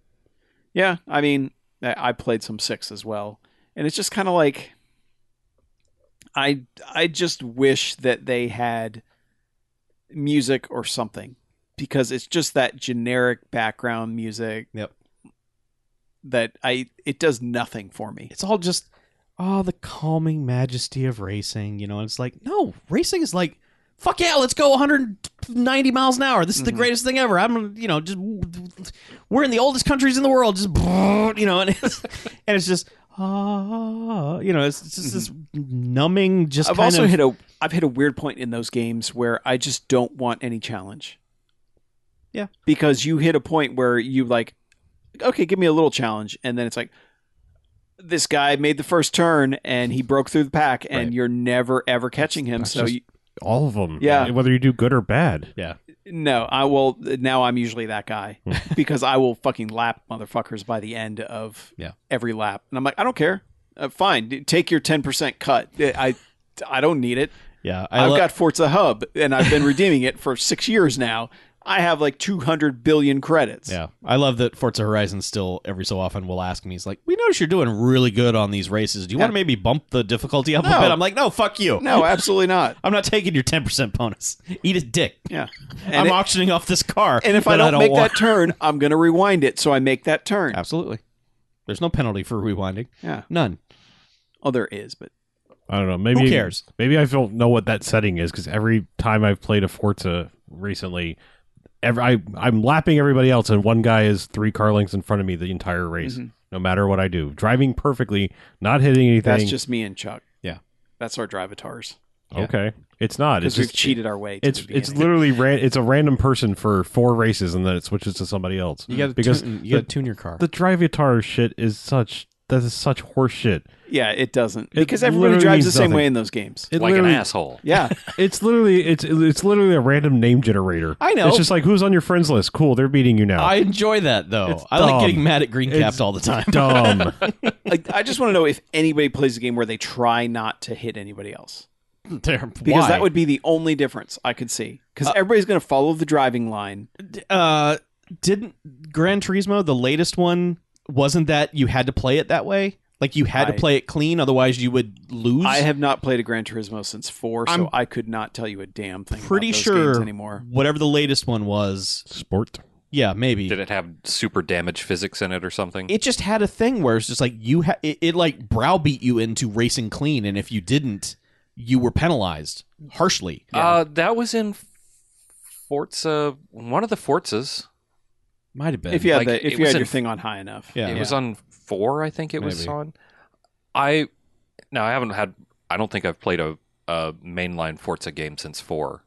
Yeah, I mean, I I played some six as well, and it's just kind of like, I I just wish that they had music or something because it's just that generic background music. Yep. That I it does nothing for me. It's all just oh the calming majesty of racing, you know. And it's like no, racing is like fuck yeah, let's go 190 miles an hour. This is the Mhm. greatest thing ever. I'm you know just we're in the oldest countries in the world. Just you know, and it's, and it's just ah, you know, it's just this numbing. Just Mm-hmm. I've kind also of, hit a I've hit a weird point in those games where I just don't want any challenge. Yeah. Because you hit a point where you like okay, give me a little challenge and then it's like this guy made the first turn and he broke through the pack and Right. you're never ever catching him that's so just- you, All of them. Yeah. Whether you do good or bad. no, I will now I'm usually that guy because I will fucking lap motherfuckers by the end of Yeah. every lap. And I'm like, I don't care. Uh, fine, d- take your 10% cut. I I don't need it. yeah. I I have lo- got Forza Hub, and I've been redeeming it for six years now. I have like 200 billion credits. Yeah, I love that Forza Horizon still every so often will ask me. He's like, "We notice you're doing really good on these races. Do you Yeah. want to maybe bump the difficulty up a No. bit?" I'm like, "No, fuck you. No, absolutely not. I'm not taking your 10 percent bonus. Eat a dick. Yeah. I'm And, it- auctioning off this car. and if I that don't, make want. that turn, I'm going to rewind it. So I make that turn. absolutely, there's no penalty for rewinding. Yeah. None. Oh, there is, but I don't know. Maybe Who cares? Maybe I don't know what that setting is because every time I've played a Forza recently, every, I I'm lapping everybody else, and one guy is three car lengths in front of me the entire race, Mhm. no matter what I do, driving perfectly, not hitting anything. that's just me and Chuck. Yeah. That's our drivatars yeah. okay. It's not. It's because we've just, cheated our way. To It's the it's beginning. literally ran, it's a random person for four races, and then it switches to somebody else. You got because you got to the- tune your car. the drivatar shit is such that is such horse shit. yeah, it doesn't It because everybody literally drives the means same nothing. way in those games. It like an literally- asshole. yeah, It's literally it's it's literally a random name generator. I know. It's just like who's on your friends list? Cool, they're beating you now. I enjoy that though. It's I like dumb. getting mad at green capped It's all the time. Dumb. like, I just want to know if anybody plays a game where they try not to hit anybody else. They're- because why? that would be the only difference I could see. Uh, Because everybody's going to follow the driving line. uh didn't Gran Turismo the latest one wasn't that you had to play it that way? Like you had to I- play it clean, otherwise you would lose. I have not played a Gran Turismo since four, so I'm I could not tell you a damn thing. about pretty those sure games anymore. whatever the latest one was. Sport. Yeah, maybe Did it-, it have super damage physics in it or something? just had a thing where it's just like you ha- it, it like browbeat you into racing clean, and if you didn't, you were penalized harshly. Uh, that was in Forza, one of the Forzas. Might have been. If you had Like, the, it if you was had in- your thing on high enough, Yeah. It was on four, I think it was Maybe. on. I now I haven't had. I don't think I've played a, a mainline Forza game since four.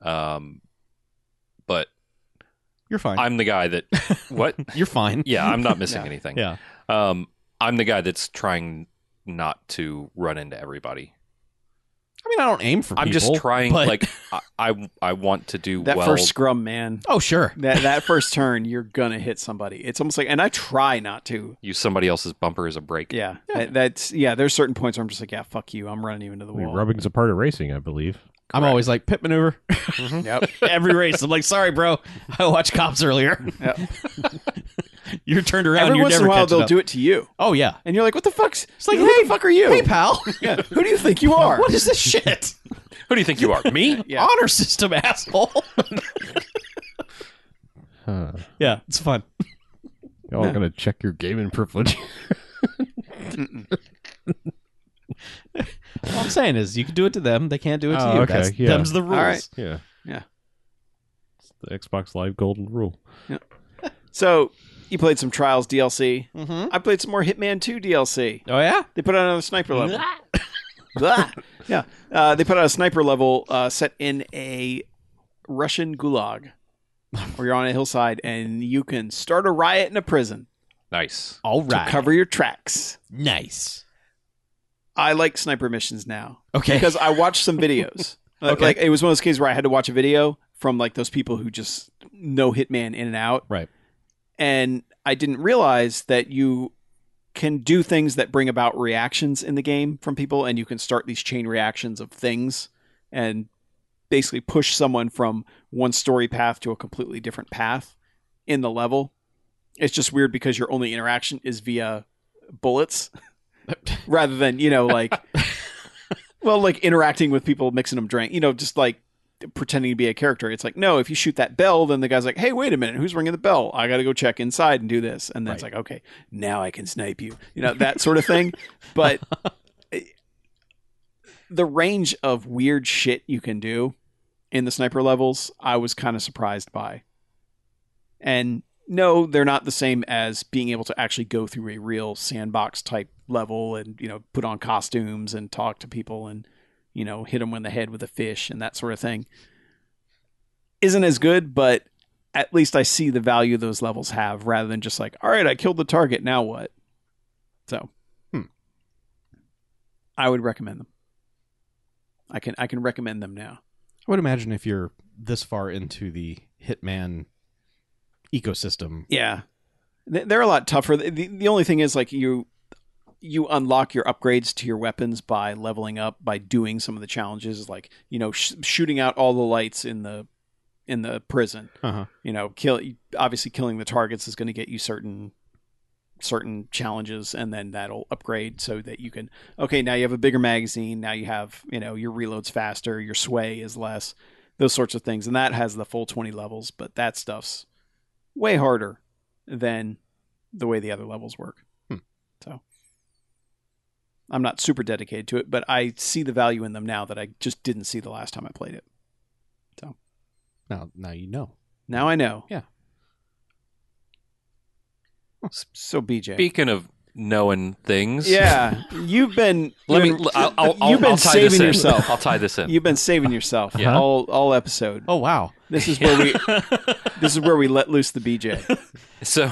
Um, but You're fine. I'm the guy that what? You're fine. Yeah, I'm not missing Yeah. anything. Yeah. Um, I'm the guy that's trying not to run into everybody. I mean, I don't aim for. I'm just people, trying. but- Like I, I, I want to do that well. first scrum, man, Oh sure. that that first turn, you're gonna hit somebody. It's almost like, and I try not to. Use somebody else's bumper as a brake. Yeah, That, that's yeah. There's certain points where I'm just like, yeah, fuck you. I'm running you into the I mean, wall. rubbing's a part of racing, I believe. I'm always like pit maneuver. Yep. every race. I'm like, sorry, bro. I watched cops earlier. Yep. You're turned around. Every you're once in never a while, catching they'll up. do it to you, Oh yeah. and you're like, what the fuck's? It's like, like, who hey, the fuck are you? Hey pal, yeah. Who do you think you are? what is this shit? Who do you think you are? Me? Yeah. Honor system, asshole. Huh. yeah, it's fun. Y'all are gonna check your gaming privilege. All I'm saying is, you can do it to them. They can't do it to Oh, you. okay, That's, yeah. Them's the rules. right. yeah. Yeah. It's the Xbox Live golden rule. So you played some Trials DLC. Mm-hmm. I played some more Hitman 2 DLC. Oh yeah. They put out another sniper level. Blah. Yeah. Uh, they put out a sniper level uh, set in a Russian gulag where you're on a hillside and you can start a riot in a prison Nice. All to cover your tracks. nice. I like sniper missions now Okay. because I watched some videos. Like- Okay. Like it was one of those cases where I had to watch a video from like those people who just know Hitman in and out. Right. And I didn't realize that you can do things that bring about reactions in the game from people and you can start these chain reactions of things and basically push someone from one story path to a completely different path in the level. It's just weird because your only interaction is via bullets rather than, you know, like well, like interacting with people, mixing them drink, you know, just like pretending to be a character. It's like, no, if you shoot that bell, then the guy's like, hey, wait a minute, who's ringing the bell? I got to go check inside and do this. And then it's like, okay, now I can snipe you, you know, that sort of thing. But it- the range of weird shit you can do in the sniper levels, I was kind of surprised by. And no, they're not the same as being able to actually go through a real sandbox type level and, you know, put on costumes and talk to people and, you know, hit them in the head with a fish and that sort of thing. Isn't as good, but at least I see the value those levels have rather than just like, all right, I killed the target, now what? So, Hmm. I would recommend them. I can I can recommend them now. I would imagine if you're this far into the Hitman ecosystem. Yeah, They- they're a lot tougher. The, the the only thing is like you you unlock your upgrades to your weapons by leveling up by doing some of the challenges, like you know sh- shooting out all the lights in the in the prison. Uh-huh. You know, kill obviously killing the targets is going to get you certain certain challenges and then that'll upgrade so that you can okay now you have a bigger magazine now you have you know your reloads faster your sway is less those sorts of things and that has the full 20 levels but that stuff's way harder than the way the other levels work. Hmm. So I'm not super dedicated to it, but I see the value in them now that I just didn't see the last time I played it. Now now you know. Now I know. Yeah. So BJ. Speaking of knowing things, yeah, you've been Let me. you've been- I'll, I'll, I'll, you've been I'll tie saving this in. yourself. I'll tie this in. You've been saving yourself Yeah. all all episode. Oh wow. This is where we this is where we let loose the BJ. so,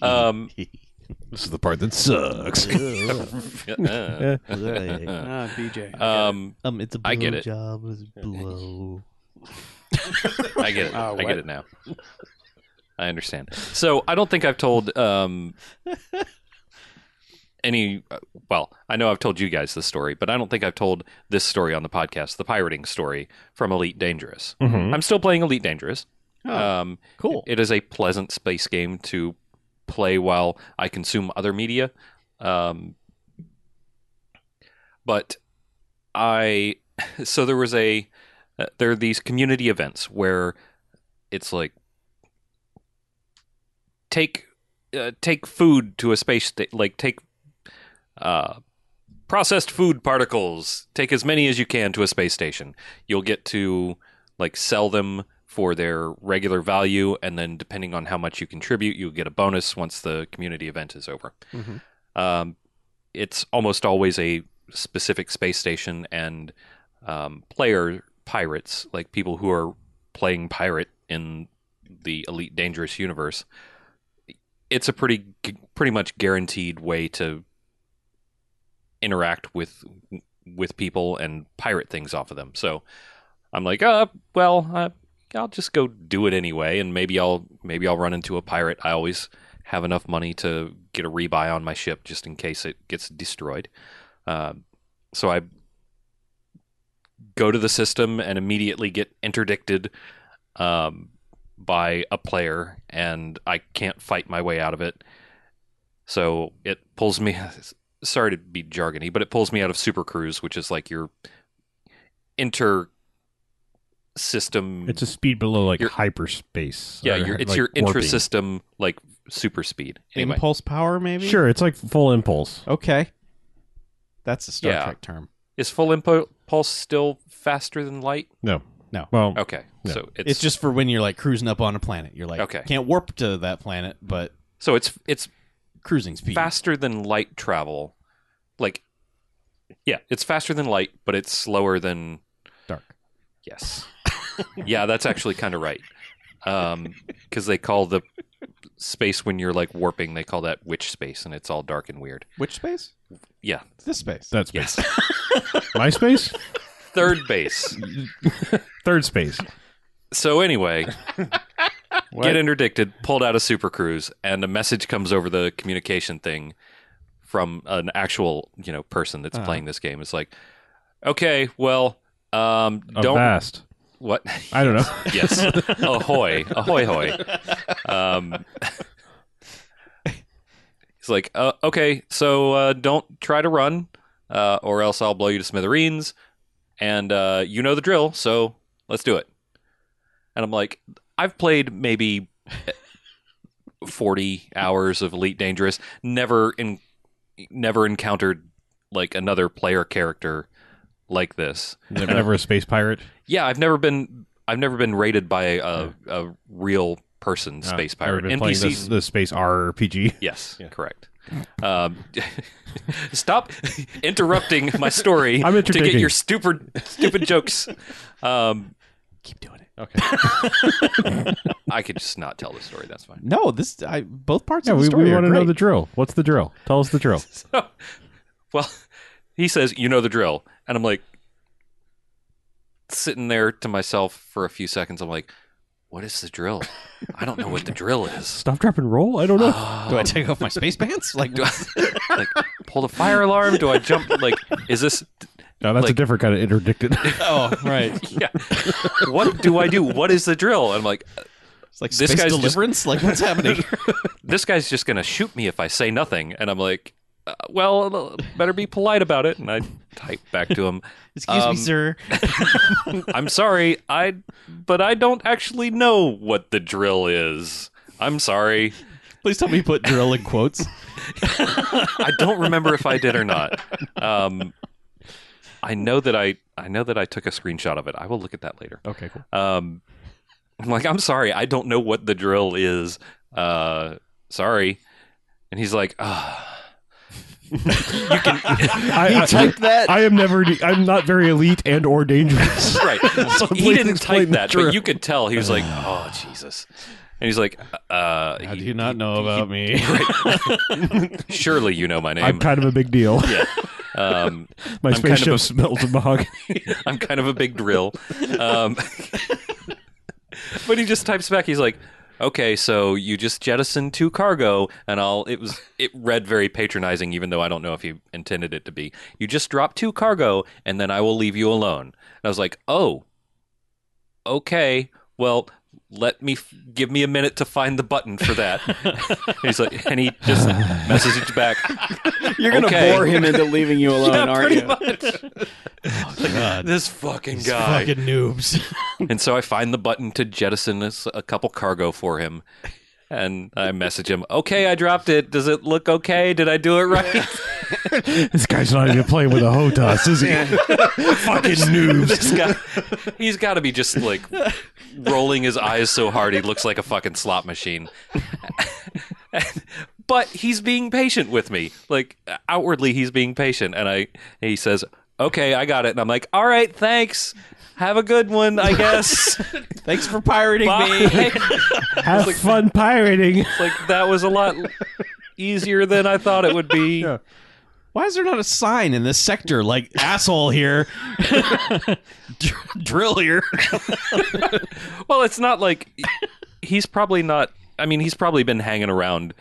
um, This is the part that sucks. Ah, BJ. um, Um, it's a I get it. Job is blow. I get it. Oh, I what? get it now. I understand. So I don't think I've told um, any. uh, Well, I know I've told you guys this story, but I don't think I've told this story on the podcast, the pirating story from Elite Dangerous. Mhm. I'm still playing Elite Dangerous. Hmm? Oh, um, Cool. It is a pleasant space game to play while I consume other media. Um, but I, so there was a, uh, there are these community events where it's like take uh, take food to a space sta- like take uh, processed food particles take as many as you can to a space station you'll get to like sell them for their regular value and then depending on how much you contribute you'll get a bonus once the community event is over Mhm. um, it's almost always a specific space station and um, player pirates like people who are playing pirate in the elite dangerous universe it's a pretty gu- pretty much guaranteed way to interact with with people and pirate things off of them so i'm like uh well uh, i'll just go do it anyway and maybe i'll maybe i'll run into a pirate i always have enough money to get a rebuy on my ship just in case it gets destroyed uh, so i go to the system and immediately get interdicted um, by a player and I can't fight my way out of it. So it pulls me. Sorry to be jargony, but it pulls me out of Super Cruise, which is like your inter system. It's a speed below like Your- hyperspace. yeah, or, your, it's like, your warping. inter-system like super speed. Anyway, Impulse power maybe? Sure, it's like full impulse. Okay. That's a Star Yeah. Trek term. is full impo- pulse still faster than light? No, No. Well, Okay, No. so it's, It's, just for when you're like cruising up on a planet. You're like, Okay. can't warp to that planet, but so it's it's cruising speed. faster than light travel. Like, yeah, it's faster than light, but it's slower than Dark. Yes. yeah, that's actually kind of right. Because they call the space when you're like warping, they call that witch space, and it's all dark and weird. Which space? Yeah. This space. that's Yes. my space. Third base. Third space. So anyway, What? get interdicted, pulled out of Super Cruise, and a message comes over the communication thing from an actual you know person that's Uh-huh. playing this game. It's like, okay, well, um, Don't don't what? I don't know. yes, ahoy, ahoy, hoy. Um, he's like, uh, okay, so uh, don't try to run, uh, or else I'll blow you to smithereens. And uh, you know the drill, so let's do it. And I'm like, I've played maybe 40 hours of Elite Dangerous, never in, never encountered like another player character like this. Never, never a space pirate. Yeah, I've never been. I've never been raided by a, a real person Uh, space never pirate. been playing NPCs. this, this space RPG. Yes, correct. Um, stop interrupting my story I'm to get interdicting. your stupid stupid jokes. Um, Keep doing it. I could just not tell the story. That's fine. No, this I both parts Yeah, of the we, story we are want to know great. the drill. What's the drill? Tell us the drill. So, well, he says, "You know the drill," and I'm like sitting there to myself for a few seconds. I'm like, "What is the drill? I don't know what the drill is." Oh, Stop, drop, and roll. I don't know. Do I take off my space pants? Like, do I like pull the fire alarm? Do I jump? Like, is this? no, that's like- a different kind of interdicted. oh, right. Yeah. What do I do? What is the drill? And I'm like, It's like This space guy's just- deliverance. Like, what's happening? this guy's just gonna shoot me if I say nothing. And I'm like, uh, well, better be polite about it. And I type back to him, Excuse Um, me, sir. I'm sorry, I, but I don't actually know what the drill is. I'm sorry. Please tell me you put drill in quotes. I don't remember if I did or not. Um, I know that I, I know that I took a screenshot of it. I will look at that later. Okay, cool. Um, I'm like, I'm sorry, I don't know what the drill is. Uh, sorry. And he's like, ah. I, I, Type that. I am never. I'm not very elite and or dangerous. right. he please didn't explain type the that, but drill. you could tell he was like, oh Jesus. And he's like, uh, How he- do you not know about me? surely you know my I'm name. kind of a big deal. yeah. Um, My I'm kind of spaceship a- smells of mahogany. I'm kind of a big drill. Um, but he just types back. He's like, "Okay, so you just jettisoned two cargo, and I'll." It was it read very patronizing, even though I don't know if he intended it to be. You just dropped two cargo, and then I will leave you alone. And I was like, "Oh, okay. Well, let me f- give me a minute to find the button for that." he's like, and he just messaged back. You're gonna Okay. bore him into leaving you alone, aren't you? God. This fucking guy. Fucking noobs. And so I find the button to jettison us a couple cargo for him. And I message him, okay, I dropped it. Does it look okay? Did I do it right? This guy's not even playing with a hotas, is he? Fucking noobs. this guy, he's got to be just like rolling his eyes so hard he looks like a fucking slot machine. but he's being patient with me. Like outwardly, he's being patient, and I he says, "Okay, I got it," and I'm like, "All right, thanks. Have a good one, I guess. Thanks for pirating me. Bye." Have fun pirating. It's like that was a lot easier than I thought it would be. Yeah. Why is there not a sign in this sector like asshole here? Dr- drill here. Well, it's not like he's probably not. I mean, he's probably been hanging around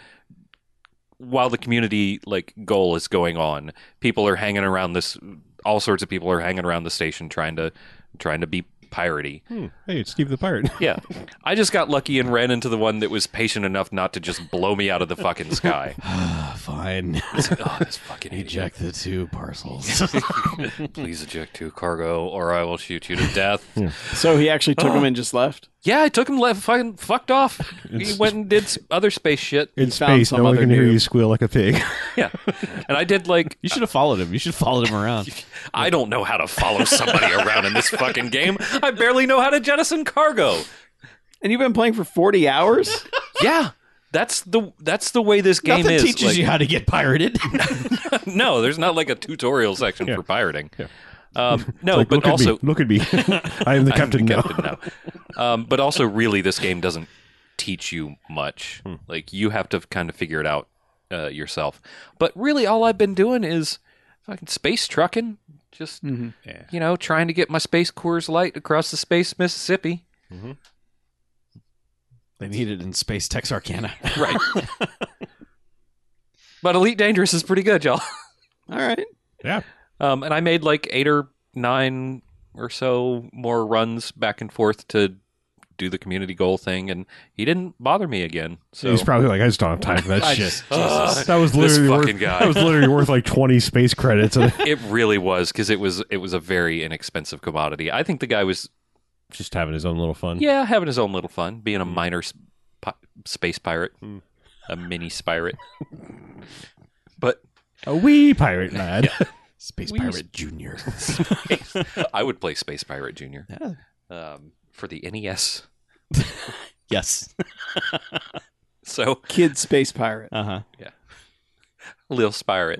while the community like goal is going on. People are hanging around this. All sorts of people are hanging around the station trying to trying to be piratey. Hey, it's Steve the Pirate. Yeah, I just got lucky and ran into the one that was patient enough not to just blow me out of the fucking sky. Ah, Fine. oh, this fucking idiot. Eject the two parcels. Please eject two cargo, or I will shoot you to death. So he actually took him and just left. Yeah, I took him left, fucking fucked off. He It's- went and did s- other space shit, In You found space, some no one other can hear noob. you squeal like a pig. and I did like You should have followed him. You should have followed him around. I don't know how to follow somebody around in this fucking game. I barely know how to jettison cargo. And you've been playing for 40 hours? Yeah, that's the that's the way this game Nothing is. teaches Like, you how to get pirated. no, there's not like a tutorial section Yeah. for pirating. Yeah. Um, no, like, but look also at me. look at me. I am the I'm captain now. captain now. um, but also, really, this game doesn't teach you much. Hmm. Like you have to kind of figure it out uh, yourself. But really, all I've been doing is fucking space trucking, just Mhm. you know, trying to get my space Coors Light across the space Mississippi. they need it in space Texarkana. Right. but Elite Dangerous is pretty good, y'all. All right. Um, and I made like eight or nine or so more runs back and forth to do the community goal thing, and he didn't bother me again. So He's probably like, I just don't have time for that I shit. just- Jesus. that was This literally worth, fucking guy. That was literally worth like twenty space credits. And it really was because it was it was a very inexpensive commodity. I think the guy was just having his own little fun. yeah having his own little fun, being a minor s- pi- space pirate, Mm. a mini pirate. but A wee pirate lad. Space We Pirate used- Junior. I would play Space Pirate Junior Yeah. um, for the NES. yes. So Kid Space Pirate. Uh huh. Lil Spirate.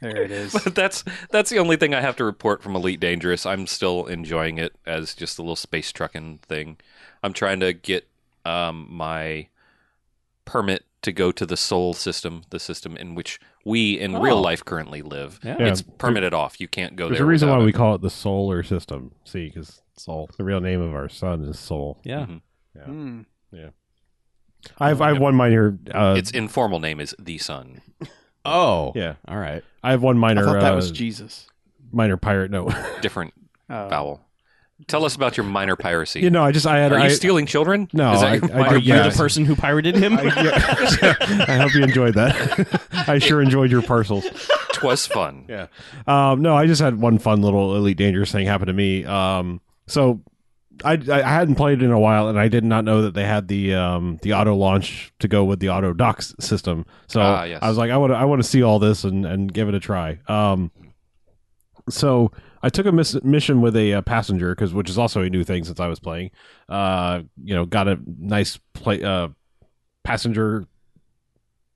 There it is. But that's that's the only thing I have to report from Elite Dangerous. I'm still enjoying it as just a little space trucking thing. I'm trying to get um, my permit to go to the Sol system, the system in which we in real Oh. life currently live. Yeah. Yeah. It's permitted off. You can't go There's there. a reason why without we it. call it the solar system. See, because Sol, the real name of our sun is Sol. Yeah. Mhm. Mm. I've I've one minor. Uh, Oh, Its informal name is the Sun. Oh. yeah, All right. I have one I minor. thought that was uh, Jesus. minor pirate. No, Different Oh. vowel. Tell us about your minor piracy. Uh, you know, I just I had. Are you I, stealing children? No, Is that I- your I minor don't- You're yeah. the person who pirated him. I, yeah. I hope you enjoyed that. I sure enjoyed your parcels. Twas fun. Yeah. Um, no, I just had one fun little Elite Dangerous thing happen to me. Um, so I, I hadn't played in a while, and I did not know that they had the um, the auto launch to go with the auto docs system. So Ah, yes. I was like, I want to I want to see all this and, and give it a try. Um, so I took a miss- mission with a uh, passenger because which is also a new thing since I was playing. Uh, you know, got a nice play uh, passenger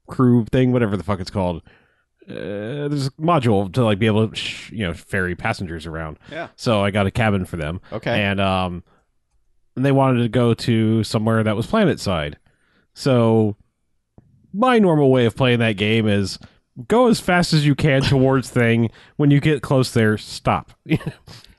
crew thing, whatever the fuck it's called. Uh, there's a module to like be able to sh- you know ferry passengers around. Yeah. So I got a cabin for them, okay. and um, and they wanted to go to somewhere that was planet side. So my normal way of playing that game is go as fast as you can towards thing. When you get close there, stop.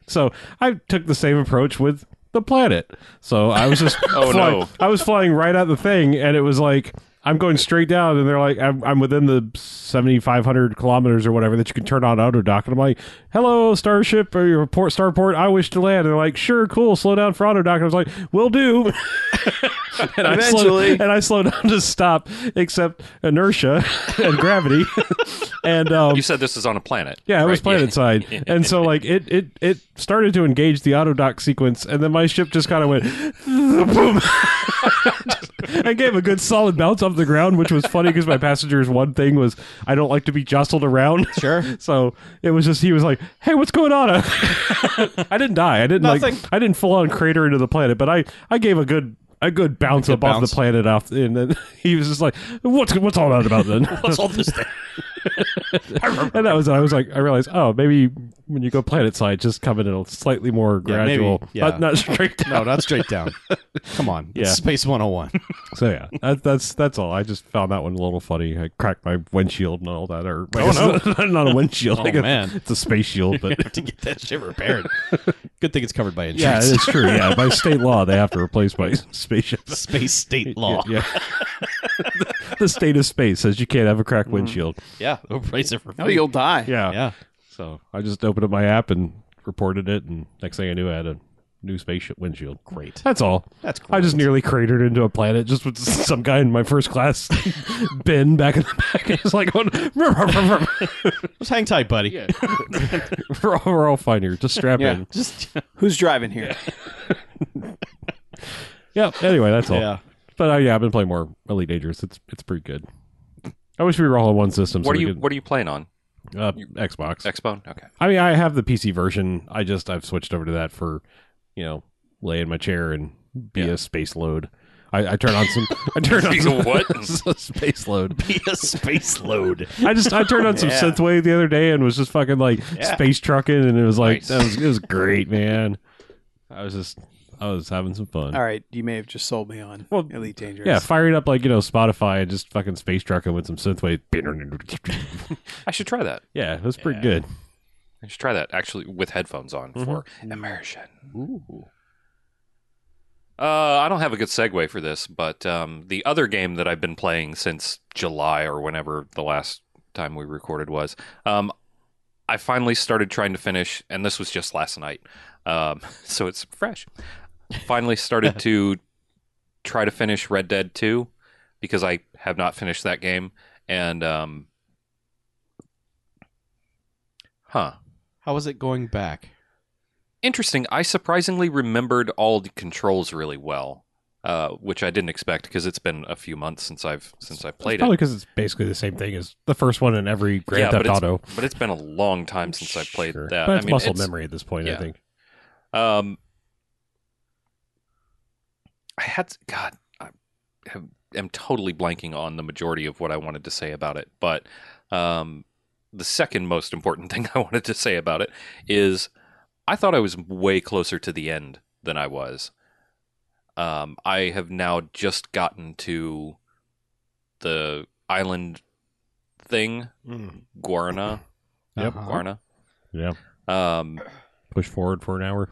so I took the same approach with the planet. So I was just Oh, flying, no. I was flying right at the thing, and it was like I'm going straight down, and they're like I'm, I'm within the 7,500 kilometers or whatever that you can turn on auto dock, and I'm like, "Hello, starship or your port starport, I wish to land." And they're like, "Sure, cool, slow down for auto dock." And I was like, "Will do." and I slowed, Eventually. and I slowed down to stop, except inertia and gravity, and um, You said this is on a planet. yeah, it was right? planet side, and so like it it it started to engage the auto dock sequence, and then my ship just kind of went boom. I gave a good solid bounce off the ground, which was funny because my passenger's one thing was I don't like to be jostled around. Sure. So it was just he was like, "Hey, what's going on?" I didn't die. I didn't Nothing. like I didn't full on crater into the planet, but I I gave a good a good bounce good up off bounce. the planet off, and then he was just like, "What's what's all that about then?" What's all this thing? and that was I was like I realized oh maybe when you go planet side just come in a slightly more Yeah, maybe. gradual Yeah. not, not straight down. No, not straight down. Come on. It's Yeah. Space 101. so yeah that, that's that's all I just found that one a little funny I cracked my windshield and all that or Oh, no not a windshield Oh, I guess man. it's a space shield but to get that shit repaired. Good thing it's covered by yeah insurance. it's true yeah by state law they have to replace my spaceship Space state law. Yeah. yeah, yeah. the state of space says you can't have a cracked windshield they'll price it for No, free. Oh, you'll die. yeah Mm. Yeah. so I just opened up my app and reported it and next thing I knew I had a New spaceship windshield. Great. That's all. That's I just great. nearly cratered into a planet just with some guy in my first class bin back in the back. It's like, going, Just hang tight, buddy. we're, all, we're all fine here. Just strap Yeah. in. Just Who's driving here? Yeah. Anyway, that's all. yeah. But uh, yeah, I've been playing more Elite Dangerous. It's it's pretty good. I wish we were all on one system. so What are we you could- What are you playing on? uh, Xbox. Xbone. Okay. I mean, I have the PC version. I just I've switched over to that for, you know, lay in my chair and be Yeah. a space load. I, I turn on some. I turn on Be a some, what? a space load. Be a space load. I just I turned on some Yeah. synthwave the other day and was just fucking like Yeah. space trucking, and it was like Nice. that was, it was great, man. I was just I was having some fun. All right, you may have just sold me on Well, Elite Dangerous. Yeah, firing up like you know Spotify and just fucking space trucking with some synthwave. I should try that. yeah, it was pretty Yeah. good. I should try that actually with headphones on Mhm. for immersion. Ooh. Uh, I don't have a good segue for this, but um, the other game that I've been playing since July or whenever the last time we recorded was, um, I finally started trying to finish, and this was just last night, um, so it's fresh. Finally started to try to finish Red Dead Two because I have not finished that game, and um, huh. How is it going back? interesting. I surprisingly remembered all the controls really well, uh, which I didn't expect because it's been a few months since I've since I've played Probably it. because it's basically the same thing as the first one in every Grand Yeah, but Theft it's- Auto. But it's been a long time since I've played Sure. that. But I it's mean, muscle it's- memory at this point, I yeah. think. Um, I had to- God, I have, am totally blanking on the majority of what I wanted to say about it, but um, the second most important thing I wanted to say about it is I thought I was way closer to the end than I was. Um, I have now just gotten to the island thing, Hmm. Guarna. Yep. Uh-huh. Guarna. Yeah. Um, Push forward for an hour.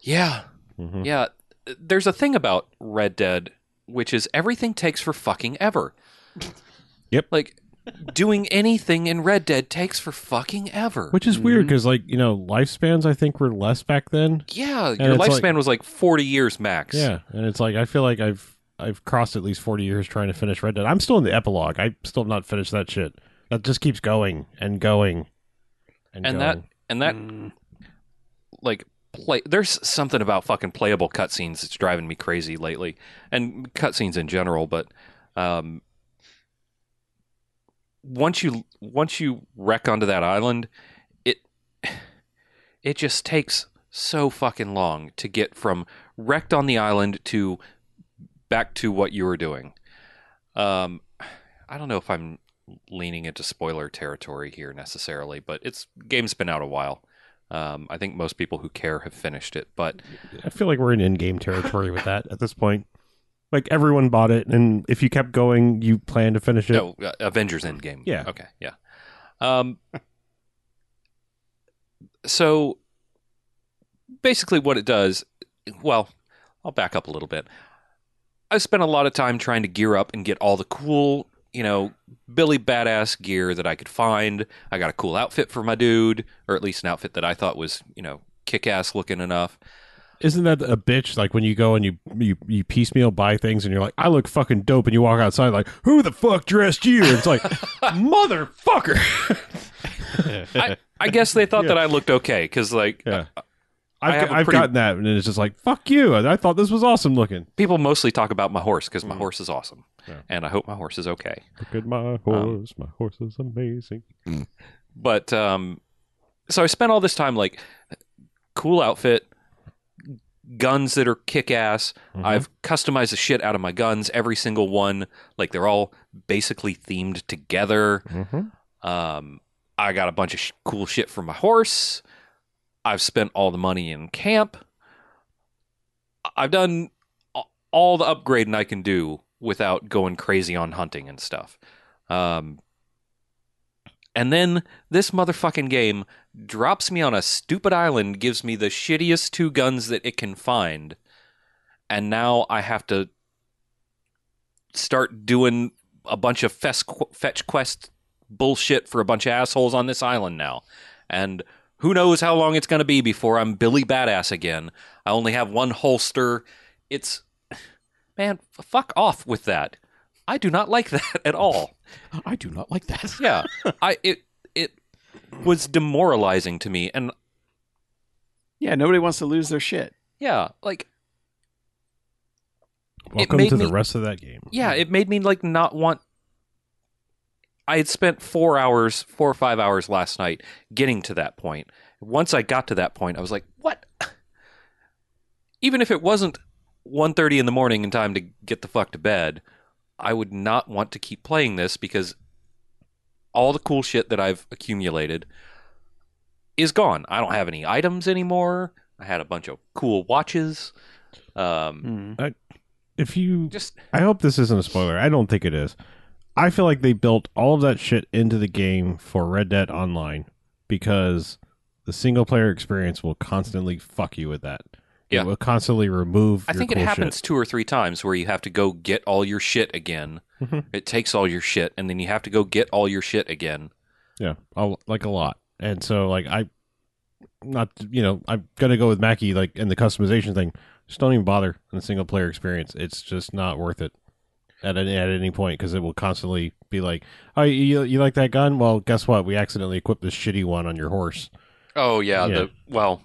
yeah, Mhm. yeah, there's a thing about Red Dead, which is everything takes for fucking ever. Yep. Like doing anything in Red Dead takes for fucking ever. Which is weird Mm-hmm. because, like, you know, lifespans I think were less back then. yeah, your it's like- lifespan was like 40 years max. Yeah, and it's like I feel like I've I've crossed at least forty years trying to finish Red Dead. I'm still in the epilogue. I still have not finished that shit. That just keeps going and going and, And that going. and that like play there's something about fucking playable cutscenes that's driving me crazy lately and cutscenes in general but um once you once you wreck onto that island it it just takes so fucking long to get from wrecked on the island to back to what you were doing um i don't know if i'm leaning into spoiler territory here necessarily but it's game's been out a while um, I think most people who care have finished it, but I feel like we're in in-game territory with that at this point. Like everyone bought it, and if you kept going, you plan to finish it. no, uh, Avengers Endgame. Yeah. Okay. Yeah. Um. so basically, what it does, well, I'll back up a little bit. I spent a lot of time trying to gear up and get all the cool, you know, Billy badass gear that I could find. I got a cool outfit for my dude, or at least an outfit that I thought was, you know, kick ass looking enough. Isn't that a bitch? Like when you go and you, you you piecemeal buy things and you're like, I look fucking dope, and you walk outside like, who the fuck dressed you? It's like, motherfucker. I, I guess they thought that I looked okay because, like, Yeah. I have I've, a I've pretty- gotten that, and it's just like, fuck you. I, I thought this was awesome looking. people mostly talk about my horse because my horse is awesome, Mm-hmm. Yeah. and I hope my horse is okay. Look at Oh. my horse. my horse is amazing. But um, so I spent all this time like cool outfit, guns that are kick ass. I've customized the shit out of my guns, every single one. Like they're all basically themed together. Um, I got a bunch of sh- cool shit for my horse. I've spent all the money in camp. I- I've done a- all the upgrading I can do without going crazy on hunting and stuff. Um, and then this motherfucking game drops me on a stupid island, gives me the shittiest two guns that it can find, and now I have to start doing a bunch of fes- fetch quest bullshit for a bunch of assholes on this island now. And Who knows how long it's going to be before I'm Billy Badass again? I only have one holster. It's man, f- fuck off with that. I do not like that at all. I do not like that. Yeah, I it it was demoralizing to me, and Yeah, nobody wants to lose their shit. yeah, like Welcome made to the me- rest of that game. yeah, it made me like not want. I had spent four hours, four or five hours last night getting to that point. Once I got to that point, I was like, "What?" Even if it wasn't 1.30 in the morning in time to get the fuck to bed, I would not want to keep playing this because all the cool shit that I've accumulated is gone. I don't have any items anymore. I had a bunch of cool watches. Um, Hmm. Hmm. If you Just I hope this isn't a spoiler. I don't think it is. I feel like they built all of that shit into the game for Red Dead Online because the single player experience will constantly fuck you with that. Yeah. It will constantly remove. I your think it cool happens shit. two or three times where you have to go get all your shit again. Mhm. It takes all your shit, and then you have to go get all your shit again. Yeah, a- like a lot. And so, like, I, not you know, I'm gonna go with Mackie. Like, in the customization thing, just don't even bother in the single player experience. It's just not worth it at any, at any point because it will constantly be like, oh, you you like that gun? Well, guess what? We accidentally equipped this shitty one on your horse. Oh yeah, Yeah. The, well,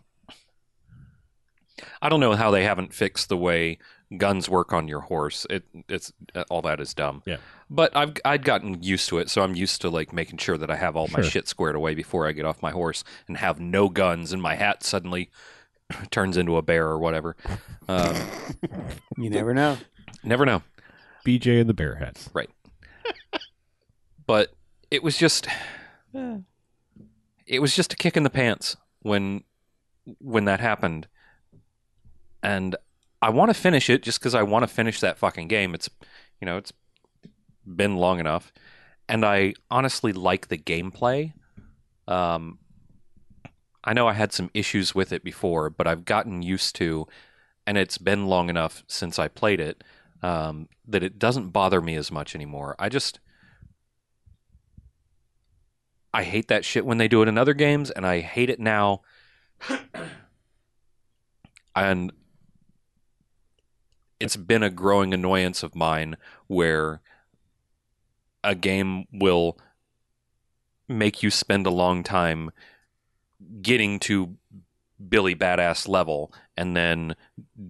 I don't know how they haven't fixed the way guns work on your horse. It it's uh, all that is dumb. Yeah. but I've I'd gotten used to it, so I'm used to like making sure that I have all my Sure. shit squared away before I get off my horse and have no guns, and my hat suddenly turns into a bear or whatever. Um, You never know. never know. BJ and the bear hats. but it was just it was just a kick in the pants when when that happened and i want to finish it just because i want to finish that fucking game it's you know it's been long enough and i honestly like the gameplay um i know i had some issues with it before but i've gotten used to and it's been long enough since i played it um, that it doesn't bother me as much anymore i just I hate that shit when they do it in other games, and I hate it now. and it's been a growing annoyance of mine where a game will make you spend a long time getting to Billy Badass level and then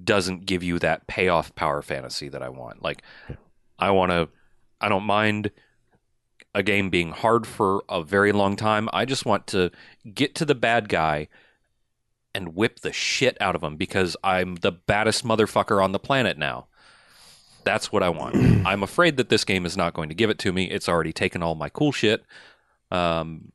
doesn't give you that payoff power fantasy that I want. Like, I want to, I don't mind a game being hard for a very long time. I just want to get to the bad guy and whip the shit out of him because I'm the baddest motherfucker on the planet now. That's what I want. I'm afraid that this game is not going to give it to me. It's already taken all my cool shit. Um,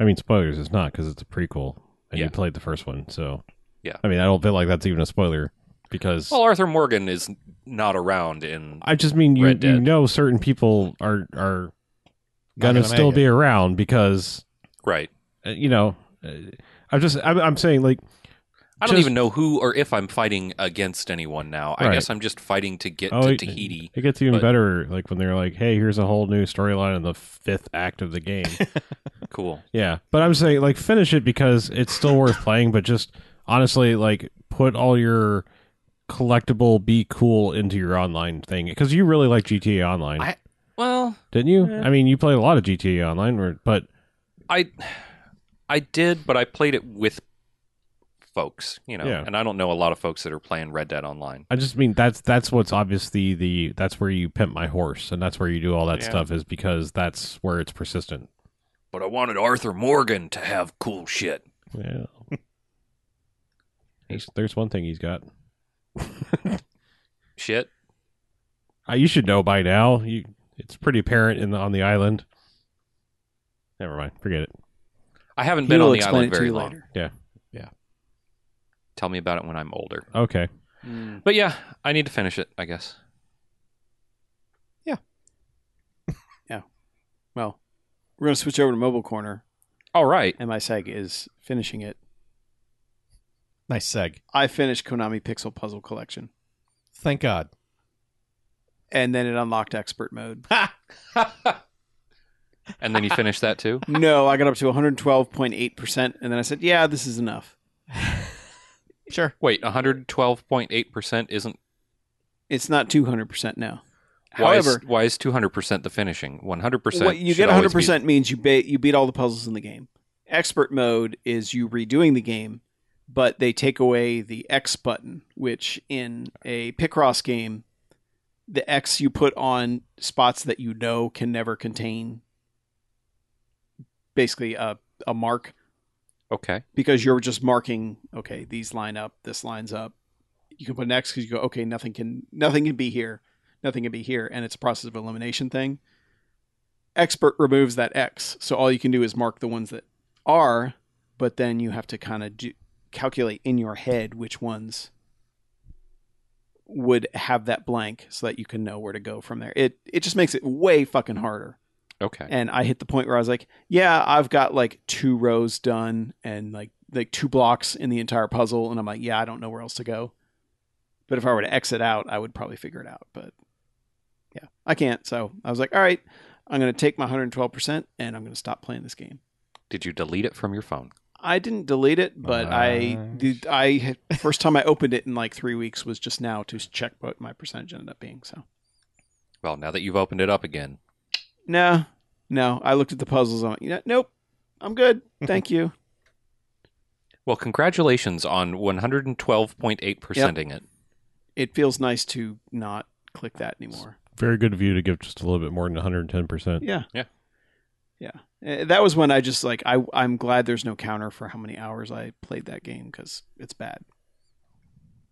I mean, spoilers. It's not because it's a prequel, and Yeah. you played the first one. So, Yeah. I mean, I don't feel like that's even a spoiler because well, Arthur Morgan is not around in. I just mean you, Red you Dead. know certain people are are Not gonna, gonna still make it. be around because Right. uh, you know. uh, I'm just I'm, I'm saying like I don't Just- even know who or if I'm fighting against anyone now. I Right. guess I'm just fighting to get oh to it- Tahiti. It, gets even but- better like when they're like, hey, here's a whole new storyline in the fifth act of the game. Cool. yeah, but I'm saying like finish it because it's still worth playing. But just honestly, like put all your collectible be cool into your online thing because you really like GTA Online, I- Well, didn't you? I mean, you played a lot of GTA Online, or- but I I did, but I played it with folks, you know. Yeah. And I don't know a lot of folks that are playing Red Dead Online. I just mean that's that's what's obviously the that's where you pimp my horse and that's where you do all that Yeah. stuff is because that's where it's persistent. But I wanted Arthur Morgan to have cool shit. Yeah. there's, there's one thing he's got. Shit. Uh, you should know by now. You it's pretty apparent in the, on the island. Never mind, forget it. I haven't He been will on the explain island it to very you long. later. Tell me about it when I'm older. Okay. But yeah, I need to finish it, I guess. Well, we're going to switch over to Mobile Corner, All right. and my seg is finishing it. Nice seg. I finished Konami Pixel Puzzle Collection, Thank God. and then it unlocked Expert Mode. And then you finish that too? No, I got up to 112.8%, and then I said, yeah, this is enough. Sure. Wait, 112.8% isn't. It's not 200% now. Why However, is, why is 200% the finishing? 100%. what you should get always 100% means you, ba- you beat all the puzzles in the game. Expert mode is you redoing the game, but they take away the X button, which in a Picross game, the X you put on spots that you know can never contain basically a, a mark. Be, okay. because you're just marking okay these line up this lines up you can put an x because you go okay nothing can nothing can be here nothing can be here and it's a process of elimination thing expert removes that x so all you can do is mark the ones that are but then you have to kind of do calculate in your head which ones would have that blank so that you can know where to go from there it it just makes it way fucking harder Okay. and I hit the point where I was like, yeah, I've got like two rows done and like like two blocks in the entire puzzle and I'm like, yeah, I don't know where else to go. But if I were to exit out, I would probably figure it out, but yeah, I can't. So, I was like, all right, I'm going to take my 112% and I'm going to stop playing this game. Did you delete it from your phone? I didn't delete it, but I Nice. did I first time I opened it in like 3 weeks was just now to check what my percentage ended up being, so. Well, now that you've opened it up again, No, no. I looked at the puzzles. I'm like, "Yeah, nope, I'm good. Thank you. Well, congratulations on 112.8%ing it. it feels nice to not click that anymore. Very good of you to give just a little bit more than 110. percent Yeah. Yeah. Yeah. Uh, That was when I just like I I'm glad there's no counter for how many hours I played that game cuz it's bad.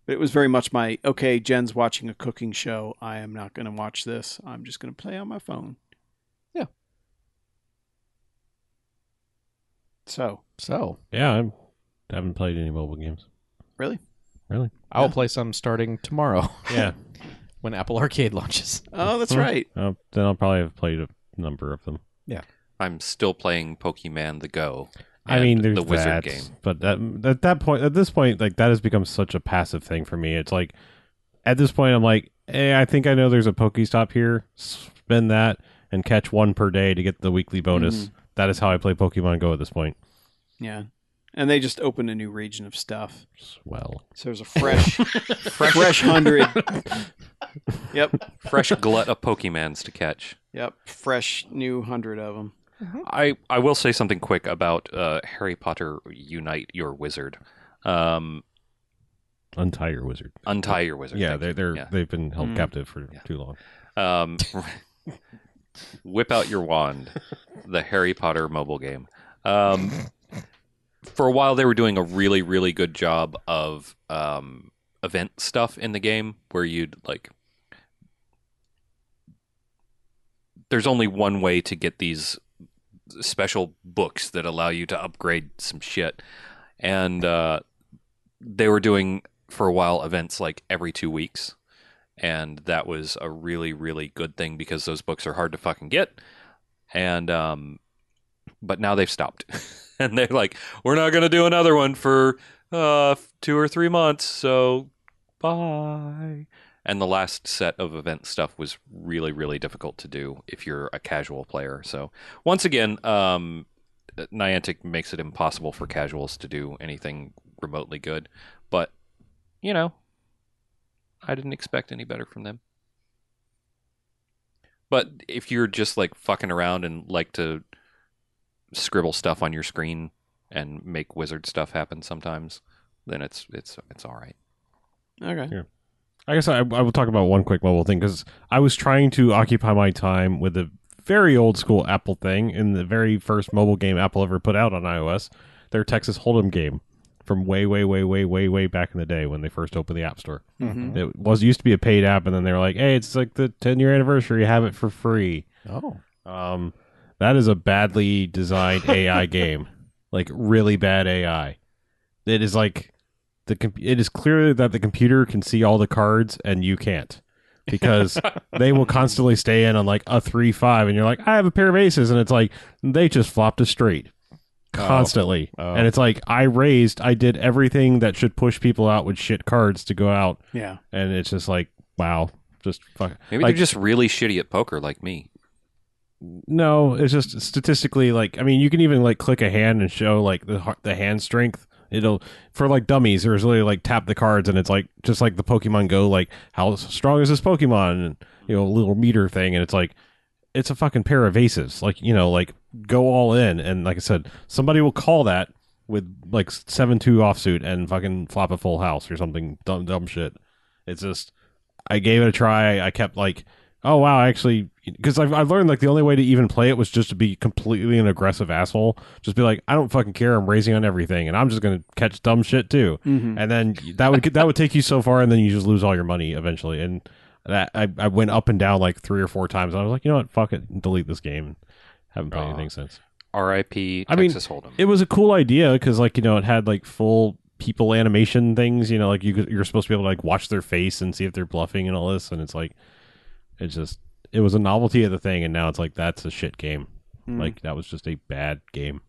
But it was very much my okay, Jen's watching a cooking show. I am not going to watch this. I'm just going to play on my phone. Yeah. So, So Yeah, I'm, I haven't played any mobile games. I will play some starting tomorrow Yeah, when Apple Arcade launches. oh, that's Hmm. right. uh, then I'll probably have played a number of them. I'm still playing Pokemon the Go. I and mean, there's the Wizard that, game. but that, at that point, at this point, like that has become such a passive thing for me. It's like at this point, I'm like, hey, I think I know there's a Pokestop here. Spend that and catch one per day to get the weekly bonus. Mm-hmm. That is how I play Pokemon Go at this point. Yeah. And they just opened a new region of stuff. Swell. So there's a fresh fresh, fresh 100. yep. Fresh glut of Pokemons to catch. Yep, fresh new hundred of them. I, I will say something quick about uh, Harry Potter Unite Your Wizard. Um, Untie your wizard. untie your wizard. yeah, thank they're, you. they're Yeah. Mm-hmm. they've been held Mm. captive for Yeah. too long. Um, whip out your wand, the Harry Potter mobile game. Um, for a while, they were doing a really, really good job of um, event stuff in the game where you'd like. There's only one way to get these special books that allow you to upgrade some shit. And uh, they were doing, for a while, events like every two weeks and that was a really really good thing because those books are hard to fucking get and um but now they've stopped and they're like we're not going to do another one for uh f- 2 or 3 months so bye and the last set of event stuff was really really difficult to do if you're a casual player so once again um Niantic makes it impossible for casuals to do anything remotely good but you know I didn't expect any better from them. But if you're just like fucking around and like to scribble stuff on your screen and make wizard stuff happen sometimes, then it's it's it's all right. Okay. I guess I, I will talk about one quick mobile thing because I was trying to occupy my time with a very old school Apple thing in the very first mobile game Apple ever put out on iOS, their Texas Hold'em game from way, way, way, way, way, way back in the day when they first opened the App Store. Mm-hmm. It was used to be a paid app, and then they were like, "Hey, it's like the 10 year anniversary. Have it for free." Oh. Um, that is a badly designed AI game, like really bad AI. It is like the com- it is clear that the computer can see all the cards and you can't because they will constantly stay in on like a three five, and you're like, I have a pair of aces, and it's like they just flopped a straight constantly, Oh. and it's like I raised, I did everything that should push people out with shit cards to go out, Yeah. and it's just like wow, just fuck. Maybe Like- they're just really shitty at poker like me. No, it's just statistically like I mean, you can even like click a hand and show like the har- the hand strength. It'll for like dummies. There's literally like tap the cards and it's like just like the Pokemon Go. Like how strong is this Pokemon? And you know, a little meter thing, and it's like it's a fucking pair of aces. Like you know, like go all in. And like I said, somebody will call that with like seven two offsuit and fucking flop a full house or something dumb dumb shit. It's just I gave it a try. I kept like oh wow I actually because I've, I've learned like the only way to even play it was just to be completely an aggressive asshole just be like i don't fucking care i'm raising on everything and i'm just gonna catch dumb shit too Mm-hmm. Mhm. and then that would that would take you so far and then you just lose all your money eventually and that i, I went up and down like three or four times i was like you know what fuck it and delete this game haven't played Aw. anything since R.I.P. I mean, Texas Hold'em. it was a cool idea because like you know it had like full people animation things you know like you could, you're supposed to be able to like watch their face and see if they're bluffing and all this and it's like it's just it was a novelty of the thing and now it's like that's a shit game Mm. like that was just a bad game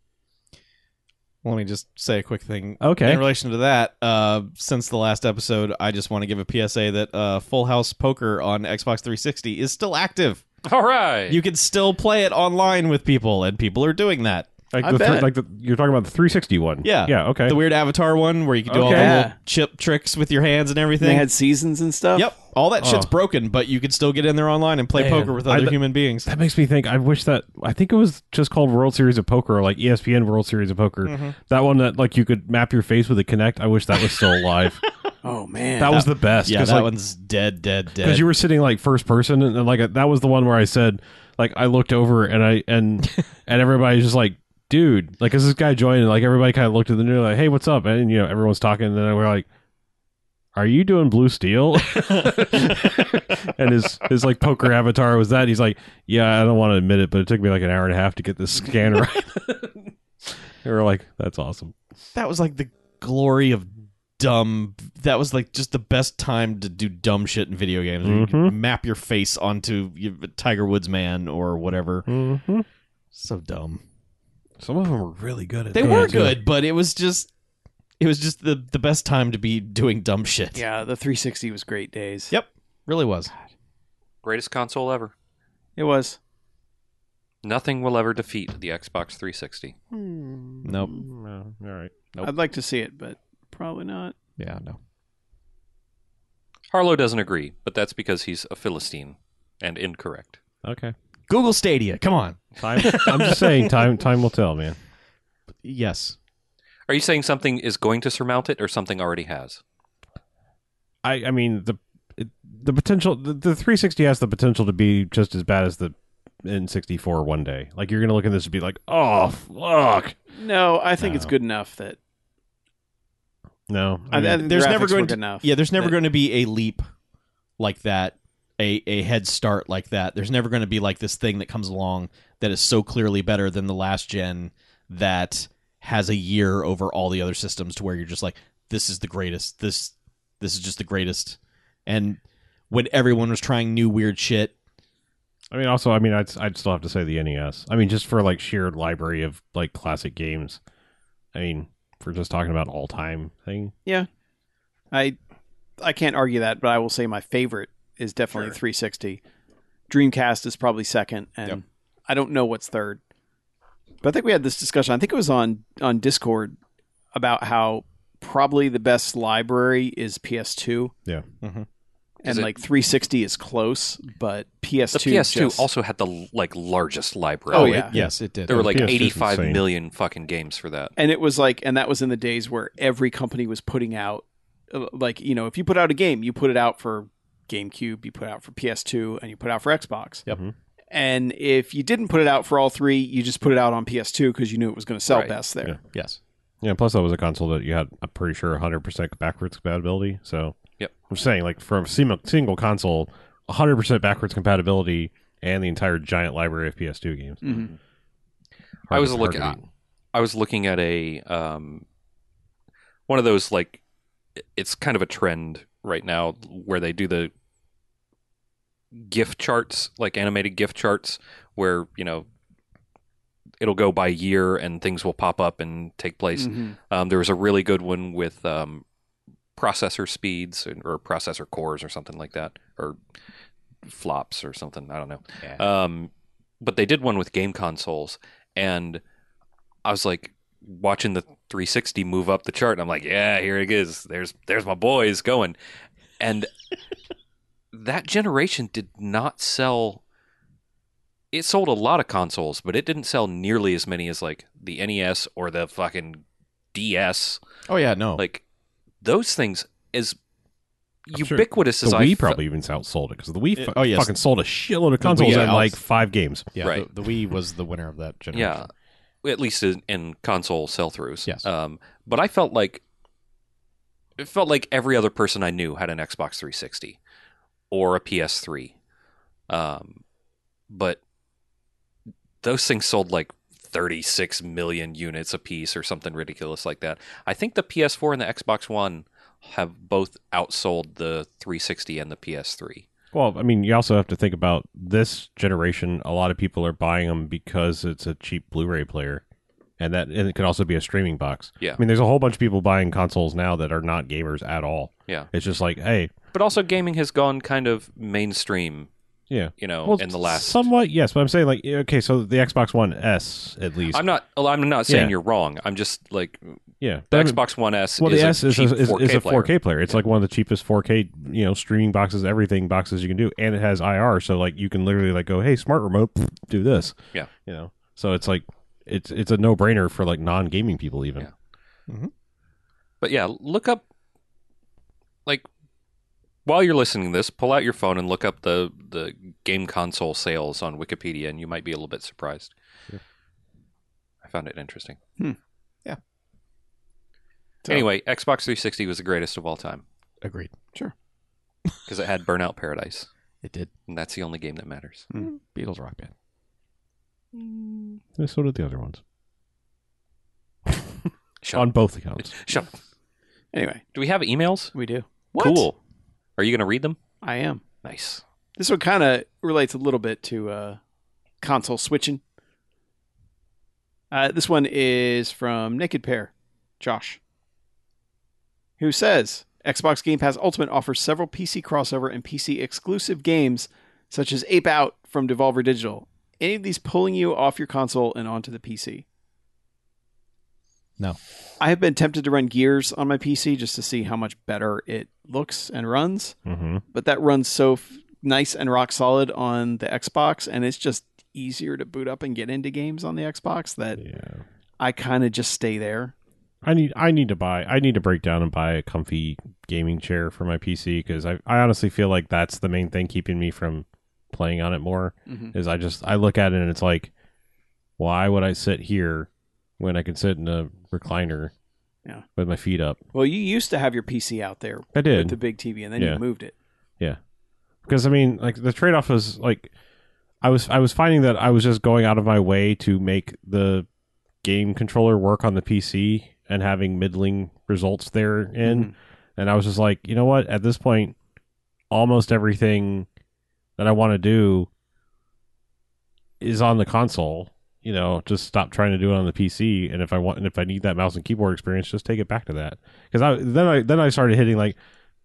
Let me just say a quick thing okay In relation to that, uh, since the last episode, I just want to give a PSA that uh, Full House Poker on Xbox 360 is still active. All right. You can still play it online with people, and people are doing that. like, I the, bet. like the, you're talking about the 360 one Yeah. yeah okay The weird avatar one where you can do all the Okay. little chip tricks with your hands and And everything. they had seasons and stuff. yep, all that shit's Oh. broken, but you can still get in there online and play Man, poker with I other bet- human beings. that makes me think i wish that i think it was just called world series of poker or like E espn world series of poker Mm-hmm. that one that like you could map your face with a connect i wish that was still alive Oh man, that was the best Yeah, 'cause, that like, one's dead, dead, dead. because you were sitting like first person and, and, like that was the one where i said like i looked over and i and and everybody's just like dude like as this guy joined and like everybody kind of looked at the new like hey what's up and you know everyone's talking and then we're like are you doing blue steel and his his like poker avatar was that he's like yeah i don't want to admit it but it took me like an hour and a half to get this scan right and we're like that's awesome that was like the glory of dumb that was like just the best time to do dumb shit in video games where you could map your face onto your- tiger woods man or whatever mm-hmm. so dumb some of them were really good at they that, were too. good but it was just it was just the, the best time to be doing dumb shit yeah. The 360 was great days. Yep. really was Greatest console ever. it was. Nothing will ever defeat the Xbox 360. nope No, all right Nope. I'd like to see it, but probably not. yeah no Harlow doesn't agree, but that's because he's a Philistine and incorrect. okay google stadia come on time, i'm just saying time time will tell man yes Are you saying something is going to surmount it or something already has? I I mean the it- the potential the, the 360 has the potential to be just as bad as the N64 one day. Like you're gonna look at this and be like, oh fuck. No, I think it's No. good enough that No, I, mean, I, Mm-hmm. there's never graphics going were to- good enough. yeah there's never that- going to be a leap like that a, a head start like that there's never going to be like this thing that comes along that is so clearly better than the last gen that has a year over all the other systems to where you're just like this is the greatest this this is just the greatest and when everyone was trying new weird shit I mean also I mean I'd I'd still have to say the NES. I mean just for like sheer library of like classic games. I mean if we're just talking about all time thing. I I can't argue that, but I will say my favorite is definitely Sure. 360. Dreamcast is probably second, and Yep. I don't know what's third. But I think we had this discussion. I think it was on on Discord about how probably the best library is PS2. Yeah. Mm-hmm. Mhm. And Is it- like 360 is close, but The PS2 PS2 just- also had the like largest library. Oh, yeah. Uh, yes it did There were The like PS2 is 85 insane. million fucking games for that. and it was like and that was in the days where every company was putting out uh, like you know if you put out a game you put it out for gamecube you put it out for ps2 and you put it out for xbox Yep. Mhm. and if you didn't put it out for all three you just put it out on ps2 because you knew it was going to sell Right. best there Yeah. yes Yeah, plus that was a console that you had I'm pretty sure 100% backwards compatibility. So Yep. I'm just saying like from a single single console 100% backwards compatibility and the entire giant library of PS2 games. Mhm. I was Hard- looking- hard to beat. I was looking at a um, one of those like it- it's kind of a trend right now where they do the gift charts, like animated gift charts, where you know it'll go by year and things will pop up and take place. Mhm. Um, there was a really good one with um, processor speeds and- or processor cores or something like that, or flops or something. I don't know. Um, but they did one with game consoles, and I was like watching the 360 move up the chart, and I'm like, yeah, here it is. There's there's my boys going, and that generation did not sell. It sold a lot of consoles, but it didn't sell nearly as many as like the NES or the fucking DS. Oh yeah, no. Like those things, as I'm sure ubiquitous The as I Wii fe- probably even outsold it because the Wii It- fu- oh, yes. fucking sold a shitload of consoles Wii in outs- like five games. yeah, right. the, the Wii was the winner of that yeah generation. at least in, in console sell-throughs Yes. um, but i felt like it felt like every other person i knew had an xbox 360 or a ps3 um, but those things sold like 36 million units apiece or something ridiculous like that i think the ps4 and the xbox one have both outsold the 360 and the ps3 Well, I mean, you also have to think about this generation. A lot of people are buying them because it's a cheap Blu-ray player, and that and it could also be a streaming box. Yeah. I mean, there's a whole bunch of people buying consoles now that are not gamers at all. Yeah. it's just like, hey, but also gaming has gone kind of mainstream yeah. you know Well, in Oh, the last somewhat, yes, but I'm saying like, yeah, okay, so the Xbox One S at least, I'm not. well, I'm not saying Yeah. you're wrong. I'm just like yeah, the But I mean- Xbox One S. Well, is the a S is a, cheap is, is 4K a 4K player. player. It's like one of the cheapest 4K, you know, streaming boxes, everything boxes you can do, and it has IR, so like you can literally like go, hey, smart remote, do this. Yeah. you know, so it's like it's it's a no brainer for like non gaming people even. Yeah. But yeah, look up. Like, while you're listening to this, pull out your phone and look up the the game console sales on Wikipedia, and you might be a little bit surprised. Sure. I found it interesting. Hmm. Yeah. So- Anyway, Xbox 360 was the greatest of all time Agreed. because it had Burnout Paradise, It did. and that's the only game that matters. Beatles rock band. And so did the other ones Shut on up. both accounts. Shut up. Anyway, Do we have emails? we do. Cool. Are you going to read them? I am. Nice. This one kind of relates a little bit to uh, console switching. Uh, this one is from Naked Pair, Josh, who says Xbox Game Pass Ultimate offers several PC crossover and PC exclusive games, such as Ape Out from Devolver Digital. Any of these pulling you off your console and onto the PC? No. I have been tempted to run Gears on my PC just to see how much better it looks and runs hmm but that runs so f- nice and rock solid on the Xbox, and it's just easier to boot up and get into games on the Xbox Uh, that Yeah, I kind of just stay there. I need I need to buy I need to break down and buy a comfy gaming chair for my PC because I I honestly feel like that's the main thing keeping me from playing on it more. is I just I look at it and it's like, why would I sit here when I can sit in a recliner Yeah. with my feet up? Well, you used to have your PC out there I with the did big TV, and then Yeah. you moved it. because I mean like the trade off was like I was I was finding that I was just going out of my way to make the game controller work on the PC and having middling results therein. Mhm. And I was just like, you know what? At this point, almost everything that I want to do is on the console. You know, just stop trying to do it on the PC. And if I want, and if I need that mouse and keyboard experience, just take it back to that. Because I then I then I started hitting like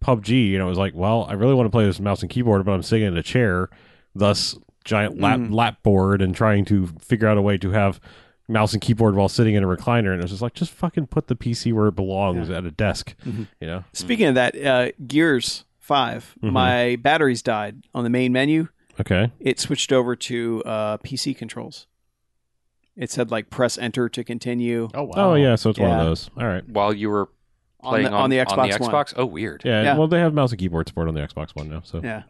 PUBG, and I was like, well, I really want to play this mouse and keyboard, but I'm sitting in a chair, thus giant lap Mm. lap board, and trying to figure out a way to have mouse and keyboard while sitting in a recliner. And it was just like, just fucking put the PC where it belongs at a desk. Mhm. You know. Speaking of that, uh, Gears 5, Mhm. my batteries died on the main menu. Okay. It switched over to uh, PC controls. It said, like, press enter to continue Oh wow. Oh yeah, so it's one Yeah. of those. All right. while you were on playing the, on the Xbox One. Xbox? Oh, weird. Yeah, Yeah. Well, they have mouse and keyboard support on the Xbox One now, so Yeah.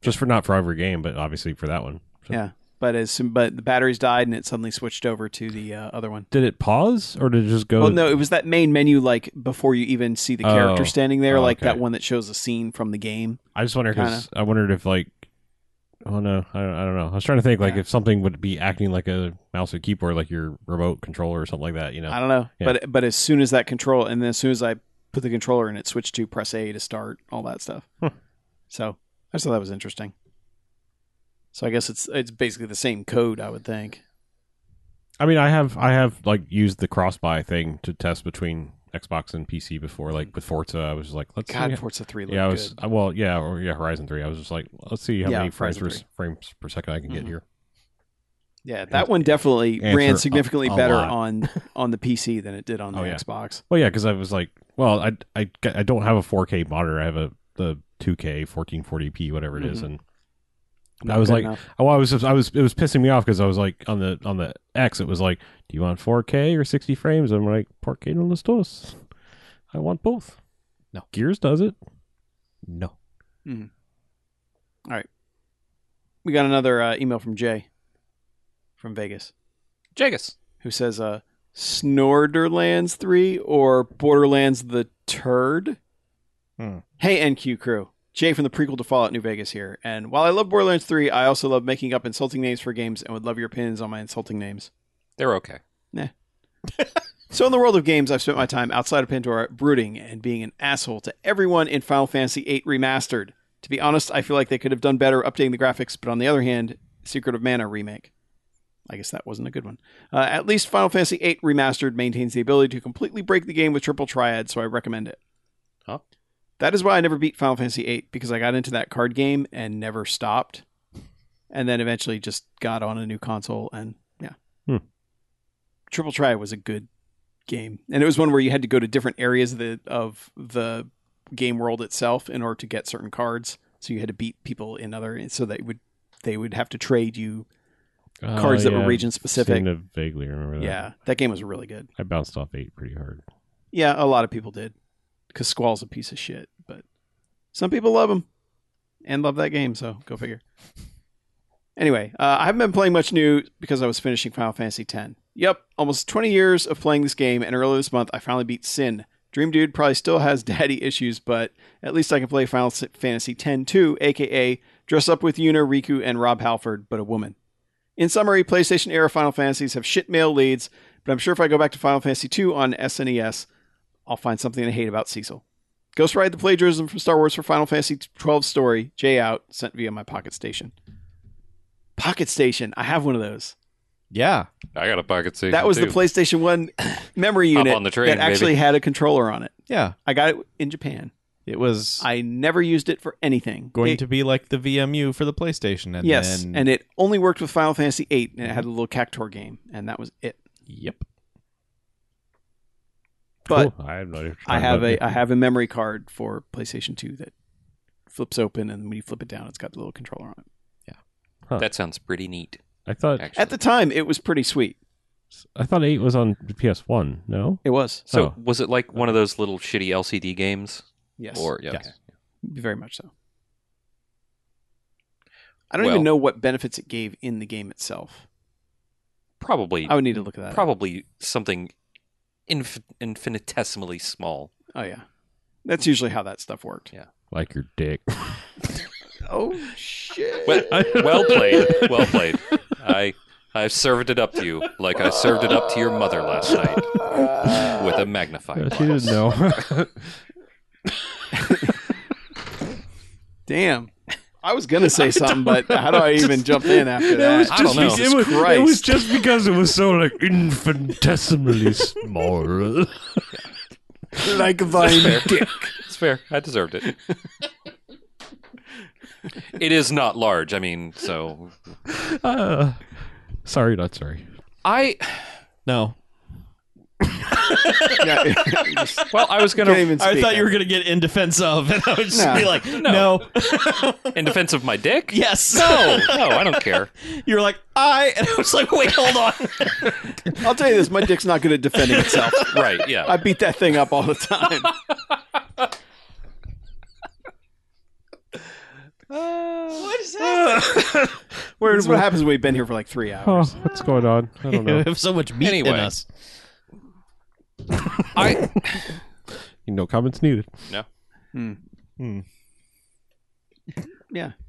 just for not for every game, but obviously for that one. So- Yeah. But as soon, but the batteries died and it suddenly switched over to the uh, other one. Did it pause or did it just go? Well, no, it was that main menu, like before you even see the character Oh. standing there, Oh, like okay. that one that shows a scene from the game. I just wonder because I wondered if like. Oh no, I don't, I don't know. I was trying to think like Yeah. if something would be acting like a mouse and keyboard, like your remote controller or something like that. You know, I don't know, Yeah. but but as soon as that control, and then as soon as I put the controller in, it switched to press A to start all that stuff. Huh. So I just thought that was interesting. So I guess it's it's basically the same code, I would think. I mean, I have I have like used the cross buy thing to test between Xbox and PC before, like with Forza. I was just like, let's see God, how- Forza Three looked yeah, I was good. uh, well, yeah, or yeah, Horizon Three. I was just like, let's see how Yeah, Mm-hmm. many frames Horizon per, frames per second I can get Mhm. here. Yeah, that one definitely Answer ran a- significantly a better lot. on on the PC than it did on the Oh, yeah. Xbox. Well, yeah, because I was like, well, I, I I don't have a 4K monitor. I have a the 2K 1440p whatever it is, Mhm. and Not I was good like, enough. oh, I was just, I was it was pissing me off because I was like on the on the X, it was like, do you want 4K or 60 frames? I'm like, por qué no los dos? I want both. No. Gears does it. No. we got another uh, email from Jay from Vegas Jagus. who says, uh, "Snorderlands three or Borderlands the turd." Hmm. Hey, NQ crew. Jay from the prequel to Fallout New Vegas here. And while I love Borderlands 3, I also love making up insulting names for games and would love your opinions on my insulting names. They're okay. So, in the world of games, I've spent my time outside of Pandora brooding and being an asshole to everyone in Final Fantasy VIII Remastered. To be honest, I feel like they could have done better updating the graphics, but on the other hand, Secret of Mana remake. I guess that wasn't a good one. Uh, at least Final Fantasy VIII Remastered maintains the ability to completely break the game with triple triad, so I recommend it. Huh. That is why I never beat Final Fantasy VIII, because I got into that card game and never stopped. And then eventually just got on a new console, and yeah. Hmm. Triple Triad was a good game, and it was one where you had to go to different areas of the, of the game world itself in order to get certain cards. So you had to beat people in other, so they would they would have to trade you Oh, cards that were region specific. Seem to Uh, vaguely remember that. Yeah, that game was really good. I bounced off eight pretty hard. Yeah, a lot of people did because Squall's a piece of shit, but some people love him and love that game. So go figure. Anyway, uh, I haven't been playing much new because I was finishing Final Fantasy X. Yep, almost 20 years of playing this game, and earlier this month I finally beat Sin. Dream Dude probably still has daddy issues, but at least I can play Final Fantasy X too, aka dress up with Yuna, Riku, and Rob Halford, but a woman. In summary, PlayStation era Final Fantasies have shit male leads, but I'm sure if I go back to Final Fantasy II on E SNES, I'll find something to hate about Cecil. Ghost Ride the plagiarism from Star Wars for Final Fantasy XII story. Jay out sent via my Pocket Station. Pocket Station, I have one of those. Yeah. I got a pocket station. That was the too. PlayStation One memory Hop unit on the train, that actually baby. had a controller on it. Yeah. I got it in Japan. It was I never used it for anything. going It- to be like the VMU for the PlayStation. And yes, then, and it only worked with Final Fantasy VIII, and it had a little Cactor game, and that was it. yep. But Cool. I have no idea what you're I talking have about. a I have a memory card for PlayStation 2 that flips open and when you flip it down it's got the little controller on it. That sounds pretty neat. I thought Actually. At the time it was pretty sweet. I thought eight was on PS One. No, It was. so Oh. was it like one of those little shitty LCD games? Yes. Or yeah, Yes. okay. very much so. I don't Well- even know what benefits it gave in the game itself. probably I would need to look at that. probably something inf- infinitesimally small. Oh yeah. That's usually how that stuff worked. Yeah. like your dick. Oh shit. Well, well played, well played. I I served it up to you like I served it up to your mother last night with a magnifier. she didn't know. Damn. I was gonna say something, but how do I even jump in after that? I don't know. It was, Christ. it was just because it was so like infinitesimally small. like thine dick. It's fair. I deserved it. it is not large. I mean, so Uh, sorry, not sorry. I No. Yeah, well, I was can't gonna even I speak thought you were after. going to get in defense of, and I would just No. be like, No. no. in defense of my dick. yes. No, no, I don't care. You were like, I, and I was like, wait, hold on. I'll tell you this, my dick's not good at defending itself. Right? Yeah. I beat that thing up all the time. what is that? Where, this is what happens when we've been here for like three hours. Oh, what's going on? I don't We know. have so much meat Anyway. in us. I No comments needed. Yeah.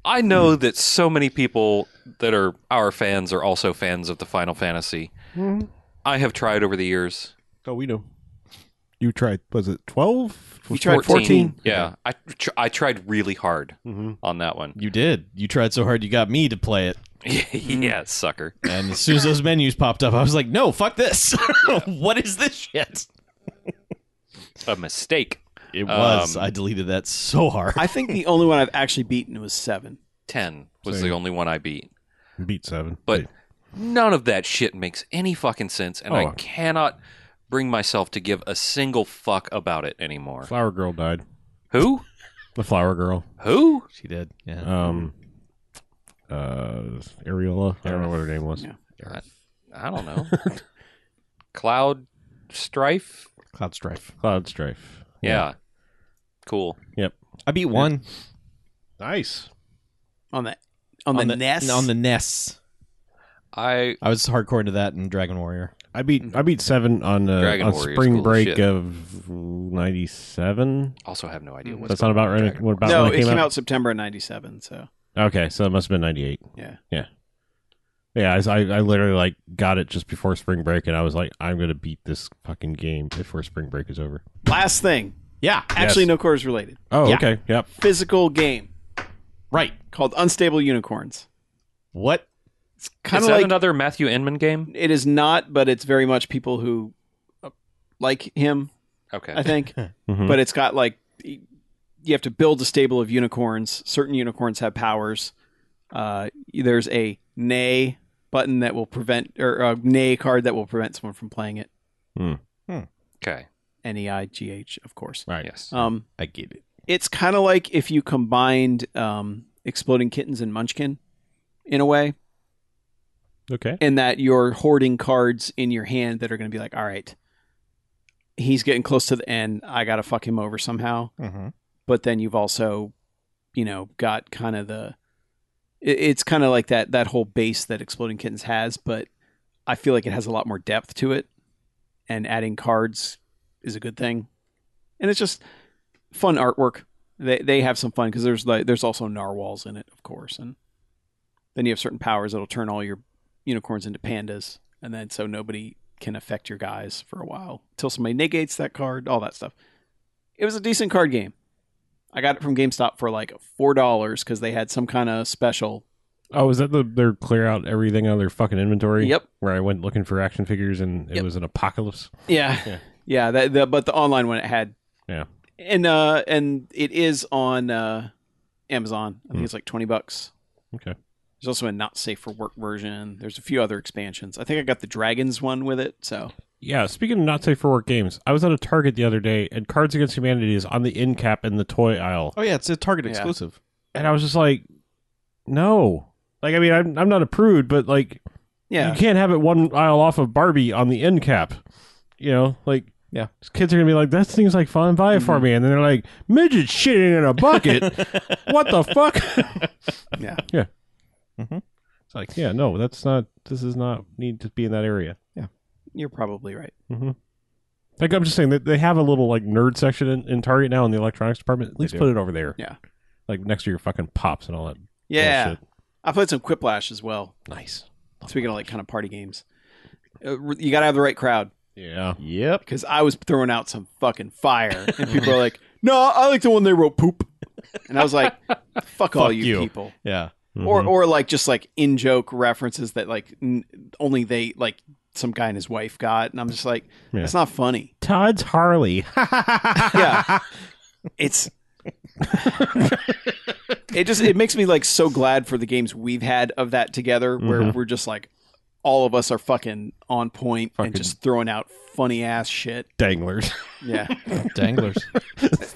I know that so many people that are our fans are also fans of the Final Fantasy. Mm-hmm. I have tried over the years. Oh, we know. You tried, was it 12? You tried 14. Yeah, I tr- I tried really hard Mm-hmm. on that one. You did. You tried so hard you got me to play it. Mm-hmm. yeah, sucker. And as soon as those menus popped up, I was like, no, fuck this. what is this shit? A mistake. It was. Um, I deleted that so hard. I think the only one I've actually beaten was seven. Ten was Same. the only one I beat. Beat seven. But None of that shit makes any fucking sense, and Oh. I cannot bring myself to give a single fuck about it anymore. Flower Girl died. Who? The Flower Girl. Who? She did. Yeah. Um, uh, Ariola. I don't know what her name was. Yeah. I don't know. Cloud Strife? Cloud Strife. Cloud Strife. Yeah. Cool. I beat one Nice. on the on, the, E nest On the NES. I I was hardcore into that in Dragon Warrior. I beat I beat seven on uh, Mm-hmm. Dragon on Warrior's spring cool as break shit. of ninety seven. also have no Mm-hmm. idea what's That's not about going on. right. What about no, when it came out September of '97. So Okay, so it must have been ninety eight. Yeah. yeah, yeah. I, I I literally like got it just before spring break, and I was like, I'm gonna beat this fucking game before spring break is over. last thing, Yeah. actually, no quarters related. Oh, Yeah. okay, yep. Physical game Right. called Unstable Unicorns. What? It's kind of Is that like another Matthew Inman game? it is not, but it's very much people who uh, like him. Okay. I think, Mhm. but it's got like y- you have to build a stable of unicorns. Certain unicorns have powers. Uh, there's a nay button that will prevent or a nay card that will prevent someone from playing it. okay. N e i g h, of course. Right. Yes. Um, I get it. it's kind of like if you combined um, exploding kittens and Munchkin in a way, Okay. in that you're hoarding cards in your hand that are going to be like, all right, he's getting close to the end. I got to fuck him over somehow. Mm-hmm. but then you've also you know got kind of the it, it's kind of like that that whole base that exploding kittens has but i feel like it has a lot more depth to it and adding cards is a good thing and it's just fun artwork they they have some fun because there's like there's also narwhals in it of course and then you have certain powers that'll turn all your unicorns into pandas and then so nobody can affect your guys for a while till somebody negates that card all that stuff it was a decent card game I got it from GameStop for like four dollars because they had some kind of special. Oh, is that the they're clear out everything out of their fucking inventory? Yep. Where I went looking for action figures and it Yep. was an apocalypse. Yeah, Yeah. yeah. that, the, but the online one it had. Yeah. And uh, and it is on uh, Amazon. I think Hmm. it's like twenty bucks. Okay. There's also a not safe for work version. There's a few other expansions. I think I got the dragons one with it. So Yeah, speaking of not safe for work games, I was at a Target the other day and Cards Against Humanity is on the end cap in the toy aisle. Oh yeah, it's a Target Yeah. exclusive. And I was just like, no. Like, I mean, I'm, I'm not a prude, but like, yeah, you can't have it one aisle off of Barbie on the end cap. You know, like, Yeah. Kids are going to be like, that seems like fun. Buy it for me. And then they're like, midget shitting in a bucket. what the fuck? yeah, It's like, yeah, no, that's not, this is not need to be in that area. you're probably right. Oh, Like, I'm just saying that they have a little, like, nerd section in, in Target now in the electronics department. At least do. put it over there. Yeah. Like, next to your fucking pops and all that. Yeah, bullshit. I played some Quiplash as well. Nice. Speaking of like kind of party games, Uh, you gotta have the right crowd. Yeah. Yep. because I was throwing out some fucking fire, and people are like, "No, I like the one they wrote poop," and I was like, "Fuck, all Fuck you, you. people," Yeah. Mm-hmm. or or like just like in joke references that like n- only they like some guy and his wife got, and I'm just like, Yeah. "It's not funny." Todd's Harley. Yeah, it's. it just it makes me like so glad for the games we've had of that together where Mhm. we're just like all of us are fucking on point Fucking- and just throwing out funny ass shit. Danglers. Yeah. Danglers.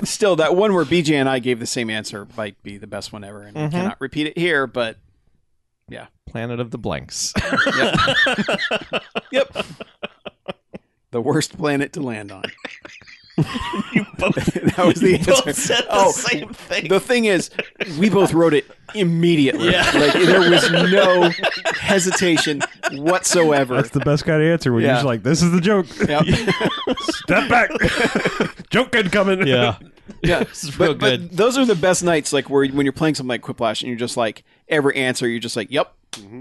Still, that one where BJ and I gave the same answer might be the best one ever, and I Mhm. cannot repeat it here. But Planet of the Blanks. yep, yep, the worst planet to land on. you both. That was the answer. said Oh, thing. The thing is, we both wrote it immediately. Yeah. Like there was no hesitation whatsoever. That's the best kind of answer when you're Yeah. just like, this is the joke. Yep. Step back. joke incoming. yeah. Yeah. is real but, good. But those are the best nights, like where when you're playing something like Quiplash, and you're just like every answer, you're just like, "Yep,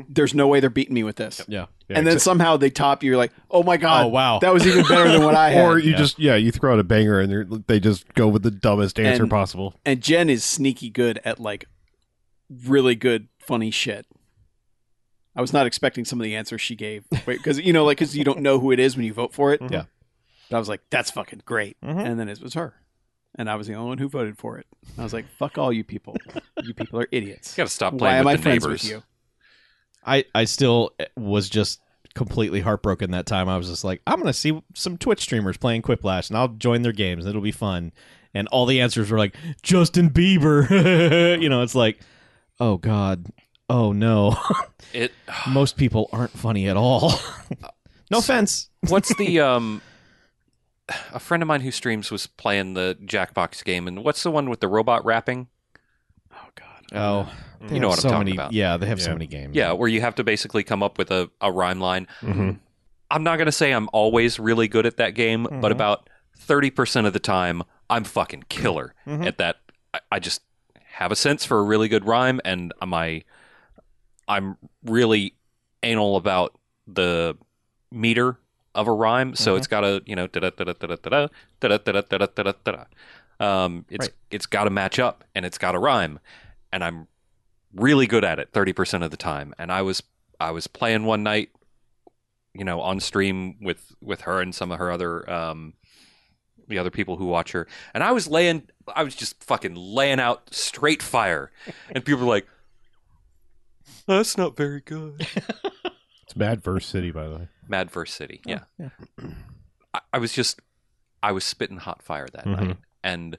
there's no way they're beating me with this." Yeah. and then somehow they top you. You're like, "Oh my god, Oh, wow. that was even better than what I had." Or you just yeah, you throw out a banger and they're- they just go with the dumbest answer And- possible. and Jen is sneaky good at like really good funny shit. I was not expecting some of the answers she gave because you know, like, because you don't know who it is when you vote for it. Yeah. but I was like, "That's fucking great," Mhm. and then it was her, and I was the only one who voted for it. I was like, "Fuck all you people! you people are idiots. You gotta stop Why playing am with I the friends neighbors. with you?" I I still was just completely heartbroken that time. I was just like, I'm gonna see some Twitch streamers playing Quiplash, and I'll join their games. It'll be fun. And all the answers were like Justin Bieber. you know, it's like, oh god, oh no. It Most people aren't funny at all. no offense. what's the um a friend of mine who streams was playing the Jackbox game and what's the one with the robot rapping? Oh God. Oh, they You know have what I'm so talking many, about. Yeah, they have so Yeah. many games. Yeah, where you have to basically come up with a, a rhyme line. Mm-hmm. I'm not going to say I'm always really good at that game, but about 30% of the time, I'm fucking killer Mhm. at that. I, I just have a sense for a really good rhyme, and my I'm really anal about the meter of a rhyme, so it's got to you know da da da da da da da da da da da da da. Um, it's it's got to match up and it's got to rhyme, and I'm really good at it 30% of the time. And I was I was playing one night you know on stream with with her and some of her other um the other people who watch her and i was laying i was just fucking laying out straight fire and people were like that's not very good It's Mad Verse City, by the way. mad verse city yeah, Oh, I, I was just i was spitting hot fire that Mhm. night and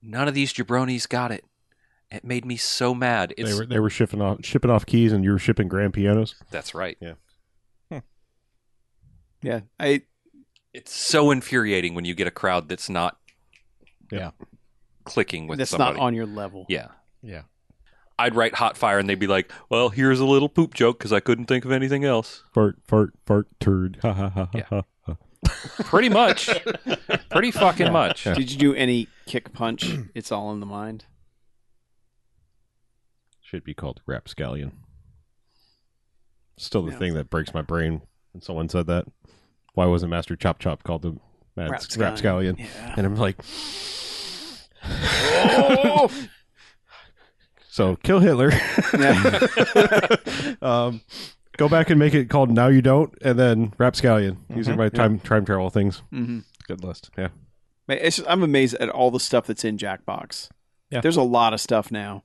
none of these jabronis got it it made me so mad it's they were they were shipping off shipping off keys, and you were shipping grand pianos. that's right Yeah. I it's so infuriating when you get a crowd that's not Yeah. clicking with that's somebody not on your level. Yeah. Yeah. I'd write hot fire and they'd be like, well, here's a little poop joke because I couldn't think of anything else. Fart, fart, fart, turd. Ha ha ha ha. Yeah. ha. Pretty much. Pretty fucking much. Yeah. Did you do any kick punch? it's all in the mind. Should be called rapscallion. Still the Yeah. thing that breaks my brain when someone said that. Why wasn't Master Chop Chop called the Mad Rapscallion. rapscallion? Yeah. And I'm like, so kill Hitler. yeah. um, go back and make it called Now You Don't, and then rapscallion. These are my time time travel things. hmm Good list. Yeah. Man, it's just- I'm amazed at all the stuff that's in Jackbox. Yeah. There's a lot of stuff now.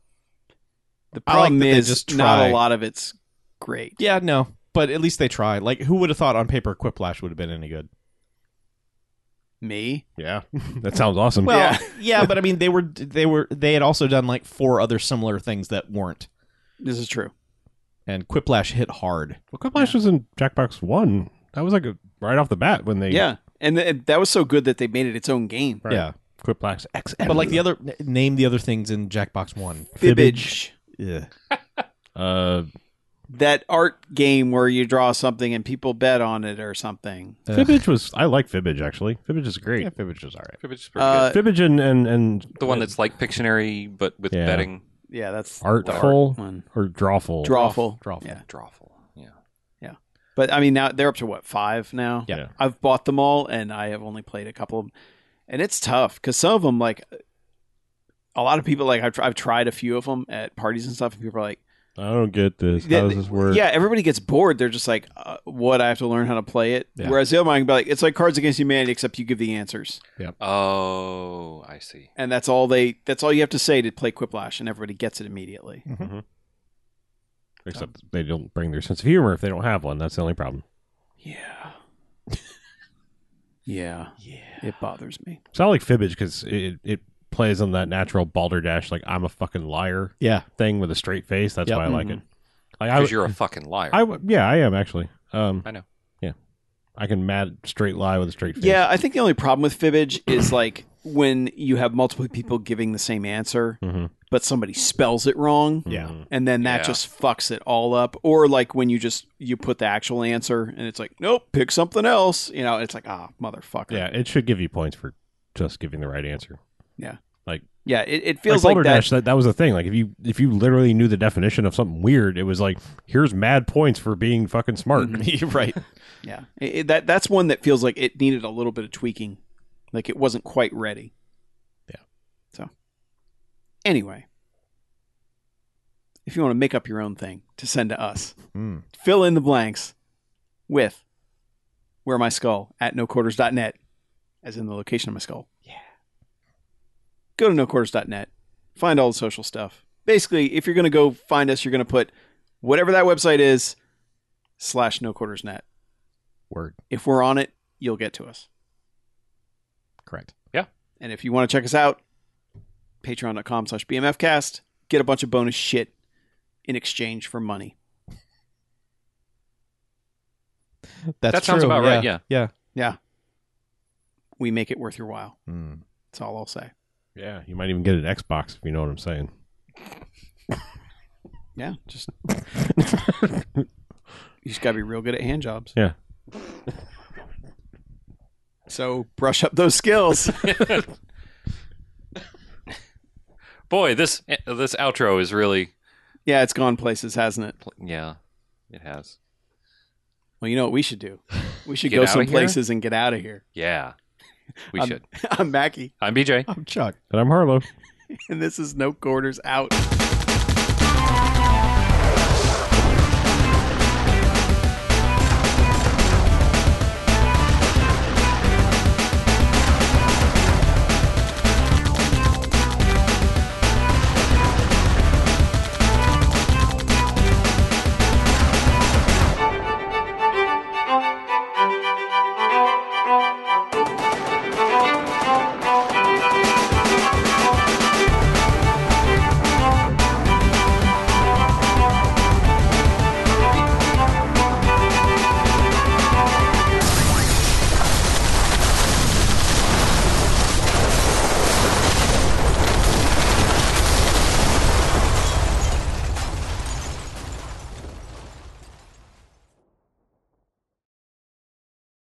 The I like problem that they is just not try. a lot of it's great. Yeah, no. But at least they tried. Like, who would have thought on paper Quiplash would have been any good? Me? Yeah. that sounds awesome. Well, yeah. Yeah. but I mean, they were they were they had also done like four other similar things that weren't, This is true. and Quiplash hit hard. Well, Quiplash was in Jackbox One. That was like a, right off the bat when they Yeah. And th- that was so good that they made it its own game. Right. Yeah, Quiplash XM. but like the other n- name the other things in Jackbox One. Fibbage. Yeah, uh, That art game where you draw something and people bet on it or something. Fibbage was I like Fibbage actually. Fibbage is great. yeah, Fibbage was all right. Uh, Fibbage and and, and the one that's like Pictionary, but with Yeah. betting. yeah, that's the art artful one. or drawful. Drawful. Drawful. Yeah. Drawful. Yeah. But I mean, now they're up to what, five now? Yeah. Yeah. I've bought them all and I have only played a couple of them. And it's tough because some of them, like, a lot of people, like, I've, tr- I've tried a few of them at parties and stuff, and people are like, I don't get this. Yeah, How does this work? yeah, everybody gets bored. They're just like, uh, what? I have to learn how to play it. Yeah. Whereas the other one can be like, it's like Cards Against Humanity, except you give the answers. Oh, I see. And that's all they, that's all you have to say to play Quiplash, and everybody gets it immediately. Mm-hmm. Mm-hmm. Except they don't bring their sense of humor if they don't have one. That's the only problem. Yeah. yeah. Yeah, It bothers me. So I like Fibbage because it it plays on that natural balderdash like I'm a fucking liar yeah. thing with a straight face. That's Yep. why I like it. Like I, Because you're a fucking liar. I w- yeah, I am actually. Um, I know. Yeah, I can mad straight lie with a straight face. Yeah, I think the only problem with Fibbage is like when you have multiple people giving the same answer, Mhm. but somebody spells it wrong. Mm-hmm. Yeah. Mhm. And then that Yeah. just fucks it all up. Or like when you just you put the actual answer and it's like, nope, pick something else. You know, it's like, ah, motherfucker. yeah. It should give you points for just giving the right answer. Yeah, it, it feels like like, that. balderdash. That. that was the thing. Like if you if you literally knew the definition of something weird, it was like here's mad points for being fucking smart. You're right. Yeah. It- it- that that's one that feels like it needed a little bit of tweaking. Like it wasn't quite ready. Yeah. So anyway. If you want to make up your own thing to send to us, Mm. fill in the blanks with where my skull at noquarters.net, as in the location of my skull. Yeah. Go to noquarters.net, find all the social stuff. Basically, if you're going to go find us, you're going to put whatever that website is slash no quarters net. Word. If we're on it, you'll get to us. Correct. And if you want to check us out, patreon.com slash bmfcast. Get a bunch of bonus shit in exchange for money. That's That sounds true, about yeah. right, yeah. Yeah. We make it worth your while. Mm. That's all I'll say. Yeah, you might even get an Xbox if you know what I'm saying. Yeah, just you just gotta be real good at hand jobs. Yeah. So brush up those skills. Boy, this this outro is really yeah, it's gone places, hasn't it? yeah, it has. Well, you know what we should do? We should Get go outta some here? places and get out of here. Yeah. We Um, should. I'm Mackie, I'm BJ. I'm Oh, Chuck. And I'm Harlow. and this is No Quarters Out.